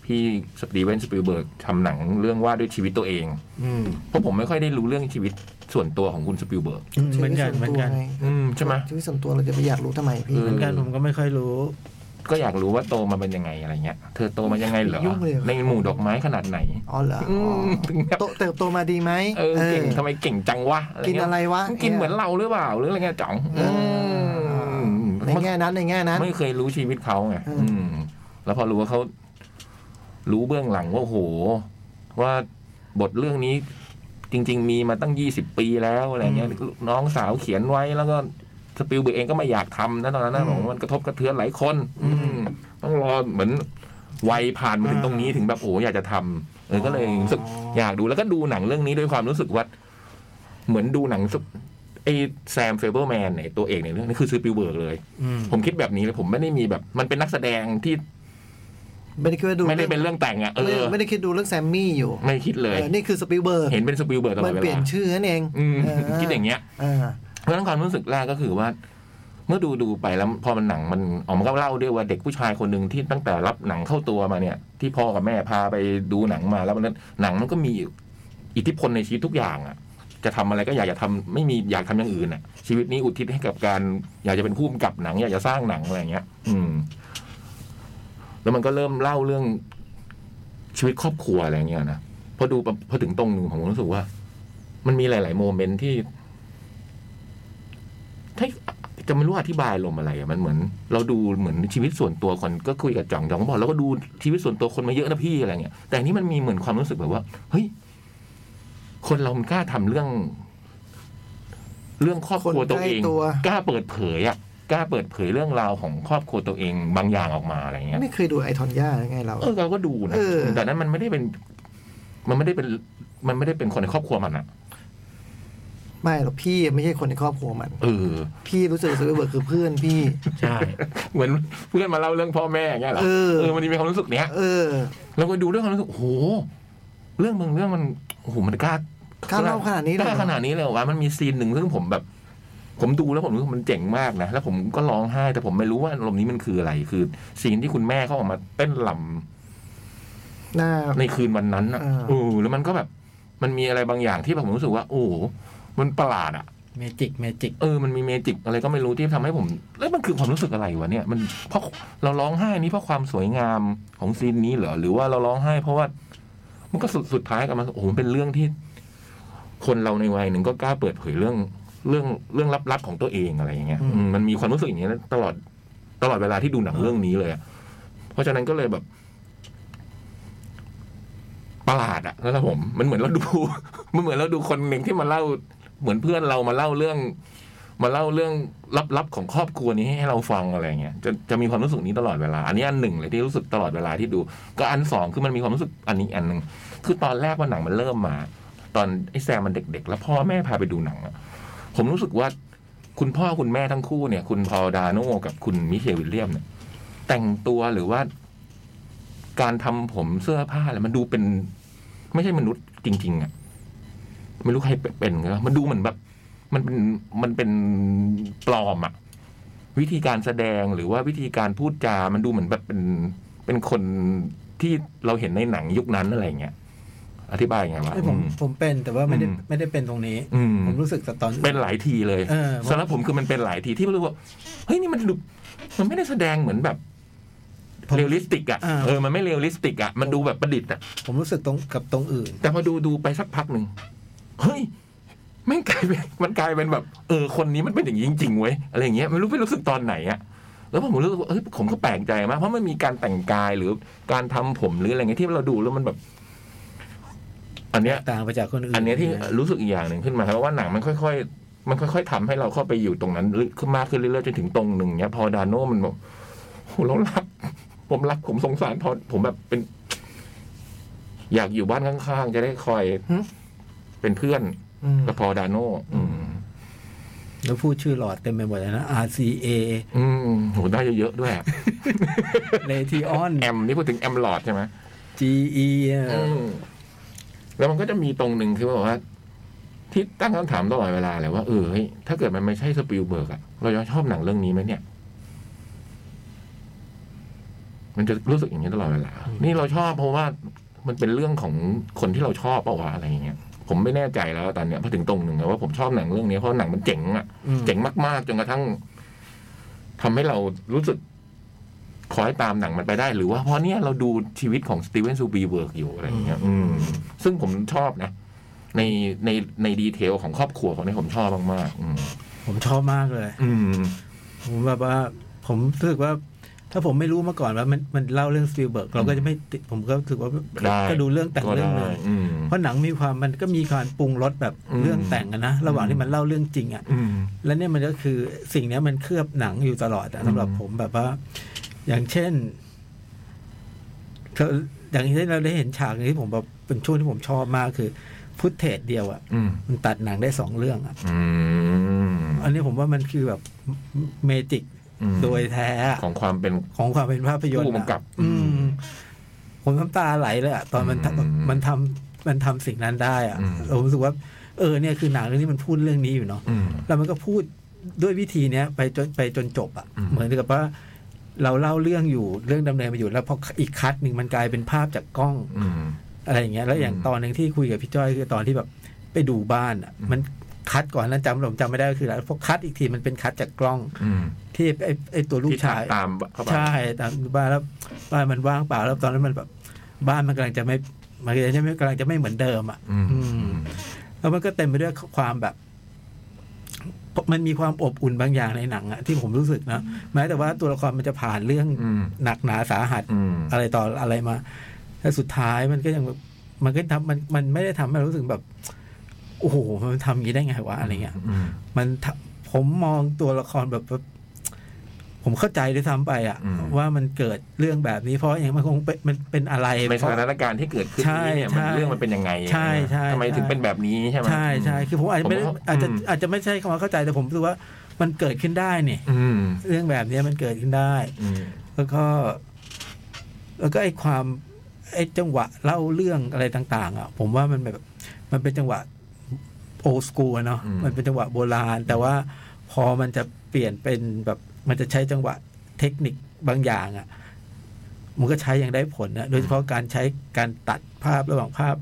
พี่สตีเวนสปิลเบิร์กทำหนังเรื่องว่าด้วยชีวิตตัวเอง
อืม
เพราะผมไม่ค่อยได้รู้เรื่องชีวิตส่วนตัวของคุณสปิลเบิร์ก
เหมือนกันเหมือนกัน
ชีวิตส่วตัวไง
อืมใช่ไหม
ชีวิตส่วนตัวเราจะไปอยากรู้ทำไมพี่
เอ
เห
อ
มือนกันผมก็ไม่ค่อยรู้
ก็อยากรู้ว่าโตมาเป็นยังไงอะไรเงี้ย เธอโตมายังไงเหรอ
ยุ่งเลยเหรอ
ในหมู่ดอกไม้ขนาดไหน
อ๋อเหรออ๋อ
มถึงแบบ
โตเติบโตมาดีไหม
เออเก่งทำไมเก่งจังวะอะไรเงี้ย
กินอะไรวะ
กินเหมือนเราหรือเปล่าหรืออะไรเงี้ยจ๋อง
เออ
ม
ในแง่นั้นในแง่นั้น
ไม่เคยรู้ชีวิตเขาไง
เอออื
มแล้วพอรู้ว่าเขารู้เบื้องหลังว่าโอ้โห ว่าบทเรื่องนี้ จริง ๆ มีมาตั้งยี่สิบปีแล้วอะไรเงี้ยน้องสาวเขียนไว้แล้วก็สปิลเบิร์กเองก็ไม่อยากทำนะตอนนั้นนะบอกว่ามันกระทบกระเทือนหลายคน อืมต้องรอเหมือน วัยผ่านมาถึงตรงนี้ถึงแบบโอ้อยากจะทำเออก็เลยรู้สึกอยากดูแล้วก็ดูหนังเรื่องนี้ด้วยความรู้สึกว่า เหมือนดูหนังสไอ้แซมเฟเบอร์แมนเนี่ยตัวเอกเนี่ยเรื่องนี้คือสปิลเบิร์กเลย
อืม
ผมคิดแบบนี้เลยผมไม่ได้มีแบบ มันเป็นนักแสดงที่
ไม่ได้คิดว่าดู
ไม่ได้เป็นเรื่องแต่งอ่ะเอ
ไม่ได้
อ
ไม่ได้คิดดูเรื่องแซมมี่อยู่
ไม่คิดเลย
เออนี่คือสปิลเบิร์ก
เห็นเป็นสปิลเบิร์กตล
มั
อด
น
เว
เปลี่ย
ลาน
ชื่อนั่นเอง
อืม
เออ
คิดอย่างเงี้ย
เออ
เพราะฉะนั้นความรู้สึกแรกก็คือว่า เมื่อดูดูไปแล้วพอมันหนังมันออกมาก็เล่าด้วยว่าเด็กผู้ชายคนหนึ่งที่ตั้งแต่รับหนังเข้าตัวมาเนี่ย ที่พ่อกับแม่พาไปดูหนังมาแล้วมันหนังมันก็มี อิทธิพลในชีวิตทุกอย่างอ่ะ จะทำอะไรก็อยากจะทำไม่มีอยากทำอย่างอื่นอ่ะ ชีวิตนี้อุทิศให้กับการ อยากจะเป็นผู้กำกับหนัง อยากจะสร้างหนังอะไรอย่างเงี้ย อืม แล้วมันก็เริ่มเล่าเรื่องชีวิตครอบครัวอะไรอย่างเงี้ยนะพอดูปะพอถึงตรงหนึ่งผมรู้สึกว่า มันมีหลาย ๆ โมเมนต์ที่ถ้าจะไม่รู้อธิบายลมอะไรอะมันเหมือน เราดูเหมือนชีวิตส่วนตัวคนก็คุยกับจ่องจ่องก็บอกเราก็ดูชีวิตส่วนตัวคนมาเยอะนะพี่อะไรเงี้ยแต่อันนี้มันมีเหมือนความรู้สึกแบบว่าเฮ้ยคนเรามันกล้าทำเรื่อง เรื่องครอบครัวตัวเอง
คนใกล้ตัว
กล้าเปิดเผยอ่ะกล้าเปิดเผยเรื่องราวของครอบครัวตัวเองบางอย่างออกมาอะไรเงี้ย
ไม่เคยดูไอทอนย่าหรือไงเรา
เออเราก็ดูนะ
เออ
แต่นั้นมันไม่ได้เป็น มันไม่ได้เป็น มันไม่ได้เป็นคนในครอบครัวมันอะ
ไม่หรอกพี่ไม่ใช่คนในครอบครัวมัน
เออ
พี่รู้สึกสวีเบิร์กคือเพื่อนพี่
ใช่
เหมือนเพื่อนมาเล่าเรื่องพ่อแม่อย่างเงี้ยเหรอ
เออ
เออมันมีความรู้สึกเนี้ย
เออ
เราก็ดูเรื่องความรู้สึกโอ้โหเรื่องบางเรื่องมันโอ้โหมันกล้าก
ล้าเล่าขนาดนี้เล
ก
ย
ล้าขนาดนี้เลยเหรอวะมันมีซีนหนึ่งซึ่งผมแบบ ผมดูแล้วผมรู้สึกมันเจ๋งมากนะแล้วผมก็ร้องไห้ แต่ผมไม่รู้ว่าอารมณ์นี้มันคืออะไรคือซีนที่คุณแม่เขาออกมาเต้นลำ
หน้า
ในคืนวันนั้นอ่ะ
อ่า
โอ้แล้วมันก็แบบ มันมีอะไรบางอย่างที่แบบผมรู้สึกว่า โอ้โหมันประหลาดอ่ะ
เมจิกเมจิก
เออ มันมีเมจิกอะไรก็ไม่รู้ที่ทำให้ผม แล้วมันคือความรู้สึกอะไรวะเนี่ย มันเพราะเราร้องไห้นี้เพราะความสวยงามของซีนนี้เหรอ หรือว่าเราร้องไห้เพราะว่า มันก็สุดสุดท้ายกลันมา โอ้โหมันเป็นเรื่องที่ คนเราในวัยหนึ่งก็กล้าเปิดเผยเรื่อง เรื่องเรื่องลับๆของตัวเองอะไรอย่างเงี้ย
อืม
อืมมันมีความรู้สึกอย่างเงี้ยตลอด ตลอดเวลาที่ดูหนังเรื่องนี้เลยอะเพราะฉะนั้นก็เลยแบบ ประหลาดอะแล้วผม มันเหมือนเราดู มันเหมือนเราดูคนหนึ่งที่มาเล่า เหมือนเพื่อนเรามาเล่าเรื่อง มาเล่าเรื่องลับๆของครอบครัวนี้ให้เราฟังอะไรเงี้ยจะจะมีความรู้สึกนี้ตลอดเวลา อันนี้อันหนึ่งเลยที่รู้สึกตลอดเวลาที่ดู ก็อันสองคือมันมีความรู้สึกอันนี้อันหนึ่งคือตอนแรกว่าหนังมันเริ่มมา ตอนไอ้แซมมันเด็ก ๆ แล้วพ่อแม่พาไปดูหนังอะผมรู้สึกว่า คุณพ่อคุณแม่ทั้งคู่เนี่ย คุณพอลดาโน่กับคุณมิเชลวิลเลียมเนี่ย แต่งตัวหรือว่า การทำผมเสื้อผ้าอะไรมันดูเป็น ไม่ใช่มนุษย์จริง ๆอะไม่รู้ใครเป็นกันมันดูเหมือนแบบ มันเป็นมันเป็นปลอมอะวิธีการแสดงหรือว่าวิธีการพูดจา มันดูเหมือนแบบเป็นเป็นคนที่เราเห็นในหนังยุคนั้นอะไรอย่างเงี้ยอธิบายยังไงวะ
ไอ้ผม
อืม
ผมเป็นแต่ว่าไม่ได้
อืม
ไม่ได้เป็นตรงนี้
อืม
ผมรู้สึกแต่ตอน
เป็นหลายทีเลย
เออ
สำหรับผมคือมันเป็นหลายทีที่รู้ว่าเฮ้ยนี่มันดูมันไม่ได้แสดงเหมือนแบบ
ผม
เรียลลิสติกอ่ะ
อ่า
เออมันไม่เรียลลิสติกอ่ะมันดูแบบประดิษฐ์อ่ะ
ผมรู้สึกตรงกับตรงอื่น
แต่พอดูดูไปสักพักหนึ่งเฮ้ยแม่งกลายเป็นมันกลายเป็นแบบ เออ คนนี้มันเป็นอย่างนี้จริงๆเว้ยอะไรอย่างเงี้ยไม่รู้ไม่รู้สึกตอนไหนอ่ะแล้วผมรู้สึกว่าเอ้ยผมก็แปลกใจมากเพราะมันมีการแต่งกายหรือการทำผมหรืออะไรเงี้ยที่เราดูแล้วมันแบบ อันเนี้ย
ต่างไปจากคนอื่น
อันเนี้ยที่
ะ
รู้สึกอีกอย่างหนึ่งขึ้นมาครับว่าหนังมันค่อยๆ มันค่อย ๆทำให้เราเข้าไปอยู่ตรงนั้นลึกขึ้นมากขึ้นเรื่อยๆจนถึงตรงหนึ่งเนี้ยพอดาโน่มันบอกโหเรารัก ผมรักผมสงสารพอผมแบบเป็น อยากอยู่บ้านข้างๆ จะได้คอย
หึ
เป็นเพื่อน
อืม
กับพอดาโน่อืม
แล้วพูดชื่อหลอดเต็มไปหมดเลยนะ RCA
อืมโหได้เยอะๆด้วยอะ
Raytheon
แอมนี่พูดถึงแอมหลอดใช่ไหม
GE อะ
แล้วมันก็จะมีตรงหนึ่งคือแบบว่า ที่ตั้งคำถามตลอดเวลาเลยว่าเออเฮ้ยถ้าเกิดมันไม่ใช่สปิลเบิร์กอะเราจะชอบหนังเรื่องนี้ไหมเนี่ย มันจะรู้สึกอย่างนี้ตลอดเวลา นี่เราชอบเพราะว่ามันเป็นเรื่องของคนที่เราชอบเปล่าวะอะไรอย่างเงี้ยผมไม่แน่ใจแล้วตอนเนี้ยพอถึงตรงหนึ่งแล้วว่าผมชอบหนังเรื่องนี้เพราะหนังมันเจ๋งอะ
อืม
เจ๋งมากๆจนกระทั่งทำให้เรารู้สึก ขอให้ตามหนังมันไปได้หรือว่าเพราะเนี่ยเราดูชีวิตของสตีเวนซูบีเวิร์กอยู่อะไรอย่างเงี้ยอืมซึ่งผมชอบนะ ในในในดีเทลของครอบครัวของนี่ผมชอบมากๆอืม
ผมชอบมากเลย
อืม
ผมแบบว่าผมรู้สึกว่า ถ้าผมไม่รู้มาก่อนว่ามันมันเล่าเรื่องสตีลเบิร์กเราก็จะไม่ติดผมก็รู้สึกว่า
ได้
ก็ดูเรื่องแต่ง
ก็
เรื่องหนึ
ได้
ง
อืม
เพราะหนังมีความมันก็มีการปรุงรสแบบ
อืม
เรื่องแต่งอะนะระหว่างที่มันเล่าเรื่องจริงอะ
อืม
และเนี่ยมันก็คือสิ่งเนี้ยมันเคลือบหนังอยู่ตลอดอะ
อืม
สำหรับผมแบบว่า อย่างเช่นเราอย่างที่เราได้เห็นฉากหนึ่งที่ผมแบบเป็นช่วงที่ผมชอบมากคือ พุทเทจเดียวอะ
อืม
มันตัดหนังได้สองเรื่องอะ
อืม
อันนี้ผมว่ามันคือแบบเมจิก
อืม
โดยแท้อะ
ของความเป็น
ของความเป็นภาพยนตร์
ผู้
อะ
กำกับ
อืม ผมน้ำตาไหลเลยอะตอนมันทำ
อืม
มันทำมันทำสิ่งนั้นได้อะ
อืม
เรารู้สึกว่า เออเนี่ยคือหนังเรื่องนี้มันพูดเรื่องนี้อยู่เนาะ
อืม
แล้วมันก็พูดด้วยวิธีเนี้ยไปจนไปจนจบอะ่ะ
อืม
เหมือนกับว่าเราเล่าเรื่องอยู่เรื่องดำเนินไปอยู่แล้วพออีกคัดหนึ่งมันกลายเป็นภาพจากกล้อง
อืม
อะไรอย่างเงี้ยแล้วอย่าง
อืม
ตอนหนึ่งที่คุยกับพี่จ้อยคือตอนที่แบบไปดูบ้านอ่ะ
อืม
มันคัดก่อนนั้นจำผมจำไม่ได้ก็คืออะไรพวกคัดอีกทีมันเป็นคัดจากกล้อง
อืม
ที่ไอ้ไอ้ตัวลูก
ที่
ชาย
ตามเข้าไป
ใช่ตามบ้านแล้วบ้านมันว่างเปล่าแล้วตอนนั้นมันแบบบ้านมันกำลังจะไม่มันกำลังจะไม่กำลังจะไม่เหมือนเดิมอ่ะ
อืม
อืม แล้วมันก็เต็มไปด้วยความแบบ มันมีความอบอุ่นบางอย่างในหนังอะที่ผมรู้สึกนะแม้แต่ว่าตัวละครมันจะผ่านเรื่อง
อืม
หนักหนาสาหัส
อืม
อะไรต่ออะไรมาแต่สุดท้ายมันก็ยังแบบมันก็ทำมันมันไม่ได้ทำให้เรารู้สึกแบบ โอ้โหมันทำอย่างนี้ได้ไงวะอะไรเงี้ย
อืม
มันทำผมมองตัวละครแบบแบบ ผมเข้าใจด้วยซ้ำไปอะ
อืม
ว่ามันเกิดเรื่องแบบนี้เพราะอย่างมันคงเป็นมันเป็นอะไร
ในส
เพราะ
ถานการณ์ที่เกิดขึ้นนี้เนี่ย
ใช่
มันเรื่องมันเป็นยังไง
ใช่ใช่
ทำไม
ใช่
ถึงเป็นแบบนี้ใช่ไหม
ใช่ใช่คือผมอาจจะไม่ได้
ผว่
อาจจะ
ม
อาจจะไม่ใช่คำว่าเข้าใจแต่ผมรู้สึกว่ามันเกิดขึ้นได้เนี่ย
อืม
เรื่องแบบนี้มันเกิดขึ้นได้
อืม
แล้วก็ แล้วก็ไอ้ความไอ้จังหวะเล่าเรื่องอะไรต่าง ๆ อ่ะ ผมว่ามันแบบ มันเป็นจังหวะโอสกูเนาะ
อืม
มันเป็นจังหวะโบราณ แต่ว่าพอมันจะเปลี่ยนเป็นแบบมันจะใช้จังหวะเทคนิคบางอย่าง อ่ะ มันก็ใช้อย่างได้ผลนะโดยเฉพาะการใช้การตัดภาพระหว่างภาพ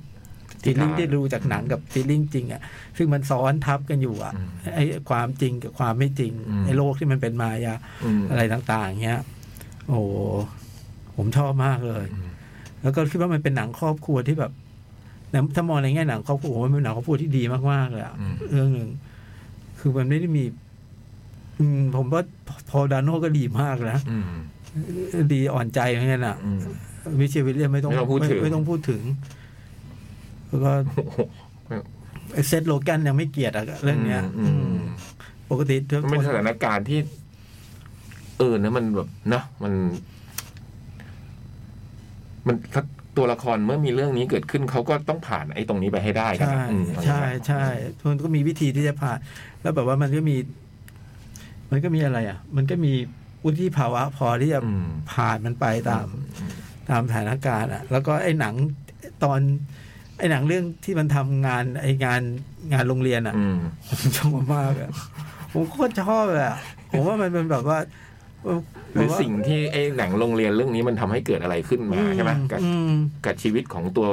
ฟีลลิ่งที่ดูจากหนังกับฟีลลิ่งจริง อ่ะ ซึ่งมันซ้อนทับกันอยู่อ่ะ
อืม
ไอ้ความจริงกับความไม่จริง
อืม
ไอ้โลกที่มันเป็นมายา
อืม
อะไรต่างๆเงี้ย โอ้โหผมชอบมากเลย
อืม
แล้วก็คิดว่ามันเป็นหนังครอบครัวที่แบบถ้ามองในแง่หนังครอบครัวผมว่ามันเป็นหนังครอบครัวที่ดีมากๆเลยอะ
อืม
เรื่องหนึ่งคือมันไม่ได้มี อืม ผมว่าพอลดาโน่ก็ดีมากนะ
อืม
ดีอ่อนใจเหมือนกันอ่ะ
อืม
วิเชียรวิลเลียมไม่ต้อง
ไม่ต้องพูดถึง
ไม่ไม่ต้องพูดถึง แล้วก็
โอ้โห
ไอ้เซตโลแกนยังไม่เกลียดอะเรื่องเนี้ย
อืมอื
อื
ม
มปกติถ้า
มันเป็นสถานการณ์ที่ เออนะมันแบบเนาะมัน มันถ้าตัวละครเมื่อมีเรื่องนี้เกิดขึ้นเขาก็ต้องผ่านไอ้ตรงนี้ไปให้ได้กัน
ใช่
นะอืม
ใช่ใช่มันก็มีวิธีที่จะผ่าน แล้วแบบว่ามันก็มี มันก็มีอะไรอ่ะ มันก็มีวุฒิภาวะพอที่จะ
อืม
ผ่านมันไปตามตามสถานการณ์อ่ะ แล้วก็ไอ้หนังตอน ไอ้หนังเรื่องที่มันทำงานไอ้งานงานโรงเรียนอ่ะ
อืม
ผมชอบมากอ่ะผมโคตรชอบเลยอ่ะผมว่ามันเป็นแบบว่า
หรือสิ่งที่ไอ้หนังโรงเรียนเรื่องนี้มันทำให้เกิดอะไรขึ้นมาใช่ไหมกับ
อืม
กับชีวิตของตัว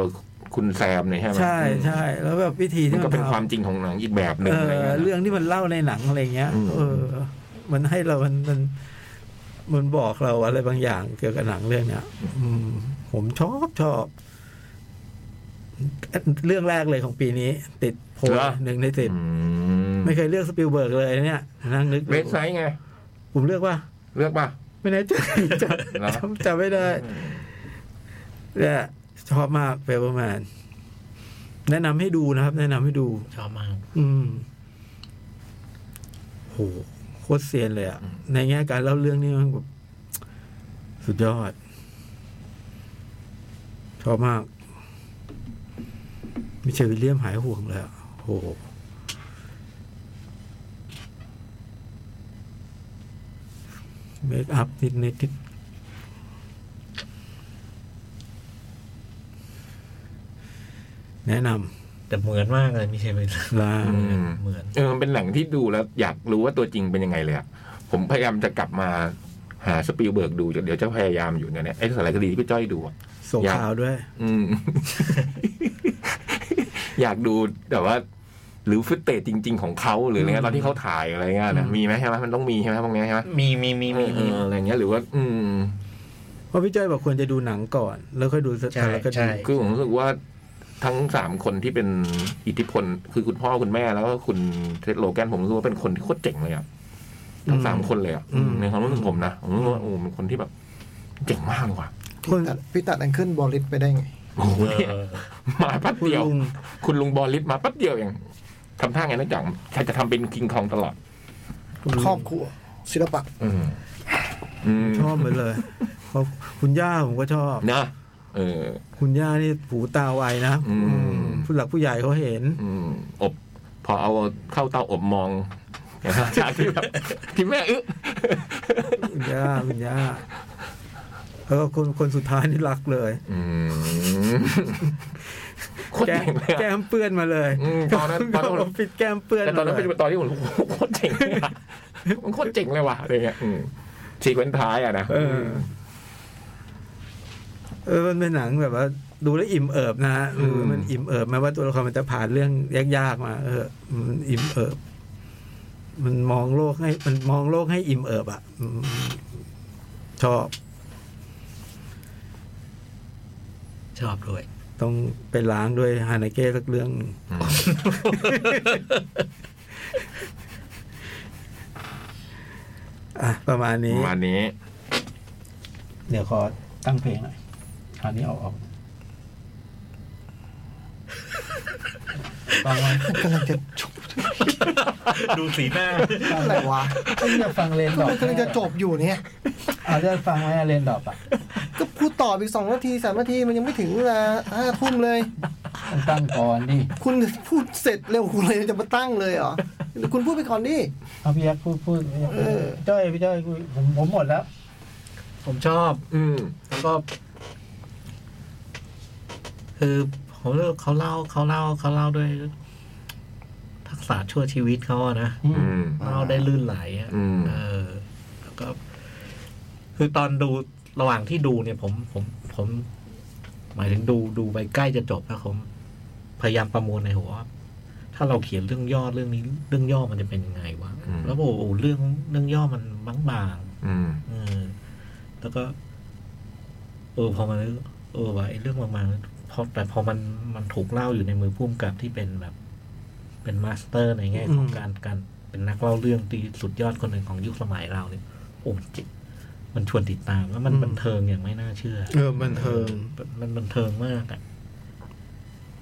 คุณแซมเนี่ยใช่ไหม
ใช่ใช่แล้วแบบวิธี
อืมมั
ที่
น
มัน
ก็เป็น
ทำ
ความจริงของหนังอีกแบบหนึ่
เอง
อะไร
อ
เงี้ย
เรื่องที่มันเล่าในหนังอะไรเงี้ย
อืม
เออ มันให้เรา มันมันมันบอกเราอะไรบางอย่างเกี่ยวกับหนังเรื่องเนี้ย อืม ผมชอบชอบเรื่องแรกเลยของปีนี้ ติดโพลหนึ่งในสิบ
อืม
ไม่เคยเลือกสปิลเบิร์กเลยเนี่ยนั่งนึก
เวสไนท์ไง
ผมเลือกว่า
เลือกป่ะ
ไม่แน่ใจจ
เหรอ
ำจำจำไม่ได้เนี่ยชอบมากเปเปอร์แมนแนะนำให้ดูนะครับ แนะนำให้ดู
ชอบมาก
อืมโหโคตรเซียนเลยอะในแง่การเล่าเรื่องนี่มันแบบสุดยอด ชอบมาก มิเชลวิลเลียมหายห่วงเลยอะโห เมคอัพนิดนิดนิดแนะน
แต่เหมือนมากเลยมิเชลเวลเลอร์
ำลา
อืม
เหมือน
เออมันเป็นหนังที่ดูแล้ว อยากรู้ว่าตัวจริงเป็นยังไงเลยอะผมพยายามจะกลับมาหาสปิลเบิร์กดูเดี๋ยวจะพยายามอยู่เนี่ยไอ้สารคดีที่พี่จ้อยดูอะ
ส่ง
อยาก
ข่าวด้วย
อืม อยากดูแต่ว่า หรือฟุตเตจจริง ๆ ของเขาหรืออะไรเงี้ยตอนที่เขาถ่ายอะไรเงี้ยนะมีไหมใช่ไหมมันต้องมีใช่ไหมพวกเนี้ยใช่ไหม
มีมีมีมี
เอ
มี
ออะไรเงี้ยหรือว่า อืม
เพราะพี่จ้อยบอกควรจะดูหนังก่อน แล้วค่อยดูสารคดี
ใช่ใช่
คือผมรู้สึกว่าทั้งสามคนที่เป็นอิทธิพล คือคุณพ่อคุณแม่แล้วก็คุณเทสโลแกนผมรู้สึกว่าเป็นคนที่โคตรเจ๋งเลยอ่ะทั้งสามคนเลยอ่ะ
อืม
ในความรู้สึกผมนะผมรู้สึกว่าโอ้เป็นคนที่แบบเจ๋งมากเลยว่ะ
คุ
พี่
ณ
ตัดพี่ตัดอันขึ้นบอลลิสไปได้ไง
โอ้โหเนี่ย
เออ
มาแป๊บ
คุณ
เดียว
ลุง
คุณลุงบอลลิสมาแป๊บเดียวเองทำท่าไงนะจังฉันจะทำเป็นคิงคองตลอด
คุณลุง
ครอบครัวศิลปะ
อืมอืม
ชอบหมดเลยเพราะคุณย่าผมก็ชอบ
นะเออ
คุณย่านี่หูตาไวนะ
อืม
อืมผู้หลักผู้ใหญ่เขาเห็น
อืมอบ พอเอาเข้าเตาอบมอง จากที่แบบที่แม่อึ๊ะ
คุณย่าคุณย่าแล้วก็คนคนสุดท้ายนี่รักเลย
อืมโคตร
แก้ม
เจ๋งเลยอะ
แก้มเปื้อนมาเลย
อืมตอนนั้นตอนนั้น
เาปิดแก้มเปื้อน
แต่ตอนนั้น
มา
เป็น
เลย
ตอนที่ผมรู้โหโคตรเจ๋งเลยว่ะมันโคตรเจ๋งเลยว่ะอะไรเงี้ยอืมซีเควนซ์ท้ายอะนะ
เออเออมันเป็นหนังแบบว่า ดูแล้วอิ่มเอิบนะฮะเออ
อืม
มันอิ่มเอิบแม้ว่าตัวละครมันจะผ่านเรื่องยากๆมา เออมันอิ่มเอิบ มันมองโลกให้ มันมองโลกให้อิ่มเอิบอ่ะอืมชอบ
ชอบด้วย
ต้องไปล้างด้วยฮานาเก้สักเรื่องหนึ่ง
อืม
อ่ะประมาณ
ป
นี้
ระมาณนี้
เดี๋ยวขอตั้งเพลงหน่อยคราวนี้เอาออกฟังไว้
กำลังจะจบ
ดูสีหน้า
อะไรวะ
ไอ้เนี่ยฟังเลนด
ทำ
อก
ไมกำลังจะจบอยู่เนี่ย
เอาเรื่องฟังไว้อะเลนดอกอ่ะ
ก็พูดต่ออีกสองนาทีสามนาทีมันยังไม่ถึงเวลาห้าทุ่มเลย
มันตั้งก่อนดิ
คุณพูดเสร็จเร็วคุณเลยจะมาตั้งเลยเหรอคุณพูดไปก่อนดิ
เอาพี่ยักษ์พูดพูดพี่ยักษ์พูดจ้อยพี่จ้อยคุยผมผมหมดแล้ว
ผมชอบ
อืม
แล้วก็ คือผมเลือกเขาเล่าเขาเล่าเขาเล่าด้วย ทักษะชั่วชีวิตเขาอะนะ
อื
อื
ม
ม
เล่าได้ลื่นไหลอะ
อืม
เออ แล้วก็ คือตอนดูระหว่างที่ดูเนี่ย ผมผม ผม หมายถึงดูดูไปใกล้จะจบนะผม พยายามประมวลในหัวว่าถ้าเราเขียนเรื่องย่อเรื่องนี้ เรื่องย่อมันจะเป็นยังไงวะ
อืม
แล้วโอ้โหเรื่องเรื่องย่อมันบางๆ
อืม
เออแล้วก็ เออพอมันเออว่าไอ้เรื่องประมาณพอแต่พอมันมันถูกเล่าอยู่ในมือพุ่มกับที่เป็นแบบ เป็นมาสเตอร์ในแง่ของ
อืม
การการเป็นนักเล่าเรื่องที่สุดยอดคนหนึ่งของยุคสมัยเราเนี่ยโอ้จิตมันชวนติดตามแล้วมันบันเทิงอย่างไม่น่าเชื่อ
เออบันเทิง
มันบันเทิงมากอะ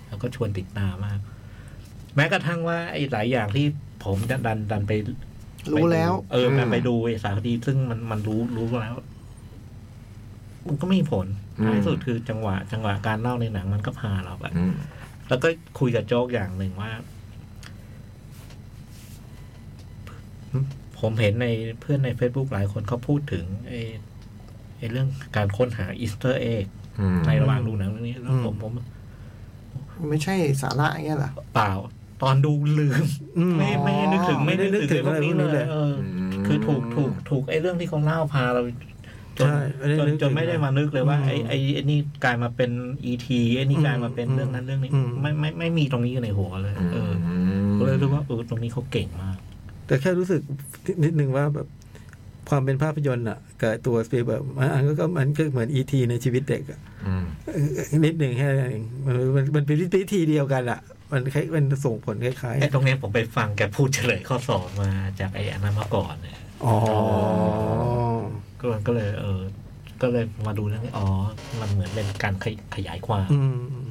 แล้วก็ชวนติดตามมาก แม้กระทั่งว่าไอ้หลายอย่างที่ผมดันดันดันไป
รู้แล้ว
เออมัน
อืม
ไปดูไอ้สารคดี ซึ่งมันมันรู้รู้แล้ว มันก็ไม่มีผล
อืม
ท้ายสุดคือจังหวะ จังหวะการเล่าในหนังมันก็พาเราไป
อืม
แล้วก็คุยกับโจ๊กอย่างหนึ่งว่า ผมเห็นในเพื่อนใน Facebook หลายคนเขาพูดถึงไอ้ไอ้เรื่องการค้นหาอีสเตอร์เอ็ก
อืม
ในระหว่างดูหนังเรื่องนี้แล้วผมผม
ไม่ใช่สาระอย่างเงี้ยเหรอ
เปล่า ตอนดูลืม
อืม
ไม่ไม่ได้นึกถึงไม่ได้นึกถึง
ไม่
เรื่อ
ได้
ง
นึกถึง
นี้เล
เลย ย
เอออคือถูกถูกถูกไอ้เรื่องที่เขาเล่าพาเราจน
ใช่ไม่ได้
จน
นึกถึง
จนไม่ได้มานึกเลยว่า
อืม
ไอ้ไอ้ไอ้นี่กลายมาเป็นอีทีไอ้นี่กลายมาเป็น
อืม
เรื่องนั้นเรื่องนี้
อืม
ไม่ไม่ไม่มีตรงนี้อยู่ในหัวเลย เออผมเลยรู้ว่าเออตรงนี้เขาเก่งมาก
แต่แค่รู้สึกนิดนึงว่าแบบความเป็นภาพยนตร์อ่ะกับตัวสปีแบบอันก็มันก็เหมือนอีทีในชีวิตเด็กอะ
อืม
เออนิดหนึ่งแค่นั้นเองมันมันมันเป็นวิธีเดียวกันอ่ะ มันคล้ายมันส่งผลคล้าย
ไอ้ตรงเนี้ยผมไปฟังแกพูดเฉลยข้อสอบมาจากไอ้อันนั้นมาก่อนเนี่ย
ๆอ๋อ
ก็ก็เลย เออ ก็เลยมาดูเรื่องนี้อ๋อมันเหมือนเป็นการขยขยายความ
อืม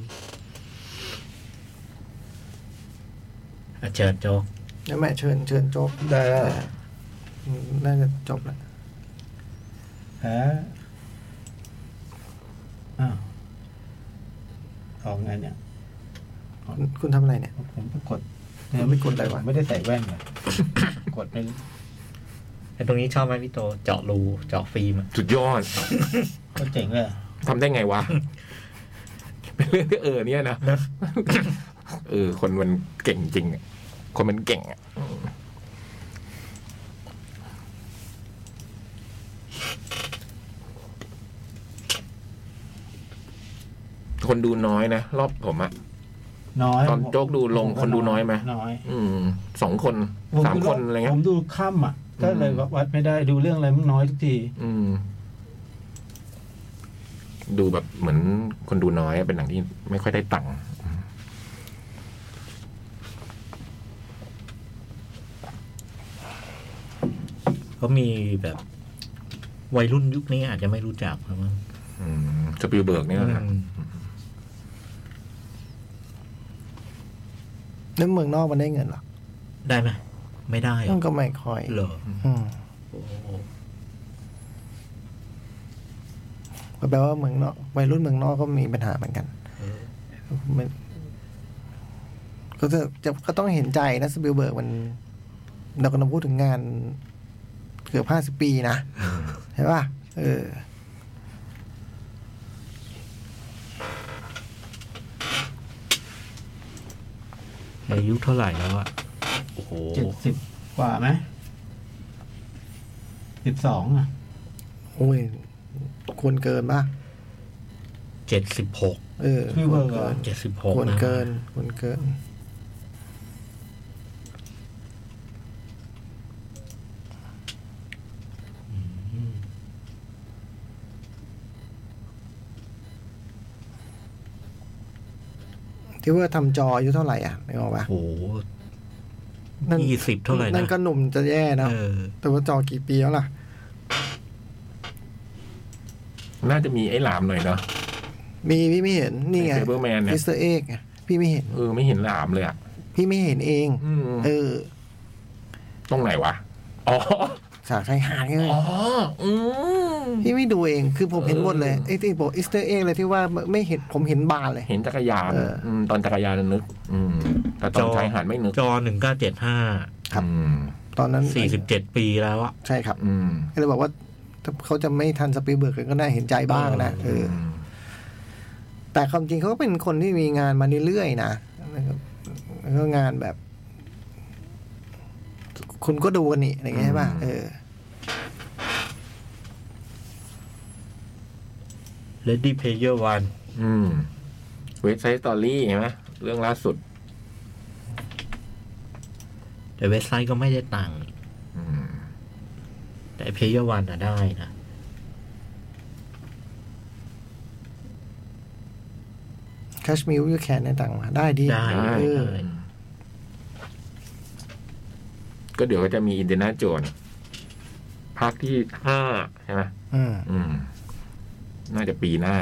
อ่ะเชิญโจก
แล้วแม่เชิญเชิญจบ
ได้แล้ว
อืมน่าจะจบแล้ว
ฮะอ้าวออกไงเนี่ย
คุณคุณทำอะไรเนี่ย
ผมไปกด
มันไม่กดอะไรวะ
ไม่ได้ใส่แว่นเลยกดไป
ไอ้ตรงนี้ชอบไหมพี่โตเจาะรูเจาะฟิล์มอะ
สุดยอด
ก็เจ๋งเลย
ทำได้ไงวะ เป็นเรื่องที่เออเนี่ยนะ เออ คนมันเก่งจริงอะคนมันเก่งอะคนดูน้อยนะ รอบผมอะ
น้อย
ตอนโจ๊กดูลง
ผ
คนดูน้อยไหม
น้อย
อืมสองคน
ผ
สามคนอะไร
ผ
เงี้ย
มดูค่ำอ่ะ ก็เลย
อืม
วัดไม่ได้ดูเรื่องอะไรมันน้อยทุกที
อืม ดูแบบเหมือนคนดูน้อยเป็นหนังที่ไม่ค่อยได้ตังค์
เขามีแบบ วัยรุ่นยุคนี้อาจจะไม่รู้จักนะมั้ง
อืมสปิลเบิร์กนี่ก็นะ
อืม
แล้วเมืองนอกมันได้เงินเหรอ
ได้ไหมไม่ได้เหร
มั
อน
ก็ไม่ค่อย
เหรอ
อืม
โอ้โห
ก็แปลว่าเมืองนอกวัยรุ่นเมืองนอกก็มีปัญหาเหมือนกัน
เออ
มันก็จะจะก็ต้องเห็นใจนะสปิลเบิร์กมัน เรากำลังพูดถึงงานเกือบห้าสิบปีนะใช่ป่ะเออ
อายุเท่าไหร่แล้วอะโอ้โห
เจ็ดสิบกว่าไหมสิบสองอ่ะ
โอ้ยควรเกินป่ะ
เจ็ดสิบหก
เออ
พี่เวิร์ก
ควรเกิน
เจ็ดสิบห
ค
ก
วรเกินควรเกิน ที่เวิร์กทำจออายุเท่าไหร่อ่ะนึกออกปะ
โอ้โห
นั่น
ยี่สิบเท่าไหร่นะ
นั่นก็หนุ่มจะแย่นะ
เออ
แต่ว่าจอกี่ปีแล้วล่ะ
น่าจะมีไอ้หลามหน่อยเนาะ
มีพี่ไม่เห็นนี่ไง
Cyberman เนี่ย
มิสเตอร์เอกไงพี่ไม่เห็น
เออไม่เห็นหลามเลยอ่ะ
พี่ไม่เห็นเอง
อืม
เออ
ตรงไหนวะ อ๋อ
สาวชายหาดไง
อ๋อ อืม
พี่ไม่ดูเองคือผมเห็น
เออ
หมดเลยไอ้ที่บอกอิสเตอร์เอกเลยที่ว่าไม่เห็นผมเห็นบานเลย
เห็นจักรยาน
เอออื
มตอนจักรยานนึก อืม แต่ตอน
จอ
ชายหาดไม่นึก
จอหนึ่งเก้าเจ็ดห้า
ครับ
อืม
ตอนนั้น
สี่สิบเจ็ดปีแล้วอะ
ใช่ครับ
อืม
ก็เลยบอกว่าถ้าเขาจะไม่ทันสปีลเบิร์กก็น่าเห็นใจบ้างนะเออ
อืม
แต่ความจริงเขาก็เป็นคนที่มีงานมาเรื่อยๆนะนะครับแล้วก็งานแบบ คุณก็ดูกันนี่อะไรอย่างเงี้ยใช่ป่ะเออ
เลดี้เพเยอร์วัน
อืมเว็บไซต์สตอรี่ใช่ไหมเรื่องล่าสุด
แต่เว็บไซต์ก็ไม่ได้ตังค์
อืม
แต่เพเยอร์วันอะได้นะ
แคชมิวยูแคนในต่างมาได้ดี
ได้
ได้
เออ
ได้
ก็เดี๋ยวก็จะมีอินเด n นาโจนภาคที่ห้าใช่ไหม
อืม
อืม น่าจะปีหน้า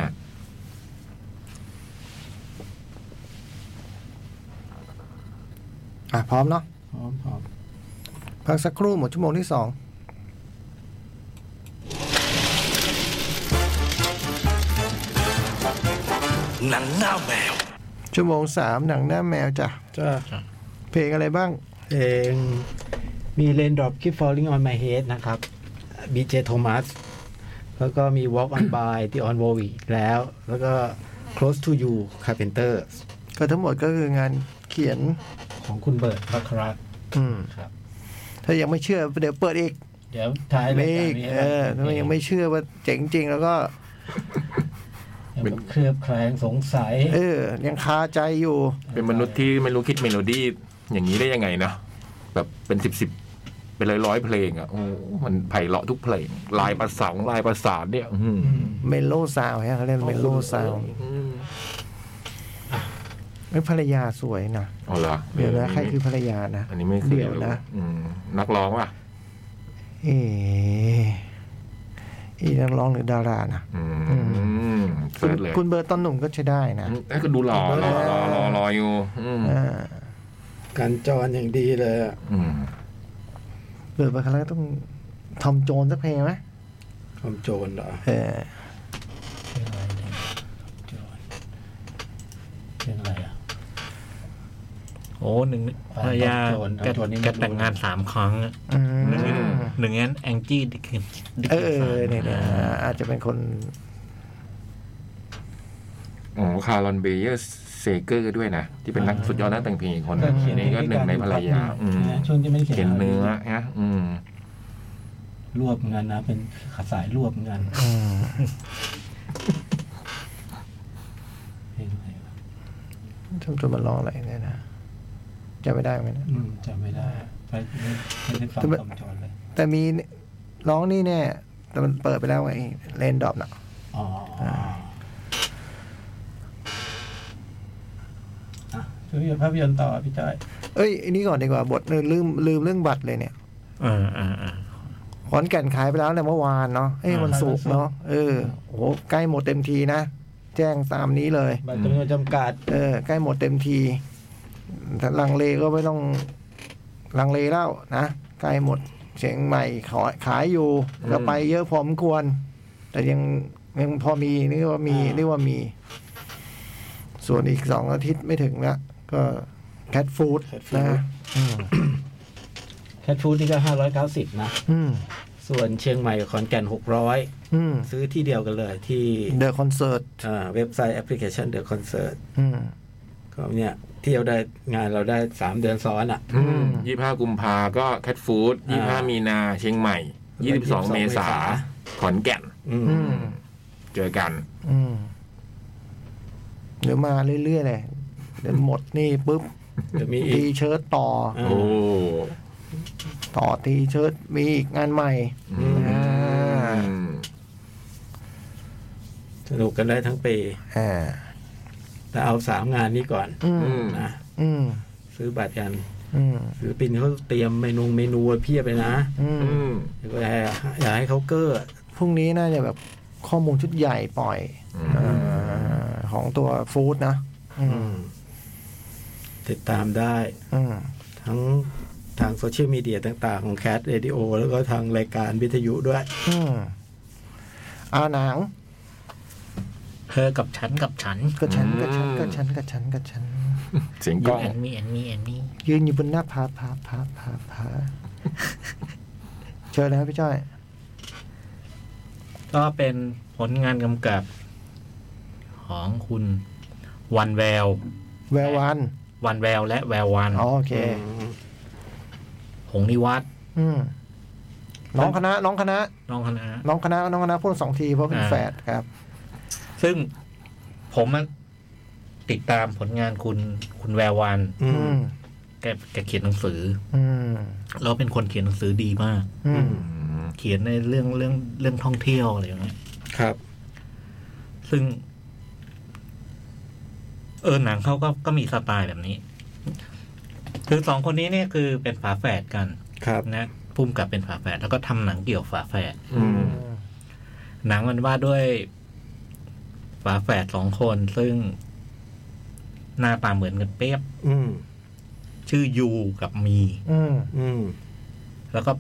อ่ะพร้อมเนาะ
พร้อมพร้อม
พักสักครู่หมดชั่วโมงที่สอง
หนังหน้าแมว
ชั่วโมงสามหนังหน้าแมวจ้ะ
จ้า
เพลงอะไรบ้าง
เพลง
มีเลนดรอป keep falling on my head นะครับ
บีเจโทมัสแล้วก็มี Walk on by ที่ on w o w i แล้ว แล้วก็ Close to You Carpenter
ก็ทั้งหมดก็คืองานเขียน
ของคุณเบิร์ตพัครัก
อืม
ครับ
ถ้ายังไม่เชื่อเดี๋ยวเปิดอีก
เดี๋ยวท้ายราย
มี
การ
อีก
นี้
เออถ้ายังไม่เชื่อว่าเจ๋งจริงแล้วก็
ยังแบบเคลือบแคลงสงสัย
เออ ยังคาใจอยู่
เป็นมนุษย์ที่ไม่รู้คิดเมโลดี้อย่างนี้ได้ยังไงนะแบบเป็นสิบสิบเป็นร้อยร้อยๆเพลงอ่ะโอ้มันไพเราะทุกเพลง ลายประสานลายประสานเนี่ยอืม
เมโลซาวฮะเขาเรียกเมโลซาว
อืม
ไอ้ยภรรยาสวยนะ
เอาละ
เดี๋ยวนะใครคือภรรยานะ
อันนี้ไม่
เดี๋ยวนะ
อืมนักร้องว่ะ
เออีนักร้องหรือดารานะ
อืมเสิ
คุณ
ร์ชเลย
คุณเบอร์ตตอนหนุ่มก็ใช้ได้นะ
อืมเอ้ยก็ดูหล่อหล่อหล่อหล่อหล่ออยู่อืม
อ่า
การจรอย่างดีเลยอะ
อืม
เบอร์ตบางครั้งก็ต้องทอมโจนสักเพลงไหม
ทำโจรเหรอ
เออ
เพลงอะไรอ่ะ
โอ้หนึ่ง
อ่า
ภรรยา
โจร
แก
โจรนี่ไม่รู้
แกแต่งงานสามครั้งอะ
อืม
หนึ่งนั้นแองจี้ดิกนดิก
เอ
สัน
อเนี่ยเนี่ยอาจจะเป็นคน
อ๋อคาร์ลอนเบเยอร์เซเกอร์ด้วยนะ ที่เป็นนักสุดยอดนักแต่งเพลงอีกคน
ก็
นะ
เขียน
นี่ก็หนึ่งในภรรยาอืม
ช่วงที่ไม่ได้เขี
เขี
ย
ย
น
นเนื้อนะอืม
รวบงานนะ เป็นขาสายรวบงานเพลงอะไรวะ
ทำจนมันร้องอะไรเนี่ยนะจะไม่ได้ไหมนะ
อืมจำไม่ได้ไปไม่ไม่ได้ฟัง
แต่มัน
คำจรเลย
แต่มีร้องนี่แน่แต่มันเปิดไปแล้วไงเลนดอบน่ะ
อ๋ออ่ะช่วยภาพยนตร์ต่อพี่จ้อย
เอ้ยอันนี้ก่อนดีกว่าบทเออลืมลืมเรื่องบัตรเลยเนี่ย
อ่าอ่าอ่า
ขอนแก่นขายไปแล้วเนี่ยเมื่อวานเนาะเอ้ยวันศุกร์เนาะเออโอ้โหใกล้หมดเต็มทีนะ แจ้งตามนี้เลย
บัตรจำนวนจำกัด
เออใกล้หมดเต็มทีถ้าลังเลก็ไม่ต้องลังเลแล้วนะใกล้หมดเชียงใหม่ขอขายอยู่
อืม
ก็ไปเยอะพอสมควร แต่ยังยังพอมีนี่ว่ามี
อ่า
นี่ว่ามี ส่วนอีกสองอาทิตย์ไม่ถึงละก็แคทฟู้ด
Cat
นะ
Food
อืม
แคทฟูดนี่ก็ห้าร้อยเก้าสิบนะ
อืม
ส่วนเชียงใหม่กับขอนแก่น 600
อืม
ซื้อที่เดียวกันเลยที่
เดอะคอนเสิร์ต
อ่าเว็บไซต์แอปพลิเคชันเดอะคอนเสิร์ต
อืม
ก็เนี่ยเที่ยวได้งานเราได้ 3 เดือนซ้อนอ่ะ
ยี่ห้ากุมภาก็แคทฟู้ดยี่ห้า
อ่ามี
มีนาเชียงใหม่
ยี่
ยี่
สิ
สิ
บบ ส
ส
อ
อง ง
เม
เม
ษา
ษาขอนแก่น
อืม
อืม
เจอกัน
อืม เดี๋ยวมาเรื่อยๆเลยเดี๋ยวหมดนี่ปุ๊บ
เดี๋ยวมีอี
ตี
ก
เชิ้ตต่อ
อ่า
โอ้
ต่อตีเชิ้ตมีอีกงานใหม่
อืม
อ่า
สนุกกันได้ทั้งปี
อ่า
แต่เอาสามงานนี้ก่อน
อื
อื
ม
ม
นะ
อืม
ซื้อบัตรกัน
อืม
ศิลปินเขาเตรียมเมนูเมนูไว้เพียบเลยนะ
อืม
อืม
อย่าให้อย่าให้เขาเก้อ
พรุ่งนี้น่าจะแบบข้อมูลชุดใหญ่ปล่อยอาของตัวฟู้ดนะอื
อ
ม
ติดตามได้
อืม
ทั้งทางโซเชียลมีเดียต่าง ๆ ของแคทเรดิโอแล้วก็ทางรายการวิทยุด้วย
อืมอาหนัง
เธอกับฉันกับฉัน
ก็ฉันก็ฉันก็ฉันก็ฉันก็ฉัน
เสียง
ยู
กล้อง
แอนมี่แอนมี่แอนมี่
ยืนอยู่บนหน้าผาผาผาผาผาเชิญนะครับพี่จ้อย
ก็เป็นผลงานกำกับ ของคุณวันแวว
แวววัน
วันแววและแวววัน
อ๋อโอเค
หงนิวัฒน์
อืมน้องคณะ น้องคณะ
น้องคณะ
น้องคณะน้องคณะพูดสองทีเพราะเป็น
อ่า
แฝดครับ
ซึ่งผมอะติดตามผลงานคุณคุณแวววัน
อื
อื
ม
ม
แกแกเขียนหนังสือ
อืม
แล้วเป็นคนเขียนหนังสือดีมาก
อืม
อืม
เขียนในเรื่องเรื่องเรื่องท่องเที่ยวอะไรอย่างเงี้ย
ครับ
ซึ่ง เออหนังเขาก็ก็มีสไตล์แบบนี้ คือสองคนนี้เนี่ยคือเป็นฝาแฝดกัน
ครับ
นะพุ่มกับเป็นฝาแฝดแล้วก็ทำหนังเกี่ยวฝาแฝด
อืม
หนังมันว่าด้วย ฝาแฝดสองคน ซึ่ง หน้าตาเหมือนกันเป๊ยบ
อืม
ชื่อยูกับมี
อืม
อืม
แล้วก็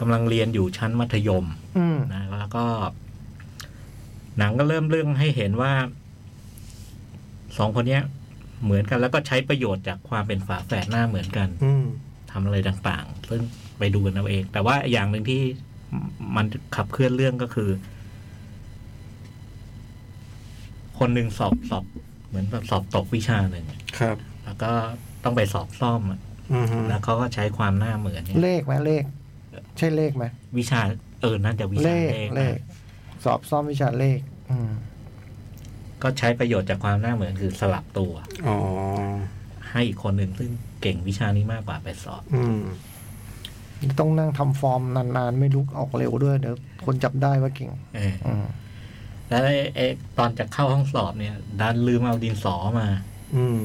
กำลังเรียนอยู่ชั้นมัธยม
อืม
นะแล้วก็ หนังก็เริ่มเรื่องให้เห็นว่าสองคนเนี้ย เหมือนกันแล้วก็ใช้ประโยชน์จากความเป็นฝาแฝดหน้าเหมือนกัน
อืม
ทำอะไรต่างๆ ซึ่งไปดูกันเอาเอง แต่ว่าอย่างหนึ่งที่มันขับเคลื่อนเรื่องก็คือ คนหนึ่งสอบสอบ เหมือนแบบสอบตกวิชาหนึ่ง
ครับ
แล้วก็ต้องไปสอบซ่อมอะ
อืม
แล้วเขาก็ใช้ความหน้าเหมือนเนี่ย
เลขไหมเลข ใช่เลขไหม
วิชาเออน่าจะวิ
เล
ชา
ข
เลข
เล
นะ
ข สอบซ่อมวิชาเลข อืม
ก็ใช้ประโยชน์จากความหน้าเหมือนคือสลับตัว
อ๋อ
ให้อีกคนหนึ่งซึ่งเก่งวิชานี้มากกว่าไปสอบ
อืม
ต้องนั่งทำฟอร์มนานๆ ไม่ลุกออกเร็วด้วยเดี๋ยวคนจับได้ว่าเก่ง
เออ
อืม
แล้วไอ้ไอ้ตอนจะเข้าห้องสอบเนี่ย ดันลืมเอาดินสอมา
อืม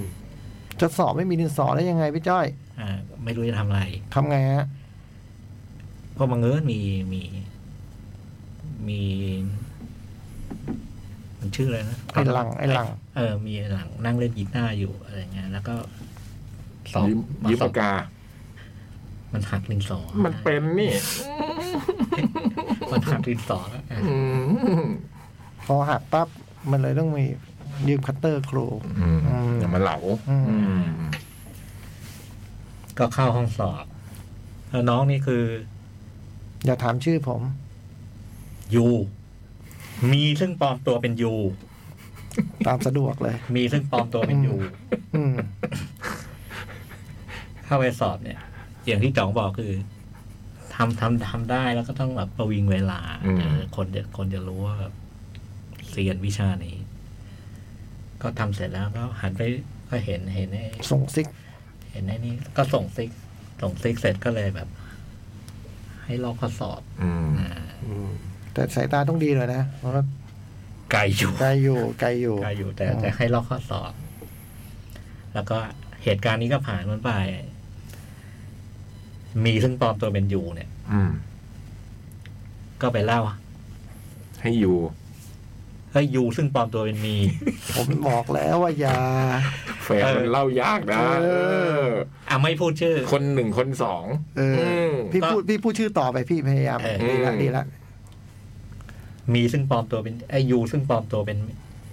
จะสอบไม่มีดินสอได้ยังไงพี่จ้อย
อ่าไม่รู้จะทำอะไร
ทำไงฮะ
ก็บังเอิญมีมีมี มันชื่ออะไรนะ
ไอ้หลังไอ้หลัง
เออ มีไอ้หลังนั่งเล่นกีตาร์อยู่อะไรเงี้ยแล้วก็สอบ
ยืมยืม
สอ
ปา
บ
กกา
มันหักดินสอ
มันเป็นนี่
มันหักดินสอแล้วอ่ะ
อืม
พอหักปั๊บมันเลยต้องมียืมคัตเตอร์ครู
อืมอย่ามาเหลา
อืม
อืม
ก็เข้าห้องสอบแล้วน้องนี่คือ
อย่าถามชื่อผม
ยูมีซึ่งปลอมตัวเป็นยู
ตามสะดวกเลย
มีซึ่งปลอมตัวเป็นยู
อืม
เข้าไปสอบเนี่ย อย่างที่จ๋องบอกคือทำทำทำได้แล้วก็ต้องแบบประวิงเวลาเออคนจะคนจะรู้ว่าแบบเรียนวิชานี้ ก็ทำเสร็จแล้วก็หันไปก็เห็นเห็นไอ้
ส่งซิก
เห็นไอ้นี่ก็ส่งซิก ส่งซิกเสร็จก็เลยแบบ ให้ลอกข้อสอบ
อืม
อ่า
อืม
แต่สายตาต้องดีเลยนะ เพราะว่า
ไกลอยู่
ไกลอยู่ไกลอยู่
กาอยู่แต่
อืม
แต่ให้ลอกข้อสอบ แล้วก็เหตุการณ์นี้ก็ผ่านมันไป มีซึ่งปลอมตัวเป็นยูเนี่ย
อืม
ก็ไปเล่า
ให้อยู่
เฮ้ยยูซึ่งปลอมตัวเป็นมี
ผมบอกแล้วว่าอย่า
แฟนมันเล่ายากนะ
เออ
เออ
อ่ะไม่พูดชื่อ
คนหนึ่งคนสอง
เออ
ม
อพี่พูดพี่พูดชื่อต่อไปพี่พยายาม
เออ
ดีละ
อืม
ดีละ
มีซึ่งปลอมตัวเป็นไอ้ยยูซึ่งปลอมตัวเป็น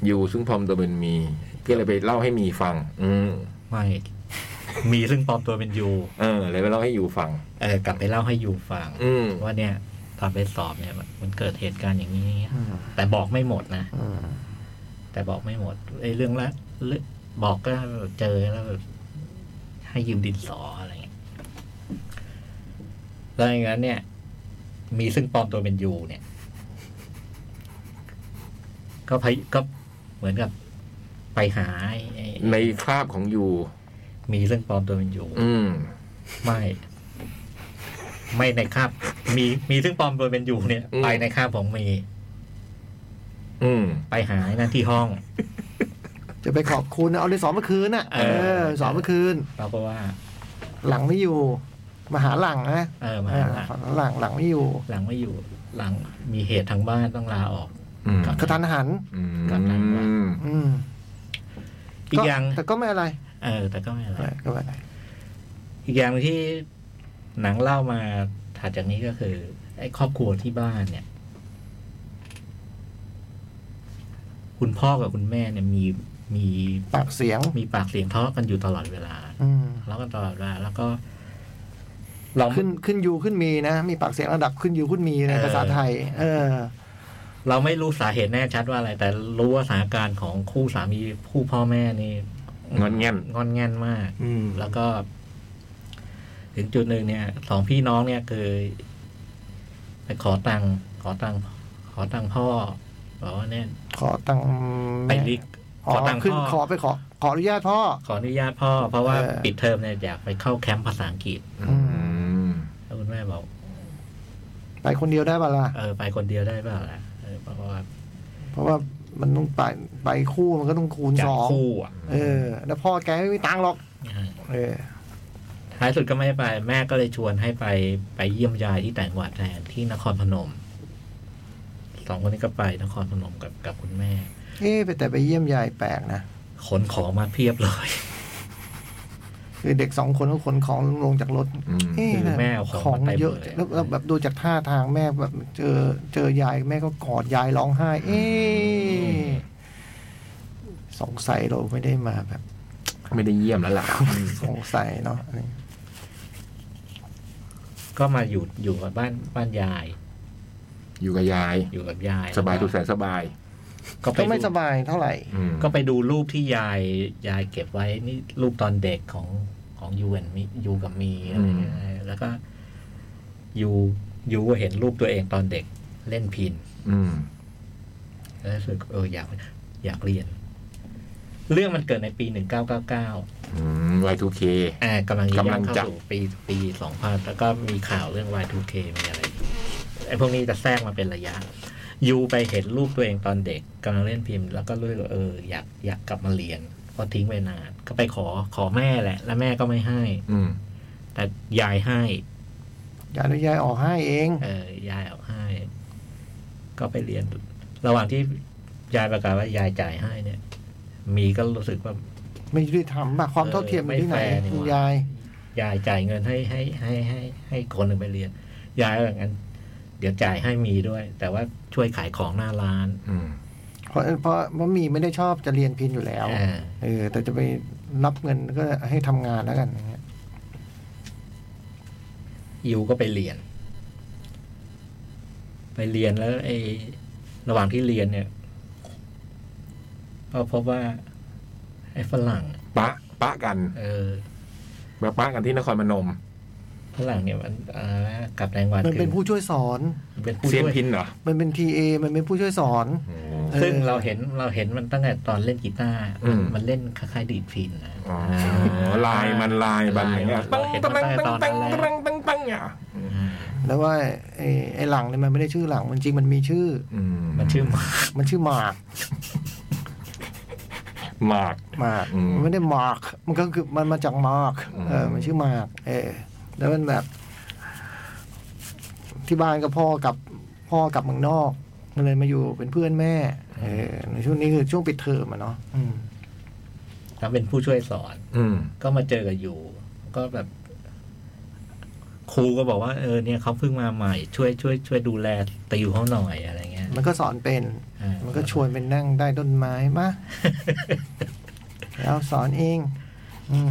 อยู่ซึ่งพรอมตัวเป็นมีก็เลยไปเล่าให้มีฟัง อืม
ไม่มีซึ่งปลอมตัวเป็นยู
เออเลยไปเล่าให้อยู่ฟัง
เออกลับไปเล่าให้ยูฟัง
อืม
ว่าเนี่ย ตอนไปสอบเนี่ยมันมันเกิดเหตุการณ์อย่างนี้
อืม
แต่บอกไม่หมดนะ
อืม
แต่บอกไม่หมดไอ้เรื่องละเรื่องบอกก็เจอแล้วแบบให้ยืมดินสออะไรเงี้ยแล้วอย่างนั้นเนี่ย มีซึ่งปลอมตัวเป็นยูเนี่ย ก็พยก็เหมือนกับไปหาไอ้ไอ้
ในคราบของยู
มีเรื่องปลอมตัวเป็นอยู่
อืม
ไม่ ไม่ในคาบมีมีซึ่งปลอมตัวเป็นอยู่เนี่ย
อืม
ไปในคาบของมี
อืม
ไปหาไอ้นั่นที่ห้อง
จะไปขอบคุณนะเอาดินสอเมื่อคืนน่ะ
เอ
เอ
อ
อสอนเมื่อคืน
เราก็ว่า
หลังไม่อยู่มาหาหลังนะ
เออมาหาหลัง
เออหลังหลังไม่อยู่
หลังไม่อยู่ หลังมีเหตุทางบ้านต้องลาออก
อืม
กระทันหัน
อืม
กลับหลังว่ะ
อืม
อีกอย่าง
แต่ก็ไม่อะไร
เออ แต่ก็ไม่อะไร
ก็ไม่อะไร
อีกอย่างที่หนังเล่ามาถัดจากนี้ก็คือ ไอ้ครอบครัวที่บ้านเนี่ย คุณพ่อกับคุณแม่เนี่ยมีมี
ปากเสียง
มีปากเสียงทะเลาะกันอยู่ตลอดเวลา
อืม
ทะเลาะกันตลอดเวลา แล้วก็ เรา
ขึ้นขึ้นยูขึ้นมีนะ มีปากเสียงระดับขึ้นยูขึ้นมีในภาษาไทย เออ
เราไม่รู้สาเหตุแน่ชัดว่าอะไร แต่รู้ว่าสถานการณ์ของคู่สามีคู่พ่อแม่นี่
งอนแง่น
งอนแง่นมาก
อืม
แล้วก็ ถึงจุดหนึ่งเนี่ยสองพี่น้องเนี่ยเคยไปขอตังค์ขอตังค์ขอตังค์พ่อบอกว่าเนี่ย
ขอตังค์
ไปลิก
อ๋
ข
อ
อตังค์
ขึ้น
พ่อ
ขอไปขอ ขออนุญาตพ่อ
ขออนุญาตพ่อ เพราะว่า
เออ
ปิดเทอมเนี่ยอยากไปเข้าแคมป์ภาษาอังกฤษ
อืม
อืม
แล้วคุณแม่บอก
ไปคนเดียวได้ปะล่ะ
เออไปคนเดียวได้เปล่าล่ะเออเพราะว่า
เพราะว่ามันต้องไปไปคู่มันก็ต้องคูณ
จาก
สอง
คู่อ่ะ
เออ แล้วพ่อแกไม่มีตังค์หรอก
เออ
เออ
ท้ายสุดก็ไม่ได้ไป แม่ก็เลยชวนให้ไปไปเยี่ยมยายที่ต่างจังหวัดแทนที่นครพนมสองคนนี้ก็ไปนครพนมกับกับคุณแม่
เอ๊ะไปแต่ไปเยี่ยมยายแปลกนะ
ขนของมาเพียบเลย
คือเด็กสองคนก็ขนของลงจากรถ
อืม
เอ๊ะ
คือแม่เอาข
ข
อ
อง ง
มาเต็ม
เยอะ
เลย
แล้วแล้วแบบดูจากท่าทางแม่แบบเจอเจอยายแม่ก็กอดยายร้องไห้ เอ๊ะสงสัยเราไม่ได้มาแบบ
ไม่ได้เยี่ยมแล้วล่ะ
สงสัยเนาะอันนี้
ก็มาอยู่อยู่กับบ้านบ้านยาย
อยู่กับยาย
อยู่กับยาย
สบาย
แล้ว
ทุกแสนสบาย
ก็ไป
ก็ไม่
ดู
สบายเท่าไหร่
อืม
ก็ไปดูรูปที่ยายยายเก็บไว้นี่รูปตอนเด็กของของยูนมียูกับมีอะไรเงี้ยแล้วก็ยูยูเห็นรูปตัวเองตอนเด็กเล่นพิน
อืม
แล้วรู้สึกเอออยากอยากเรียน เรื่องมันเกิดในปีหนึ่งเก้าเก้าเก้า
อืม Y2K
อ่ากำลังจะ
กำลั
ย่าง งเข้า
จะ
สู่ปีปีสองพันแล้วก็มีข่าวเรื่อง Y2K มีอะไรอีกไอ้พวกนี้จะแทรกมาเป็นระยะยูไปเห็นรูปตัวเองตอนเด็กกำลังเล่นพิมพ์ แล้วก็รู้สึกว่าเอออยากอยากกลับมาเรียนก็ทิ้งไปนาน ก็ไปขอขอแม่แหละ แล้วแม่ก็ไม่ให้
อืม
แต่ยายให้
ยายอนุญาตออกให้เอง
เออยายเอาให้ ก็ไปเรียน ระหว่างที่ยายประกาศว่ายายจ่ายให้เนี่ย มีก็รู้สึกว่า
ไม่ยุติธรรมป่ะความเท่าเทียมอยู่ที่ไหน
เออไม่แฟร์นี่หว่า
คุณยาย
ยายจ่ายเงินให้ให้ให้ให้ให้คนหนึ่งไปเรียน ยายก็อย่างนั้น เดี๋ยวจ่ายให้มีด้วย แต่ว่าช่วยขายของหน้าร้าน
อืม
เพราะเพราะว่ามีไม่ได้ชอบจะเรียนพินอยู่แล้ว
อ่า
เออ แต่จะไปรับเงินก็ให้ทำงานแล้วกันอย่างเงี้ย
ยูก็ไปเรียน ไปเรียนแล้วไอ้ระหว่างที่เรียนเนี่ยก็พบว่า ไอ้ฝรั่ง
ปะ ปะกัน
เออ
มาปะกันที่นครพนม
ฝรั่งเนี่ยมันอ่ากลับแรงหวัด
มันเป็น
คือ
ผู้ช่วยสอน
เป็นผู้
เซียน
ช่วย
พินเหรอ
มันเป็นทีเอมันเป็นผู้ช่วยสอน
โอ้
เออ
ซึ่งเราเห็นเราเห็นมันตั้งแต่ตอนเล่นกีตาร์
อืม
มันเล่นคล้ายๆดีดพินนะ
อ๋อลายมันลายมัน
ลายมัน
ปัง
เห็น
ปัง
มา
ปั
ตั้
ง
งแต่ตอนนั้นแล้ว
ปังปังปังปังปังอ่ะ
แล้วว่าไอ้ไอ้หลังเนี่ยมันไม่ได้ชื่อหลังมันจริงมันมีชื่อ
อื
มันชื่อ หมา
มันชื่อหมาก
หมาก
หมาก
อืม
มันไม่ได้หมากมันก็คือมันมาจากหมาก
อืม
เออ มันชื่อหมากเออแล้วมันแบบ ที่บ้านก็พ่อกับพ่อกลับเมืองนอกก็เลยมาอยู่เป็นเพื่อนแม่ เออในช่วงนี้คือช่วงปิดเทอมอะเนาะอืม
แล้วเป็นผู้ช่วยสอน
อืม
ก็มาเจอกับอยู่ ก็แบบ ครูก็บอกว่าเออเนี่ยเขาเพิ่งมาใหม่ ช่วยช่วยช่วยดูแลติวเขาหน่อยอะไรเงี้ย
มันก็สอนเป็น
อ่า
มันก็ชวนไปนั่งได้ต้นไม้ มาแล้วสอนเองอืม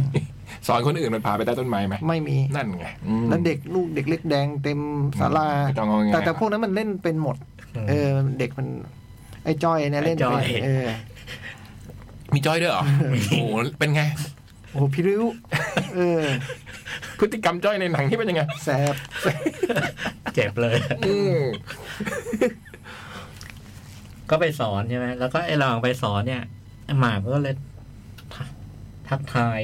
สอนคนอื่นมันพาไปใต้ต้นไม้ไหม
ไม่มี
นั่นไงอืม
แล้วเด็กลูกเด็กเล็กแดงเต็มศาลา
ไม่ต้องเอาไง
แต่แต่พวกนั้นมันเล่นเป็นหมด เออ เด็กมันไอ้จ้อยเนี่ยเล่นเป็นเออ
มีจอยด้วยเหรอ โอ้โหเป็นไง
โอ้โหพี่ริ้วเออ
พฤติกรรมจ้อยในหนังที่เป็นยังไง
แสบ
เจ็บเลย
อืม
ก็ไปสอนใช่ไหมแล้วก็ไอ้ลองไปสอนเนี่ยไอ้หมากก็เลยทักทักทาย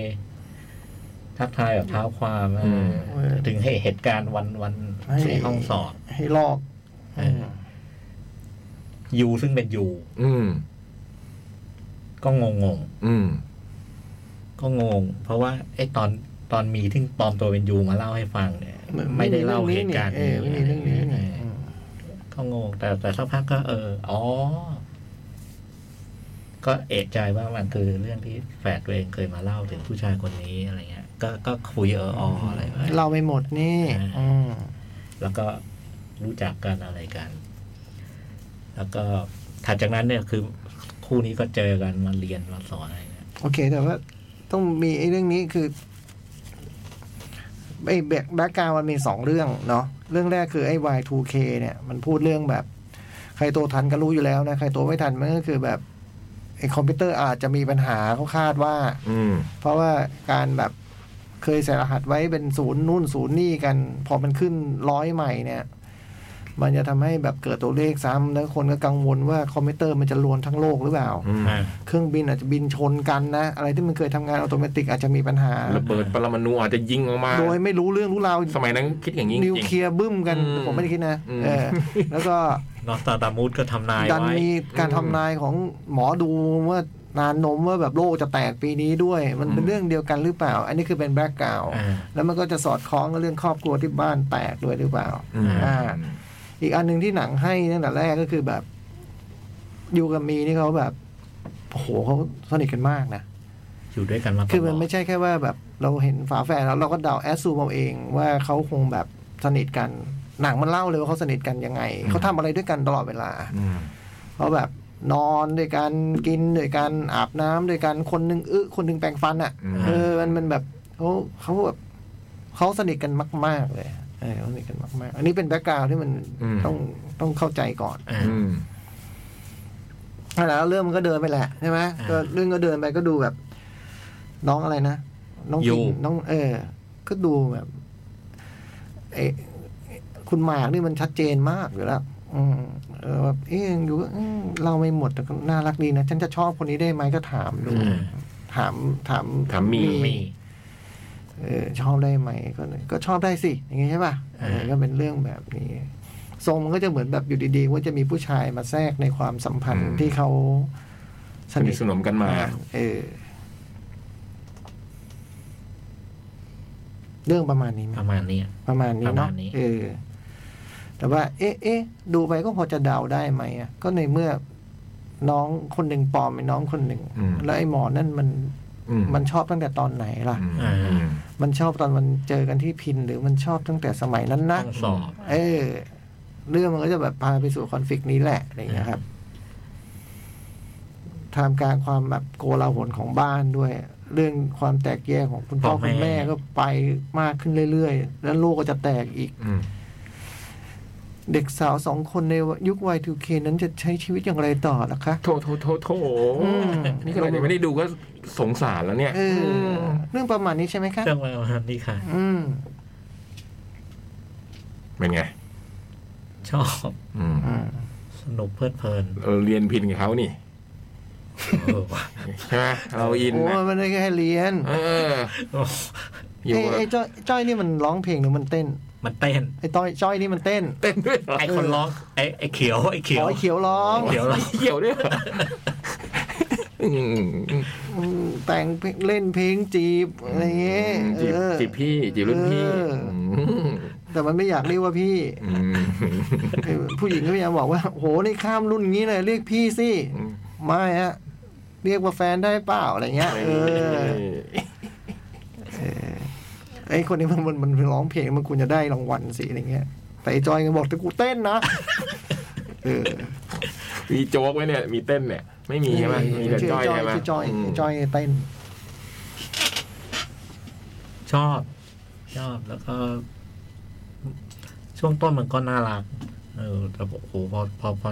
ทักทายแบบเท้าความ
อืม
เออถึงเหเหตุการณ์วันวัน
ให้
ที่ห้องสอบ
ให้ลอก
เออ ยูซึ่งเป็นยู
อืม
ก็งงง
อืม
ๆก็งง เพราะว่าไอ้ตอนตอนมีที่ปลอมตัวเป็นยูมาเล่าให้ฟังเนี่ยไม่ได้เล่าเหตุการณ์
เออไม่มีเรื่องนี้นี่
เอ
อื
อ
ม
ก็งง แต่แต่สักพักก็เอออ๋อ ก็เอะใจว่ามันคือเรื่องที่แฝดตัวเองเคยมาเล่าถึงผู้ชายคนนี้อะไรเงี้ย ก็ก็คุยเอออออะไรไป
เราไปหมดนี่
เอออื
ม
แล้วก็รู้จักกันอะไรกัน แล้วก็ถัดจากนั้นเนี่ยคือคู่นี้ก็เจอกันมาเรียนมาสอนอะไรเงี้ย
โอเค แต่ว่าต้องมีไอ้เรื่องนี้คือไอ้แบ็คแบ็กกราวมันมีสองเรื่องเนาะเรื่องแรกคือไอ้ Y2K เนี่ย มันพูดเรื่องแบบ ใครโตทันก็รู้อยู่แล้วนะ ใครโตไม่ทันมันก็คือแบบไอ้คอมพิวเตอร์อาจจะมีปัญหาเขาคาดว่า
อืม
เพราะว่าการแบบเคยใส่รหัสไว้เป็นศูนย์นู่นศูนย์นี่กัน พอมันขึ้นร้อยใหม่เนี่ย มันจะทำให้แบบเกิดตัวเลขซ้ำแล้วคนก็กังวลว่าคอมพิวเตอร์มันจะลวนทั้งโลกหรือเปล่า
อืม
เครื่องบินอาจจะบินชนกันนะ อะไรที่มันเคยทำงานอัตโนมัติอาจจะมีปัญหา
ระเบิดปรมาณูอาจจะยิงออกมา
โดยไม่รู้เรื่องรู้ราว
สมัยนั้นคิดอย่างนี้จ
นิว
ริง
เคลียร์บึ้มกัน
อืม
ผมไม่ได้คิดนะ
อืม
เออแล้ว ก็
นอสตราดามูสก็ทำนาย
ดัน
ไว้
มีการทำนายของหมอดูว่านานนมว่าแบบโลกจะแตกปีนี้ด้วย มันเป็นเรื่องเดียวกันหรือเปล่า อันนี้คือเป็นแบล็กกราว
อ่า
แล้วมันก็จะสอดคล้องกับเรื่องครอบครัวที่บ้านแตกด้วยหรือเปล่า
ๆอืม
อ่า อีกอันหนึ่งที่หนังให้ตั้งแต่แรกก็คือแบบยูกับมีนี่เขาแบบโอ้โหเขาสนิทกันมากนะ
อยู่ด้วยกันมาตลด
คือมันไม่ใช่แค่ว่าแบบเราเห็นฝาแฝดแล้วเราก็เดาแอสซูมเอาเองว่าเขาคงแบบสนิทกัน หนังมันเล่าเลยว่าเขาสนิทกันยังไง เขาทำอะไรด้วยกันตลอดเวลา
อืม
เขาแบบนอนด้วยกันกินด้วยกันอาบน้ำด้วยกันคนหนึงอึคนหนึงแปรงฟันอ่ะ
อืม
เออ มันมันแบบเขาเขาแบบเขาสนิทกันมาก ๆ เลยเออเขาสนิทกันมากๆ อันนี้เป็นแบ็กกราวที่มันต้องต้องเข้าใจก่อน
อ่า
อืม
แล้วเรื่องมันก็เดินไปแหละใช่ไหม
อ่า
ก็เรื่องก็เดินไปก็ดูแบบ น้องอะไรนะน้อง
ยู
กินน้อง เออ ก็ดูแบบเอะคุณหมากนี่มันชัดเจนมากอยู่แล้วอืมเออแบบเอ๊ะดูว่าอืมเราไม่หมดแต่ก็น่ารักดีนะฉันจะชอบคนนี้ได้ไหมก็ถามดู
อ่า
ถามถาม
ถามมี
มี
เออชอบได้ไหมก็เลยก็ชอบได้สิ อย่างงี้ใช่ป่ะเออ
อ่า
ก็เป็นเรื่องแบบนี้ทรงมันก็จะเหมือนแบบอยู่ดีๆว่าจะมีผู้ชายมาแทรกในความสัมพันธ์
อืม
ที่เขา
สนิทสนมกันมา
เออ เรื่องประมาณนี้ไหม
ประมาณเนี้ย
ประมาณนี้
ประ
เนาะ
มาณนี้
เออ แต่ว่า เอ๊ะเอ๊ะดูไปก็พอจะเดาได้ไหมอ่ะก็ในเมื่อน้องคนหนึ่งปลอมเป็นน้องคนหนึ่ง
อืม
แล้วไอ้หมอนั่นมัน
อืม
มันชอบตั้งแต่ตอนไหนล่ะ
อืม
อ่า
อืม
มันชอบตอนมันเจอกันที่พินหรือมันชอบตั้งแต่สมัยนั้นนะ
ต้องสอบ
เออ เรื่องมันก็จะแบบพาไปสู่คอนฟ lict นี้แหละอะไรอย่างเงี้ยครับทามกลารความแบบโกลาหลของบ้านด้วย เรื่องความแตกแยกของคุณพ่อ
พ่อแม่
คุณแม่ก็ไปมากขึ้นเรื่อยๆ แล้วโลกก็จะแตกอีก
อืม
เด็กสาวสองคนในยุค Y2K นั้นจะใช้ชีวิตอย่างไรต่อล่ะคะ
โถโถโถโถ
อืม
นี่ขนาดยังไม่ได้ดูก็สงสารแล้วเนี่ย
เอออเรื่องประมาณนี้ใช่ไหมคะ
เรื่องประมาณนี้ค่ะ
อืม
เป็นไง
ชอบ
อืม
อืม
สนุกเพลิดเพลิน
เราเรียนพินกับเขานี่
เออว่ะ
ใช่ไหมเราอิน
โอ้
นะ
ยมันได้แค่เรียน
เออ
โอ้
อยู่
ไอ้ไอ้
กับ
จ้อยจ้อยนี่มันร้องเพลงหรือมันเต้น
มันเต้น
ไอ้ต้อยจ้อยนี่มันเต้น
เต้นด้วยเหรอ
ไอคนร้องไอไอเขียวไอเขีย
อ๋
ว
อไอ้เขียวร้อง
เขียวร้อง
เกี่ยวด้วยเหรออืม
อืมแต่งเพลงเล่นเพลงจีบอะไรเงี้ย
จีบ
เออ
จีบพี่จีบรุ่นพี่
เออ แต่มันไม่อยากเรียกว่าพี่
อืม
ไอ้ผู้หญิงก็พยายามบอกว่าโหนี่ข้ามรุ่นงี้เลยเรียกพี่สิ
อืม
ไม่ฮะเรียกว่าแฟนได้เปล่าอะไรเงี้ยเออไอ้คนนี้มันมันมันร้องเพลงมันควรจะได้รางวัลสิอะไรเงี้ย แต่ไอ้จอยก็บอกแต่กูเต้นนะเออ
มีโจ๊กไว้เนี่ย มีเต้นเนี่ย ไม่มีใช่ไหมมีแต่
ชื่
จ้อยใช่ไหม
ชื่จ้อยชื่อจ้อยเต้น
ชอบ ชอบแล้วก็ ช่วงต้นมันก็น่ารักเออแต่โอ้โหพอพอพอ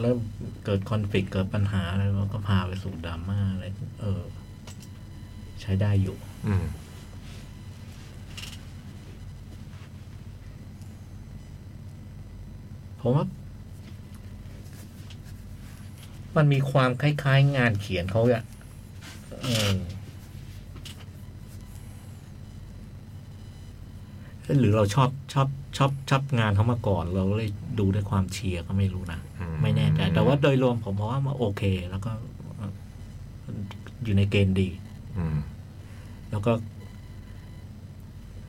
เริ่มเกิดคอนฟ lict เกิดปัญหาอะไรมันก็พาไปสู่ดราม่าอะไรเออ ใช้ได้อยู่
อืม
ผมว่า มันมีความคล้ายๆ งานเขียนเขาอะเออหรือเราชอบชอบชอบชอบงานเขามาก่อน เราเลยดูด้วยความเชียร์ก็ไม่รู้นะ
อืม
ไม่แน่ใจ แต่ว่าโดยรวมผมว่ามันโอเค แล้วก็เอ่ออยู่ในเกณฑ์ดี
อืม
แล้วก็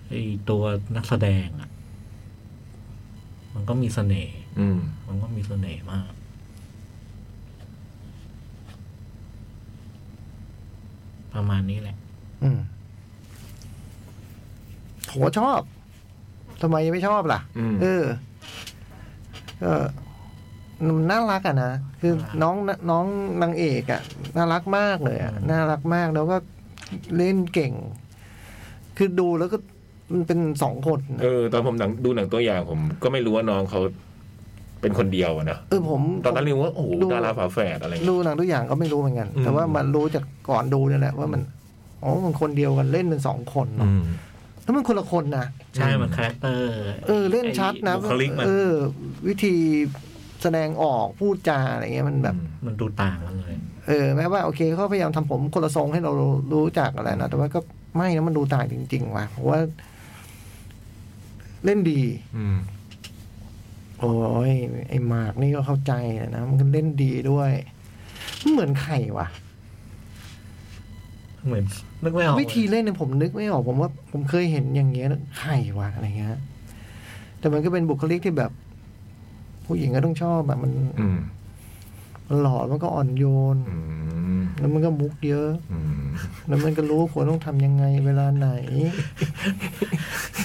ไอตัวนักแสดงอ่ะ มันก็มีเสน่ห์
อืม
มันก็มีเสน่ห์มาก ประมาณนี้แหละ
อืมโหชอบทำไมไม่ชอบล่ะ
อืม
เออก็มันน่ารักอะนะ คือน้องน้องนางเอกอะน่ารักมากเลยอะ
อืม
น่ารักมากแล้วก็เล่นเก่ง คือดูแล้วก็มันเป็นสองคน
เออ ตอนผมหนังดูหนังตัวอย่างผมก็ไม่รู้ว่าน้องเขาเป็นคนเดียวอะนะ
เออผม
ตอนนั้นเรียกว่า โอ้โห
ดู
ดาราฝาแฝดอะไรอย่าง
ดู
เงี้ย
หนังตัวอย่างก็ไม่รู้เหมือนกัน
อืม
แต่ว่ามันรู้จากก่อนดูเนี่ยแหละว่ามันอ๋อมันคนเดียวกันเล่นเป็นสองคนเนอะ
อืม
แล้วมันคนละคนนะ
ใช่มันคาแรคเตอร์
เออเล่นชัดนะ
ไอ้บุคลิกมัน
เออ วิธีแสดงออกพูดจาอะไรเงี้ยมันแบบ
มันดูต่างกันเลย
เออแม้ว่าโอเคเขาพยายามทำผมคนละทรงให้เรารู้จักอะไรนะแต่ว่าก็ไม่นะมันดูต่างจริง ๆ ว่ะเพราะว่า เล่นดี
อืม
โอ้ยไอ้หมากนี่ก็เข้าใจแหละนะมันก็เล่นดีด้วยมันเหมือนไข่ว่ะ
เหมือนนึกไม่ออก
วิธีเล่นเนี่ยผมนึกไม่ออกผมว่าผมเคยเห็นอย่างเงี้ยไข่วะอะไรเงี้ยแต่มันก็เป็นบุคลิกที่แบบ ผู้หญิงก็ต้องชอบแบบมัน
อืม
มันหล่อมันก็อ่อนโยน
อืม
แล้วมันก็มุกเยอะ
อืม
แล้วมันก็รู้ควรต้องทำยังไงเวลาไหน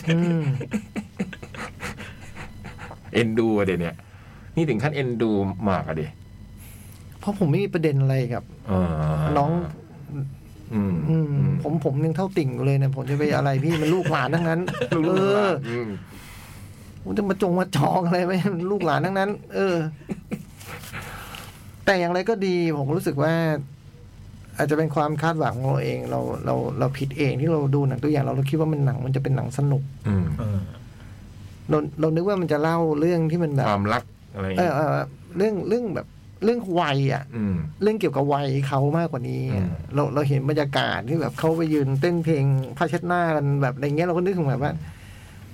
อืม
เอ็นดูอะเดี๋ยวเนี้ยนี่ถึงขั้นเอ็นดูมากอะเดี๋ยว
เพราะผมไม่มีประเด็นอะไรกับ
อ่า
น้อง
อืม
อืม ผมผมยังเท่าติ่งอยู่เลยเนะผมจะไปอะไรพี่มันลูกหลานทั้งนั้น
ลูก
เอ
ๆหลา
อน
ๆอืม
ผมจะมาจงมาจองอะไรไหมลูกหลานทั้งนั้น เออ แต่อย่างไรก็ดี ผมรู้สึกว่า อาจจะเป็นความคาดหวังของเราเอง เราเราเราผิดเองที่เราดูหนังตัวอย่างเราเราคิดว่ามันหนังมันจะเป็นหนังสนุก
อืม
เออ
เราเรานึกว่ามันจะเล่าเรื่องที่มันแบบ
ความรักอะไรอย่าง
เอ
เงี้
อย เออเรื่องเรื่องแบบเรื่องวัยอ่ะ
อืม
เรื่องเกี่ยวกับวัยเขามากกว่านี้
อืม
เราเราเห็นบรรยากาศที่แบบเขาไปยืนเต้นเพลงผ้าเช็ดหน้ากันแบบอะไรเงี้ยเราก็นึกถึงแบบว่า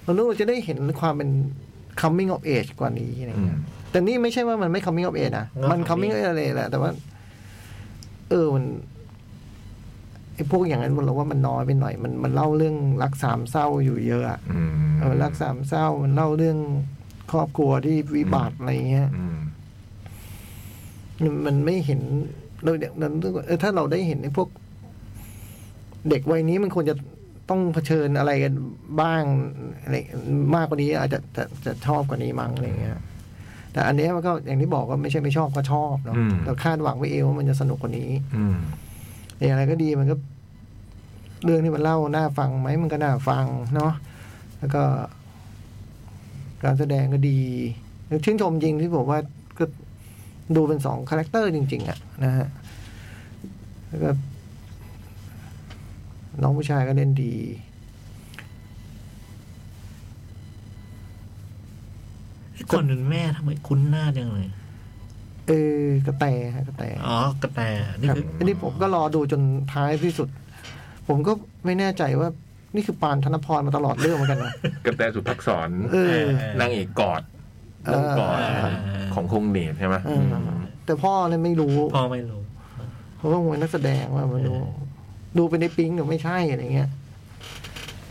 เรานึกเราจะได้เห็นความเป็น coming of age กว่านี้อะไร
อืม
เงี้ยแต่นี่ไม่ใช่ว่ามันไม่ coming of age นะ
เนอะ
มัน coming of age อะไรแหละแต่ว่า เออมันไอ้พวกอย่างนั้นเราว่ามันน้อยไปหน่อย มันมันเล่าเรื่องรักสามเศร้าอยู่เยอะอะ
อืม
เออรักสามเศร้า มันเล่าเรื่องครอบครัวที่วิบัติอะไรเงี้ย
อืม
มันไม่เห็นเราเด็กนั้นเออถ้าเราได้เห็นไอ้พวก เด็กวัยนี้มันควรจะต้องเผชิญอะไรกันบ้างอะไรมากกว่านี้อาจจะจะจะชอบกว่านี้มั้งอะไรอย่างเงี้ย แต่อันเนี้ยมันก็อย่างที่บอกก็ไม่ใช่ไม่ชอบก็ชอบเนาะ
อืม
เราคาดหวังไว้เองว่ามันจะสนุกกว่านี้
อืม
แต่อย่างไรก็ดีมันก็ เรื่องที่มันเล่าน่าฟังไหมมันก็น่าฟังเนาะแล้วก็ การแสดงก็ดีชื่นชมจริงที่ผมว่าก็ดูเป็นสองคาแรคเตอร์จริง ๆอะนะฮะแล้วก็น้องผู้ชายก็เล่นดี
ไอ้คนเป็นแม่ทำไมคุ้นหน้าจังเลย
เออกระแตฮะกระแต
อ๋อกระแตนี่
ครับ
คือ
อันนี้ผมก็รอดูจนท้ายที่สุด ผมก็ไม่แน่ใจว่า นี่คือปานธนพรมาตลอดเรื่องเหมือนกันนะ
กระแตสุภักษร
เออ
นางเอกกอดนางกอด
เออ
ของคงเดชใช่ไหม
เออแต่พ่อเนี่ยไม่รู้
พ่อไม่รู้
เพราะว่ามันเป็นนักแสดงว่ามันดู
เออ
ดูเป็นในปิ๊งหรือไม่ใช่อะไรเงี้ย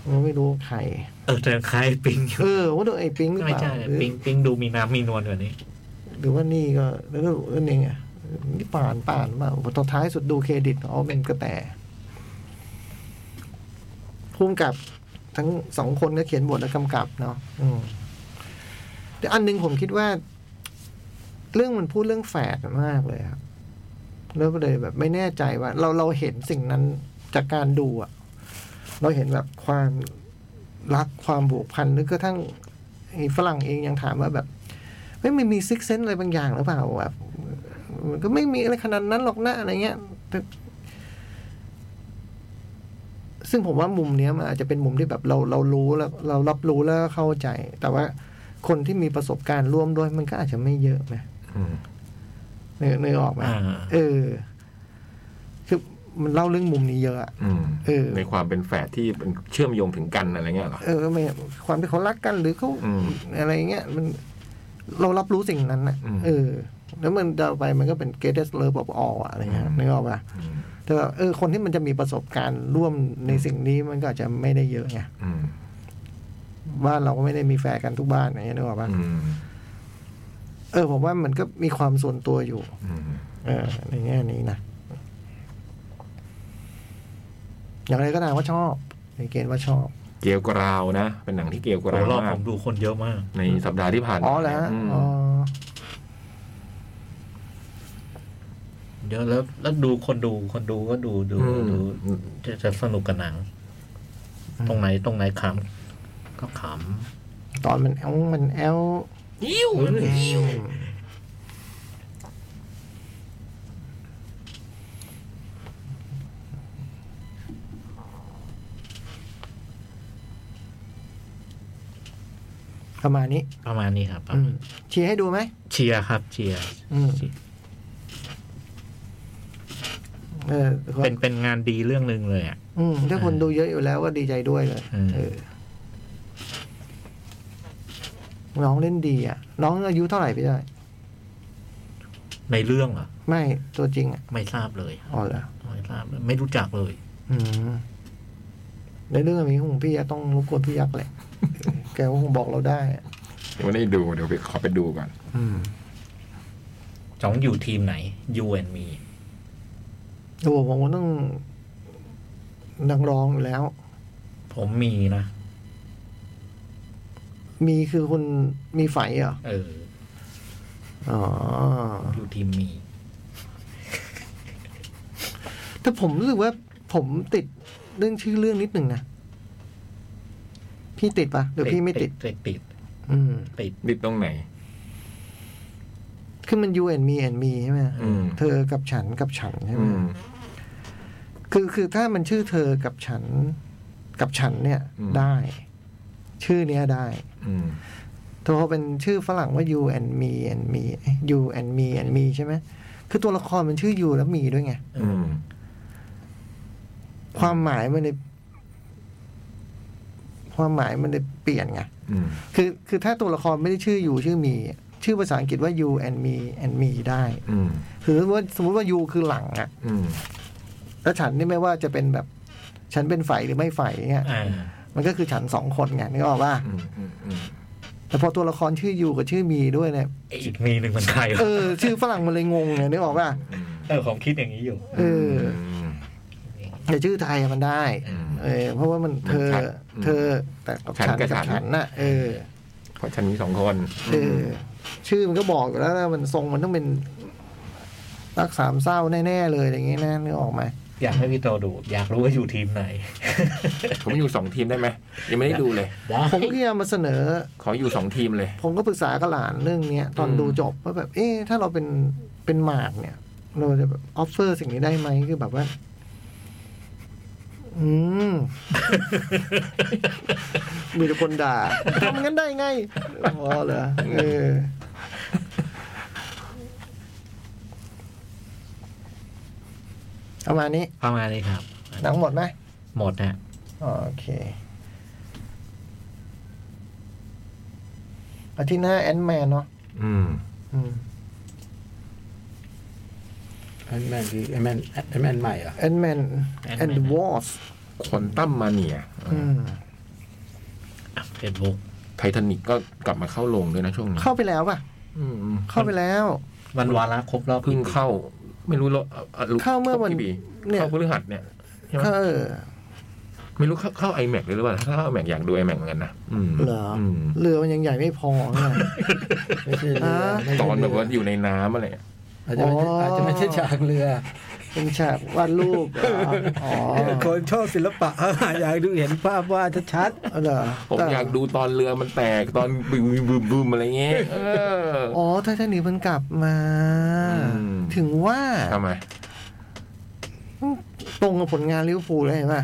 มันไม่รู้ใคร
เออแต่คล้ายปิงอยู่
เออว่าดูไอ้ปิ๊งหรือเป
ไม่
ล่า
ใช่
หรือ
ปิงปิงดูมีน้ำมีนวลกว่านี้
หรือว่านี่ก็แล้วก็อันนี้ไงนี่ป่านป่านมาตอนท้ายสุดดูเครดิตอ๋อเป็นกระแตพุ่มกับทั้งสองคนก็เขียนบทและกำกับเนาะอืมแต่อันหนึงผมคิดว่า เรื่องมันพูดเรื่องแฝดมากเลยครับแล้วก็เลยแบบไม่แน่ใจว่า เราเราเห็นสิ่งนั้นจากการดูอะเราเห็นแบบความรักความผูกพันหรือกระทั่งไอ้ฝรั่งเองยังถามว่าแบบเฮ้ยมันมีซิกเซนอะไรบางอย่างหรือเปล่าแบบมันก็ไม่มีอะไรขนาดนั้นหรอกนะอะไรเงี้ยแต่ซึ่งผมว่ามุมเนี้ยมันอาจจะเป็นมุมที่แบบเราเรารู้แล้ว เรารับรู้แล้วก็เข้าใจ แต่ว่าคนที่มีประสบการณ์ร่วมด้วยมันก็อาจจะไม่เยอะนะ
อืม
เนื้อเนื้อออกไหม
อ่า
เออ คือมันเล่าเรื่องมุมนี้เยอะอะ
อืม
เออ
ในความเป็นแฝดที่เป็นเชื่อมโยงถึงกันอะไรเงี้ยเหรอ
เออไม่ความที่เขารักกันหรือเขา
อืม
อะไรเงี้ยมันเรารับรู้สิ่งนั้นนะ
อืม
เออ แล้วมันจะไปมันก็เป็น greatest love of all อะอะไรเงี้ย
อืม
นึกออกปะ
อืม
แต่ว่าเออ คนที่มันจะมีประสบการณ์ร่วมในสิ่งนี้มันก็อาจจะไม่ได้เยอะไง
อืม
บ้านเราก็ไม่ได้มีแฟนกันทุกบ้านอย่างเงี้ยนึกออกปะ
อืม
เออผมว่ามันก็มีความส่วนตัวอยู่
อืม
เออในแง่นี้นะ อย่างไรก็ตามว่าชอบ ในเกณฑ์ว่าชอบ
เกลียวกราวนะ เป็นหนังที่เกลียวก
โอ้
ราว
รอบ
มา
ผ
ก
มดูคนเยอะมาก
ในสัปดาห์ที่ผ่านมา
อ๋อแล้ว
ม
อ๋อ
เยอะแล้วแล้วดูคนดูคนดูก็ดูดู
ม
ดูจะจะสนุกกับหนัง ตรงไหนตรงไหนขำก็ข
ตอนมันแอลมันแอล
ยิ้ว
ประมาณนี้
ำประมาณนี้ครับ
อืมเชียร์ให้ดูไหม
เชียร์ครับเชียร์
อืมเออ
เป็
เป็นน
เป็นงานดีเรื่องหนึ่งเลยอ่ะ
อืมถ้าคนดูเยอะอยู่แล้วก็ดีใจด้วยเลย
อืม
เออน้องเล่นดีอ่ะ น้องอายุเท่าไหร่พี่ได้อย
ในเรื่องเหรอ
ไม่ตัวจริงอ่ะ
ไม่ทราบเลย
อ๋อเหรอ
ไม่ทราบเลยไม่รู้จักเลย
อืมในเรื่องนี้คงพี่ยักษ์ต้องรบกวนพี่ยักษ์แห ละเออแกก็คงบอกเราได้อะ
เดี๋ยวไม่ได้ดูเดี๋ยวไปขอไปดูก่อน
อืม
จ้องอยู่ทีมไหน you and me
โอ้ผมก็ต้องนักร้องอยู่แล้ว
ผมมีนะ
มีคือคนมีไฟเหรอ
เออ
อ๋อ
อยู่ทีมมี
แต่ผมรู้สึกว่าผมติดเรื่องชื่อเรื่องนิดหนึ่งนะ พี่ติดปะหรือพี่ไม่ติด
ติดติด
อืม
ติด
นิดตรงไหน
คือมัน you and me and me ใช่ไหม
อืม
เธอกับฉันกับฉันใช่ไหม
อืม
คือคือถ้ามันชื่อเธอกับฉัน กับฉันเนี่ย
อืม
ได้ ชื่อเนี้ยได้
อืม
แต่พอเป็นชื่อฝรั่งว่า you and me and me เอ้ย you and me and me ใช่ไหมคือตัวละครมันชื่อ you แล้ว me ด้วยไง
อืม
ความหมายมันเลยความหมายมันเลยเปลี่ยนไง
อืม
คือคือถ้าตัวละครไม่ได้ชื่ออยู่ชื่อมี ชื่อภาษาอังกฤษว่า you and me and me ได้
อืม
คือว่าสมมติว่า you คือหลังอะ
อืม
แล้วฉันนี่ไม่ว่าจะเป็นแบบ ฉันเป็นไฝหรือไม่ไฝเงี้ย
อ่า
มันก็คือฉันสองคนไงนึกออกป่ะ
อืมอืมอืม
แต่พอตัวละครชื่อ you กับชื่อมีด้วยเนี่ย
อีกมีหนึ่งมันใครวะ
เออ ชื่อฝรั่งมันเลยงงไงนึกออกป่ะ
เออผมคิดอย่างนี้อยู่
เออ
ม
แต่ชื่อไทยอะมันได้
อืม
เออ เพราะว่ามันเธอ
มันชัด
เธอแต่กับ
ฉัน
ฉัน
กับ
กับ
ฉั
ฉั
น
นน่ะเออ
เพราะฉันมีสองคน
เออชื่อมันก็บอกอยู่แล้วนะมันทรงมันต้องเป็นรักสามเศร้าแน่ ๆ เลยอย่างงี้นะนึกออกไหม
อยากให้พี่โตดู อยากรู้ว่าอยู่ทีมไหน
ผมอยู่สองทีมได้ไหมยังไม่ได้ดูเลย
ได้
ผมก็พยายามมาเสนอ
ขออยู่สองทีมเลย
ผมก็ปรึกษากับหลานเรื่องเนี้ย ตอน
อืม
ดูจบว่าแบบ เอ๊ะถ้าเราเป็นเป็นหมากเนี่ย เราจะแบบออฟเฟอร์สิ่งนี้ได้ไหมคือแบบว่า อืม มีแต่คนด่าทำงั้นได้ไงอ๋อเหรอเออ ประมาณนี้
ประมาณนี้ครับ
หนังหมดไหม
หมดฮะ
อ๋อโอเค อาทิตย์หน้าแอนแมนเนาะ
อืม
อืม
แอนแมนคือแอนแมนแอนแมนใหม่เหรอ
แอนแมนแอนด์วอส
คนตั้มมาเนีย
เฟซบุ๊ก
ไททานิกก็กลับมาเข้าลงด้วยนะช่วงนี้
เข้าไปแล้วป่ะ
อืมอืม
เข้าไปแล้ว
วันวาระครบรอบ
เพิ่งเข้า ไม่รู้ละอ่ะรู้
เข้าเมื่อวัน
กี่ปี
เนี่ย
เข้าพฤหัสเนี่ยใช่ไหม
เข้าเออ
ไม่รู้เข้าเข้าไอแม็กหรือเปล่าถ้าเข้าไอแม็กอยากดูไอแม็กเหมือนกันนะอืม
เหรออ
ม
เรือมันยังใหญ่ไม่พอไง
ไม่ใช่เรือ
ฮะ
ไม่ใช่เรื
ตอนแบบว่าอยู่ในน้ำอะไรอะ
อาจจะไม่ใช่ อาจจะไม่ใช่ฉากเรือ
เป็นฉากวาดรูปเหรออ๋อ
คนชอบศิลปะ อยากดูเห็นภาพว่าดชัด
เหรอ
ผมอยากดูตอนเรือมันแตกตอนบึมบึมบึมบึมอะไรเงี้ยเออ
อ๋อไททานิคมันกลับมา
อืม
ถึงว่า
ทำไม
ตรงกับผลงานลิเวอร์พูลเลยเห็นป่ะ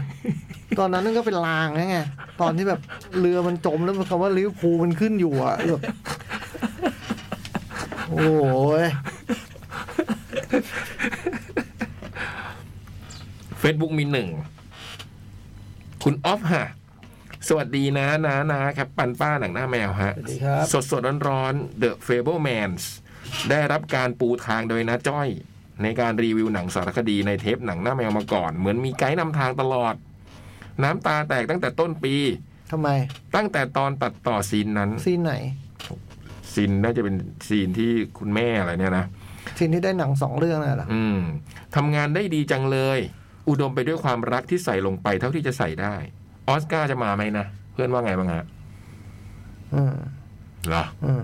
ตอนนั้นนั่นก็เป็นลางนะไง ตอนที่แบบเรือมันจมแล้วคำว่าลิเวอร์พูลมันขึ้นอยู่อ่ะแบบโอ้ย
Facebook มีหนึ่ง คุณออฟฮะ สวัสดีนะนะนะครับ ปันป้าหนังหน้าแมวฮะ
สวัสดีครับ
สดสดร้อนร้อนๆ The Fablemans ได้รับการปูทางโดยนะจ้อย ในการรีวิวหนังสารคดีในเทปหนังหน้าแมวมาก่อน เหมือนมีไกด์นำทางตลอด น้ำตาแตกตั้งแต่ต้นปี
ทำไม
ตั้งแต่ตอนตัดต่อซีนนั้น
ซีนไหน
ซีนน่าจะเป็นซีนที่คุณแม่อะไรเนี่ยนะ
ซีนที่ได้หนังสองเรื่องน่ะเหรอ
อืมทำงานได้ดีจังเลย อุดมไปด้วยความรักที่ใส่ลงไปเท่าที่จะใส่ได้ ออสการ์จะมาไหมนะ เพื่อนว่าไงบ้างฮะ
อืม
เหรอ
อืม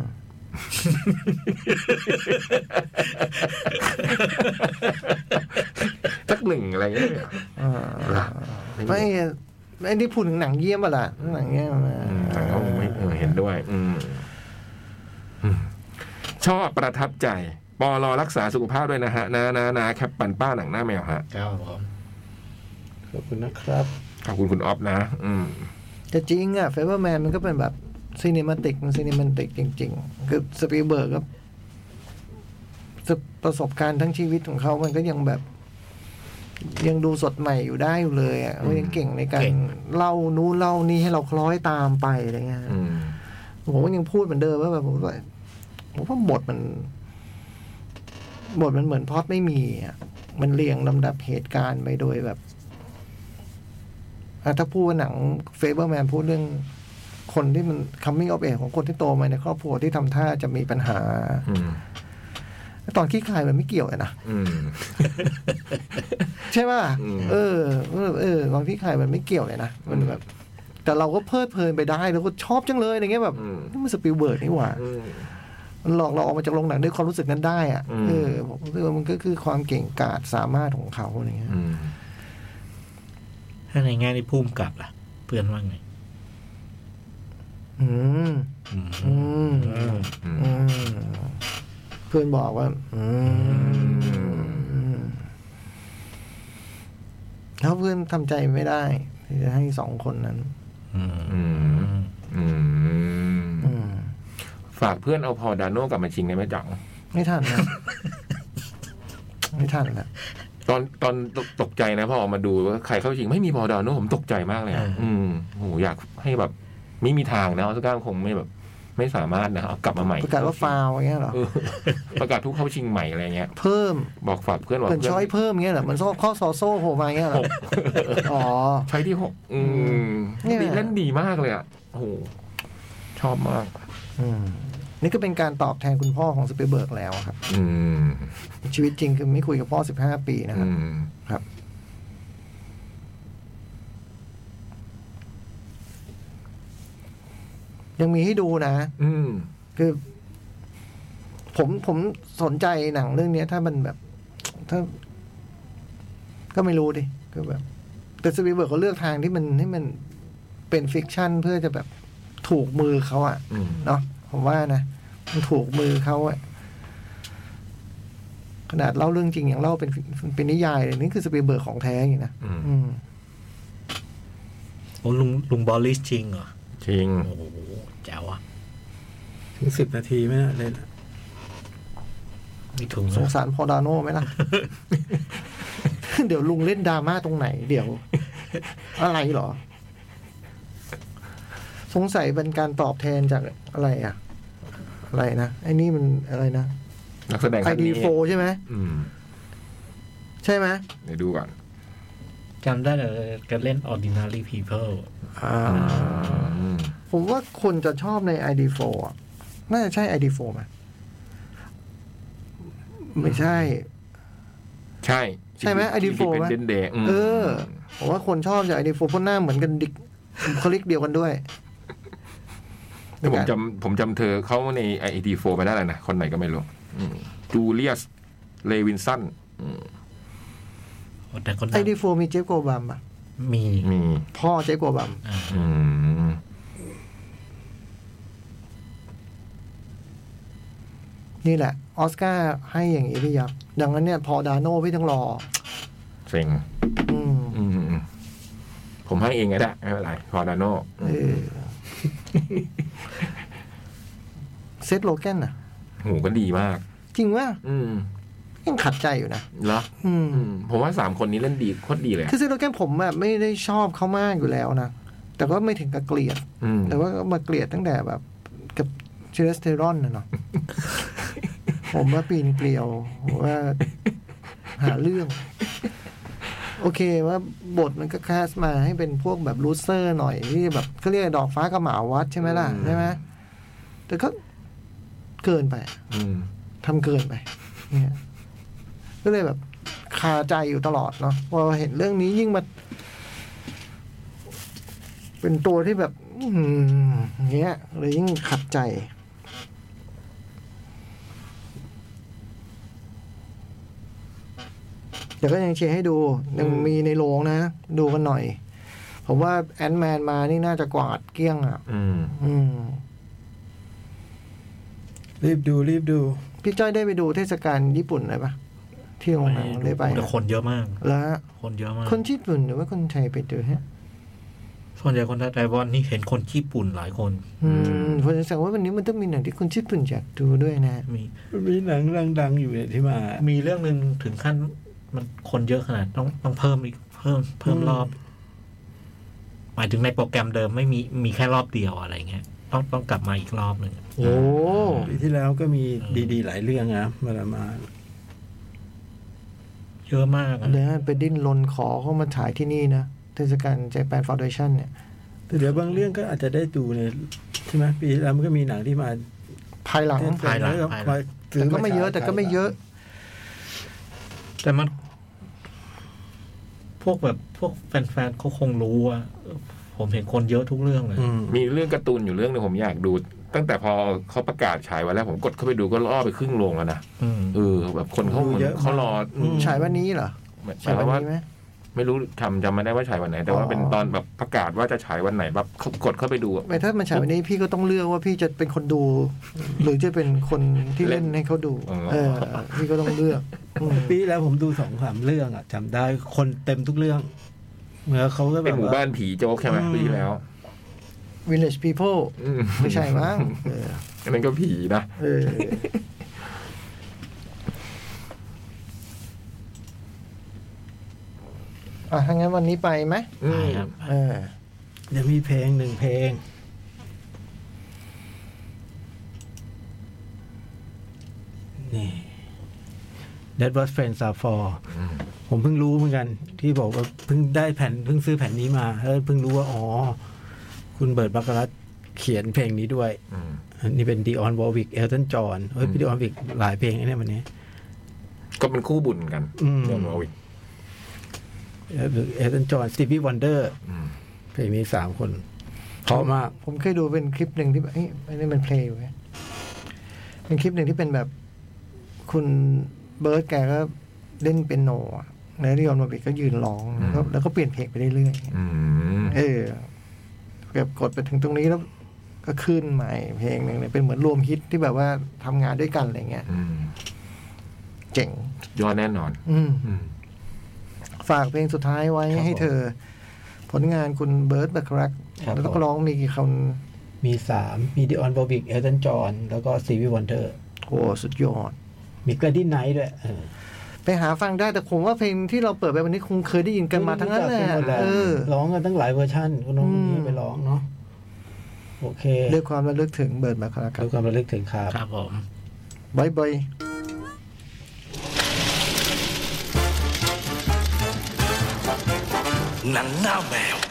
สักหนึ่งอะไรเงี้ยเหรอ
อ่าไม่ไอ้นี่พูดถึงหนังเยี่ยมป่ะล่ะหนังเยี่ยมอ่ะ
อืมแต่เขาไม่เออเห็นด้วย อืมอืมชอบประทับใจ ปอรอรักษาสุขภาพด้วยนะฮะ นะนะนะแคปปันป้าหนังหน้าแมวฮะ
ครับผม
ขอบคุณนะครับ
ขอบคุณคุณออฟนะ อืม
แต่จริงอ่ะเฟเวอร์แมนมันก็เป็นแบบซีนิมาติกซีนิมาติกจริง ๆ คือสปีลเบิร์กก็ประสบการณ์ทั้งชีวิตของเขามันก็ยังแบบ ยังดูสดใหม่อยู่ได้อยู่เลยอ่ะมันยังเก่งในการเล่านู้นเล่านี้ให้เราคล้อยตามไปอะไรเงี้ย
อืม
ผมก็ยังพูดเหมือนเดิมว่าแบบผมว่าผมว่าบทมัน บทมันเหมือนพล็อดไม่มีอ่ะมันเรียงลำดับเหตุการณ์ไปโดยแบบอ่ะถ้าพูดว่าหนังเฟเบอร์แมนพูดเรื่องคนที่มัน coming of age ของคนที่โตมาในครอบครัวที่ทำท่าจะมีปัญหา
อืม
ตอนขี้คายมันไม่เกี่ยวเลยนะ
อืม
ใช่ป่ะ
อืม
เออ เออ ตอนขี้คายมันไม่เกี่ยวเลยนะ มันแบบ แต่เราก็เพลิดเพลินไปได้แล้วก็ชอบจังเลยอย่างเงี้ยแบบนี่มันสปิลเบิร์กนี่หว่า
อืม
มันหลอกเราออกมาจากโรงหนังด้วยความรู้สึกนั้นได้อะ
อืม
เออผมรู้สึกว่ามันก็คือความเก่งกาจสามารถของเขาอะไรเงี้ย
อืม
ถ้าในแง่ที่พุ่มกลับล่ะ เพื่อนว่าไง
อืม
อืม
อืม
อืม
อืมเพื่อนบอกว่า อืมถ้าเพื่อนทำใจไม่ได้ที่จะให้สองคนนั้น
อืม
อืม อืม
อืม
ฝากเพื่อนเอาพอดาโน่กลับมาชิงได้ไหมจัง
ไม่ทันนะ ไม่ทันนะ
ตอนตอนตกตกใจนะพอออกมาดูว่าใครเข้าจริงไม่มีพอดาวโน่ผมตกใจมากเลยอะอืมโอ้โหอยากให้แบบไม่มีทางนะออสการ์คงไม่แบบ ไม่สามารถนะเอากลับมาใหม่
ประกาศว่าฟาวอย่างเงี้ยเหรอ
เออประกาศทุกเข้าชิงใหม่อะไรเงี้ย
เพิ่ม
บอกฝากเพื่อนว่า
เป็นช้อยเพิ่มเงี้ยเหรอเหมันข้อข้อซอโซ่โผล่มาเงี้ยเหรออ๋อ
ใช้อยที่หกอืม
เนี่ย
ดีเล่นดีมากเลยอ่ะโอ้โหชอบมาก
อืมนี่ก็เป็นการตอบแทนคุณพ่อของสปีลเบิร์กแล้วครับ
อืม
ชีวิตจริงคือไม่คุยกับพ่อ 15 ปีนะค
อื
รับ
ม
ครับ ยังมีให้ดูนะ
อืม
คือ ผมผมสนใจหนังเรื่องเนี้ย ถ้ามันแบบ ถ้า ก็ไม่รู้ดิก็แบบ แต่สปีลเบิร์กเขาเลือกทางที่มันให้มันเป็นฟิกชันเพื่อจะแบบถูกมือเขาอะ
อืม
เนาะผมว่านะ มันถูกมือเขาอะขนาดเล่าเรื่องจริงอย่างเล่าเป็นเป็นนิยายเลยนี่คือสปีลเบิร์กของแท้อย่างนี้นะ
อืม
อืม
โอ้ลุงลุงบอลลิสจริงเหรอ
จริง
โอ้โหแจ๋วอ่ะ
ถึงสิบนาทีไหมน่ะเล่นอะ
ไม่ถูก
ส
นะ
งสารพอดาโน่ไหม ล่ะ เดี๋ยวลุงเล่นดราม่าตรงไหน เดี๋ยว อะไรเหรอ สงสัยเป็นการตอบแทนจากอะไรอะอะไรนะไอ้นี่มันอะไรนะ
นักแสดง
ไอ
ท่าน
ดี
นี้
โฟใช่ไหม
อืม
ใช่ไหม
เดี๋ยวดูก่อน
จำได้แต่การเล่น ordinary people
อ่า
อืม
ผมว่าคนจะชอบใน ID4 อ่ะ น่าจะใช่ ID4 ไหมไม่ใช่
ใช่
ใช่ไหม ID4 ไหม
เป็นเดย์
เออ ผมว่าคนชอบจาก ID4 เพราะหน้าเหมือนกันดิกบุคลิกเดียวกันด้วย
แต่ผมจำผมจำเธอเขาใน ID4 ไปได้แล้วนะ คนไหนก็ไม่รู้จูเลียส เลวินสันอืม
แต่คน
ไอ
นั้น
ดีโฟมีเจฟโกลบัมป่ะ
มี
มี
พ่อเจฟโกลบัม
อืม
นี่แหละ ออสการ์ให้อย่างนี้พี่ยับ ดังนั้นเนี่ย พอดาโน่พี่ต้องรอ
เซ็ง
อืม
อืมผมให้เองก็ได้ ไม่เป็นไรพอดาโน่
เออ เซตโลแกนอ่ะ
หูก็ดีมาก
จริงว่า
อืม
ยังขัดใจอยู่นะ
เหรอ
อืม
อืมผมว่าสามคนนี้เล่นดีโคตรดีเลยอะ
คือซิโรแกนผมแบบไม่ได้ชอบเขามากอยู่แล้วนะ แต่ก็ไม่ถึงกับเกลียด
อืม
แต่ว่าก็มาเกลียดตั้งแต่แบบกับเชลสเทรอนนะ เนาะ ผมว่าปีนเกลียวผมว่า หาเรื่อง โอเคว่าบทมันก็แคสมาให้เป็นพวกแบบลูเซอร์หน่อยที่แบบเขาเรียกดอกฟ้ากับหมาวัดใช่ไหมล่ะใช่ไหมแต่ก็เกินไป
อืม
ทำเกินไปเนี่ยก็เลยแบบคาใจอยู่ตลอดเนาะพอเห็นเรื่องนี้ยิ่งมา เป็นตัวที่แบบ อืมเงี้ยเลยยิ่งขัดใจ แต่ก็ยังเชียร์ให้ดู ยังมีในโรงนะ ดูกันหน่อย ผมว่าแอนแมนมานี่น่าจะกวาดเกลี้ยงอ่ะ
อืม
อืม
รีบดูรีบดู
พี่จ้อยได้ไปดูเทศกาลญี่ปุ่นเลยปะที่โรงหนังได้ไป
แต่คนเยอะมาก
แล้ว
คนเยอะมาก
คนญี่ปุ่นหรือว่าคนไทยไปดูฮะ
ส่วนใหญ่คนไทยบอลนี่เห็นคนญี่ปุ่นหลายคน
อืมผมสงสัยว่าวันนี้มันต้องมีหนังที่คนญี่ปุ่นอยากดูด้วยนะ
มี
มันมีหนังดังๆอยู่เนี่ยที่มา
มีเรื่องหนึ่งถึงขั้นมันคนเยอะขนาดต้องต้องเพิ่มอีกเพิ่มเพิ่มรอบ หมายถึงในโปรแกรมเดิมไม่มีมีแค่รอบเดียวอะไรเงี้ยต้องต้องกลับมาอีกรอบหนึ่ง
โอ้
ปีที่แล้วก็มีดีๆ หลายเรื่องนะมาละมา
เยอะมากอะ
เดี๋ยวไปดิ้นรนขอเข้ามาถ่ายที่นี่นะ เทศกาล Japan Foundation เนี่ย
แต่เดี๋ยวบางเรื่องก็อาจจะได้ดูในใช่ไหมปีที่แล้วมันก็มีหนังที่มา
ภายหลัง
เต้นๆ
ภายหลัง
แว
ภายหลัง
มาซื้
แต่ก็ไม่เยอะ
าฉา
แต่ก็ไม่เยอะ
แต่มัน พวกแบบพวกแฟนๆเขาคงรู้ว่าเออผมเห็นคนเยอะทุกเรื่องเลย
อืม
มีเรื่องการ์ตูนอยู่เรื่องหนึงผมอยากดู ตั้งแต่พอเขาประกาศฉายวันแรกผมกดเข้าไปดูก็ล่อไปครึ่งโรงแล้วนะ
อืม
เออแบบคนเขาเหมือนเขารออืม
ฉายวันนี้เหรอ
หมายค
ฉายว
าม
วัน
ว่า
นี้ไหม
ไม่รู้จำจำไม่ได้ว่าฉายวันไหน แต่ว่า
อ๋อ
เป็นตอนแบบประกาศว่าจะฉายวันไหนแบบเขากดเข้าไปดูอะ
ไม่ถ้ามันฉายวันนี้พี่ก็ต้องเลือกว่าพี่จะเป็นคนดู หรือจะเป็นคนที่เล่นให้เขาดู
อ๋อ
เออ พี่ก็ต้องเลือกอืม
ปีที่แล้วผมดูสองสามเรื่องอ่ะจำได้คนเต็มทุกเรื่องเหมื่อนเขาก็แบ
เป็น
บ
หมู่
ว่า
บ้านผีโจ๊กใช่ไหม
อืม
ปีที่แล้ว
Village People
อืม
ไม่ใช่มั้งเออ
อันนั้นก็ผีนะ
เออ อ่ะถ้างั้นวันนี้ไปไหม
อืม
ใช่ครับ
เออ
เดี๋ยวมีเพลงหนึ่งเพลง นี่ Dead Was Friends Are For ผมเพิ่งรู้เหมือนกัน ที่บอกว่าเพิ่งได้แผ่นเพิ่งซื้อแผ่นนี้มาแล้วเพิ่งรู้ว่า อ๋อ คุณเบิร์ดบัครัตเขียนเพลงนี้ด้วย
อืม
อันนี้เป็นดีออนวอลวิกเอลตันจอห์นเฮ้ยพี่ดีออนวิกหลายเพลงนะเนี่ยวันนี้
ก็เป็นคู่บุญกัน
อืม
เรื่องมาวิก
เอลตันจอห์นสตีวีวันเดอร์
อืม
เพลงนี้สามคนเพราะมาก
ผมเคยดูเป็นคลิปหนึ่งที่แบบเอ้ยอันนี้มันเพลงอยู่ไหมเป็นคลิปหนึ่งที่เป็นแบบ คุณเบิร์ดแกก็เล่นเป็นโนอะแล้วดิออนโนบิกก็ยืนร้องแล้วก็แล้วก็เปลี่ยนเพลงไปเรื่อย
อืม
ๆ เออแบบกดไปถึงตรงนี้แล้ว ก็ขึ้นใหม่เพลงหนึ่งเลยเป็นเหมือนรวมฮิตที่แบบว่าทำงานด้วยกันอะไรเงี้ย
อืม
เจ๋ง
ยอดแน่นอน
อืม
อืม
ฝากเพลงสุดท้ายไว้
ครับ
ให้เธอ ผลงานคุณเบิร์ตบัครัก
ครับ
แล้วก็ร้องมีกี่คน
มีสามมีดีออนวอลวิกเอลตันจอห์นแล้วก็สตีวีวันเดอร์
โอ้สุดยอด
มีกระดิ่นไนท์ด้วยเออ
ไปหาฟังได้แต่ผมว่าเพลงที่เราเปิดไปวันนี้คงเคยได้ยินกันมาทั้งนั้นแหละ
รู้จักกัมด
เออ
ร้องกันตั้งหลายเวอร์ชันคุณน้อง
อืม
นี่ไปร้องเนาะโอเค
ด้วยความระลึกถึงเบิร์ตบัครักค
แล้
รั
ว
บ
ความระลึกถึงครับ
ครับผม
บายบาย
หนังหน้าแมว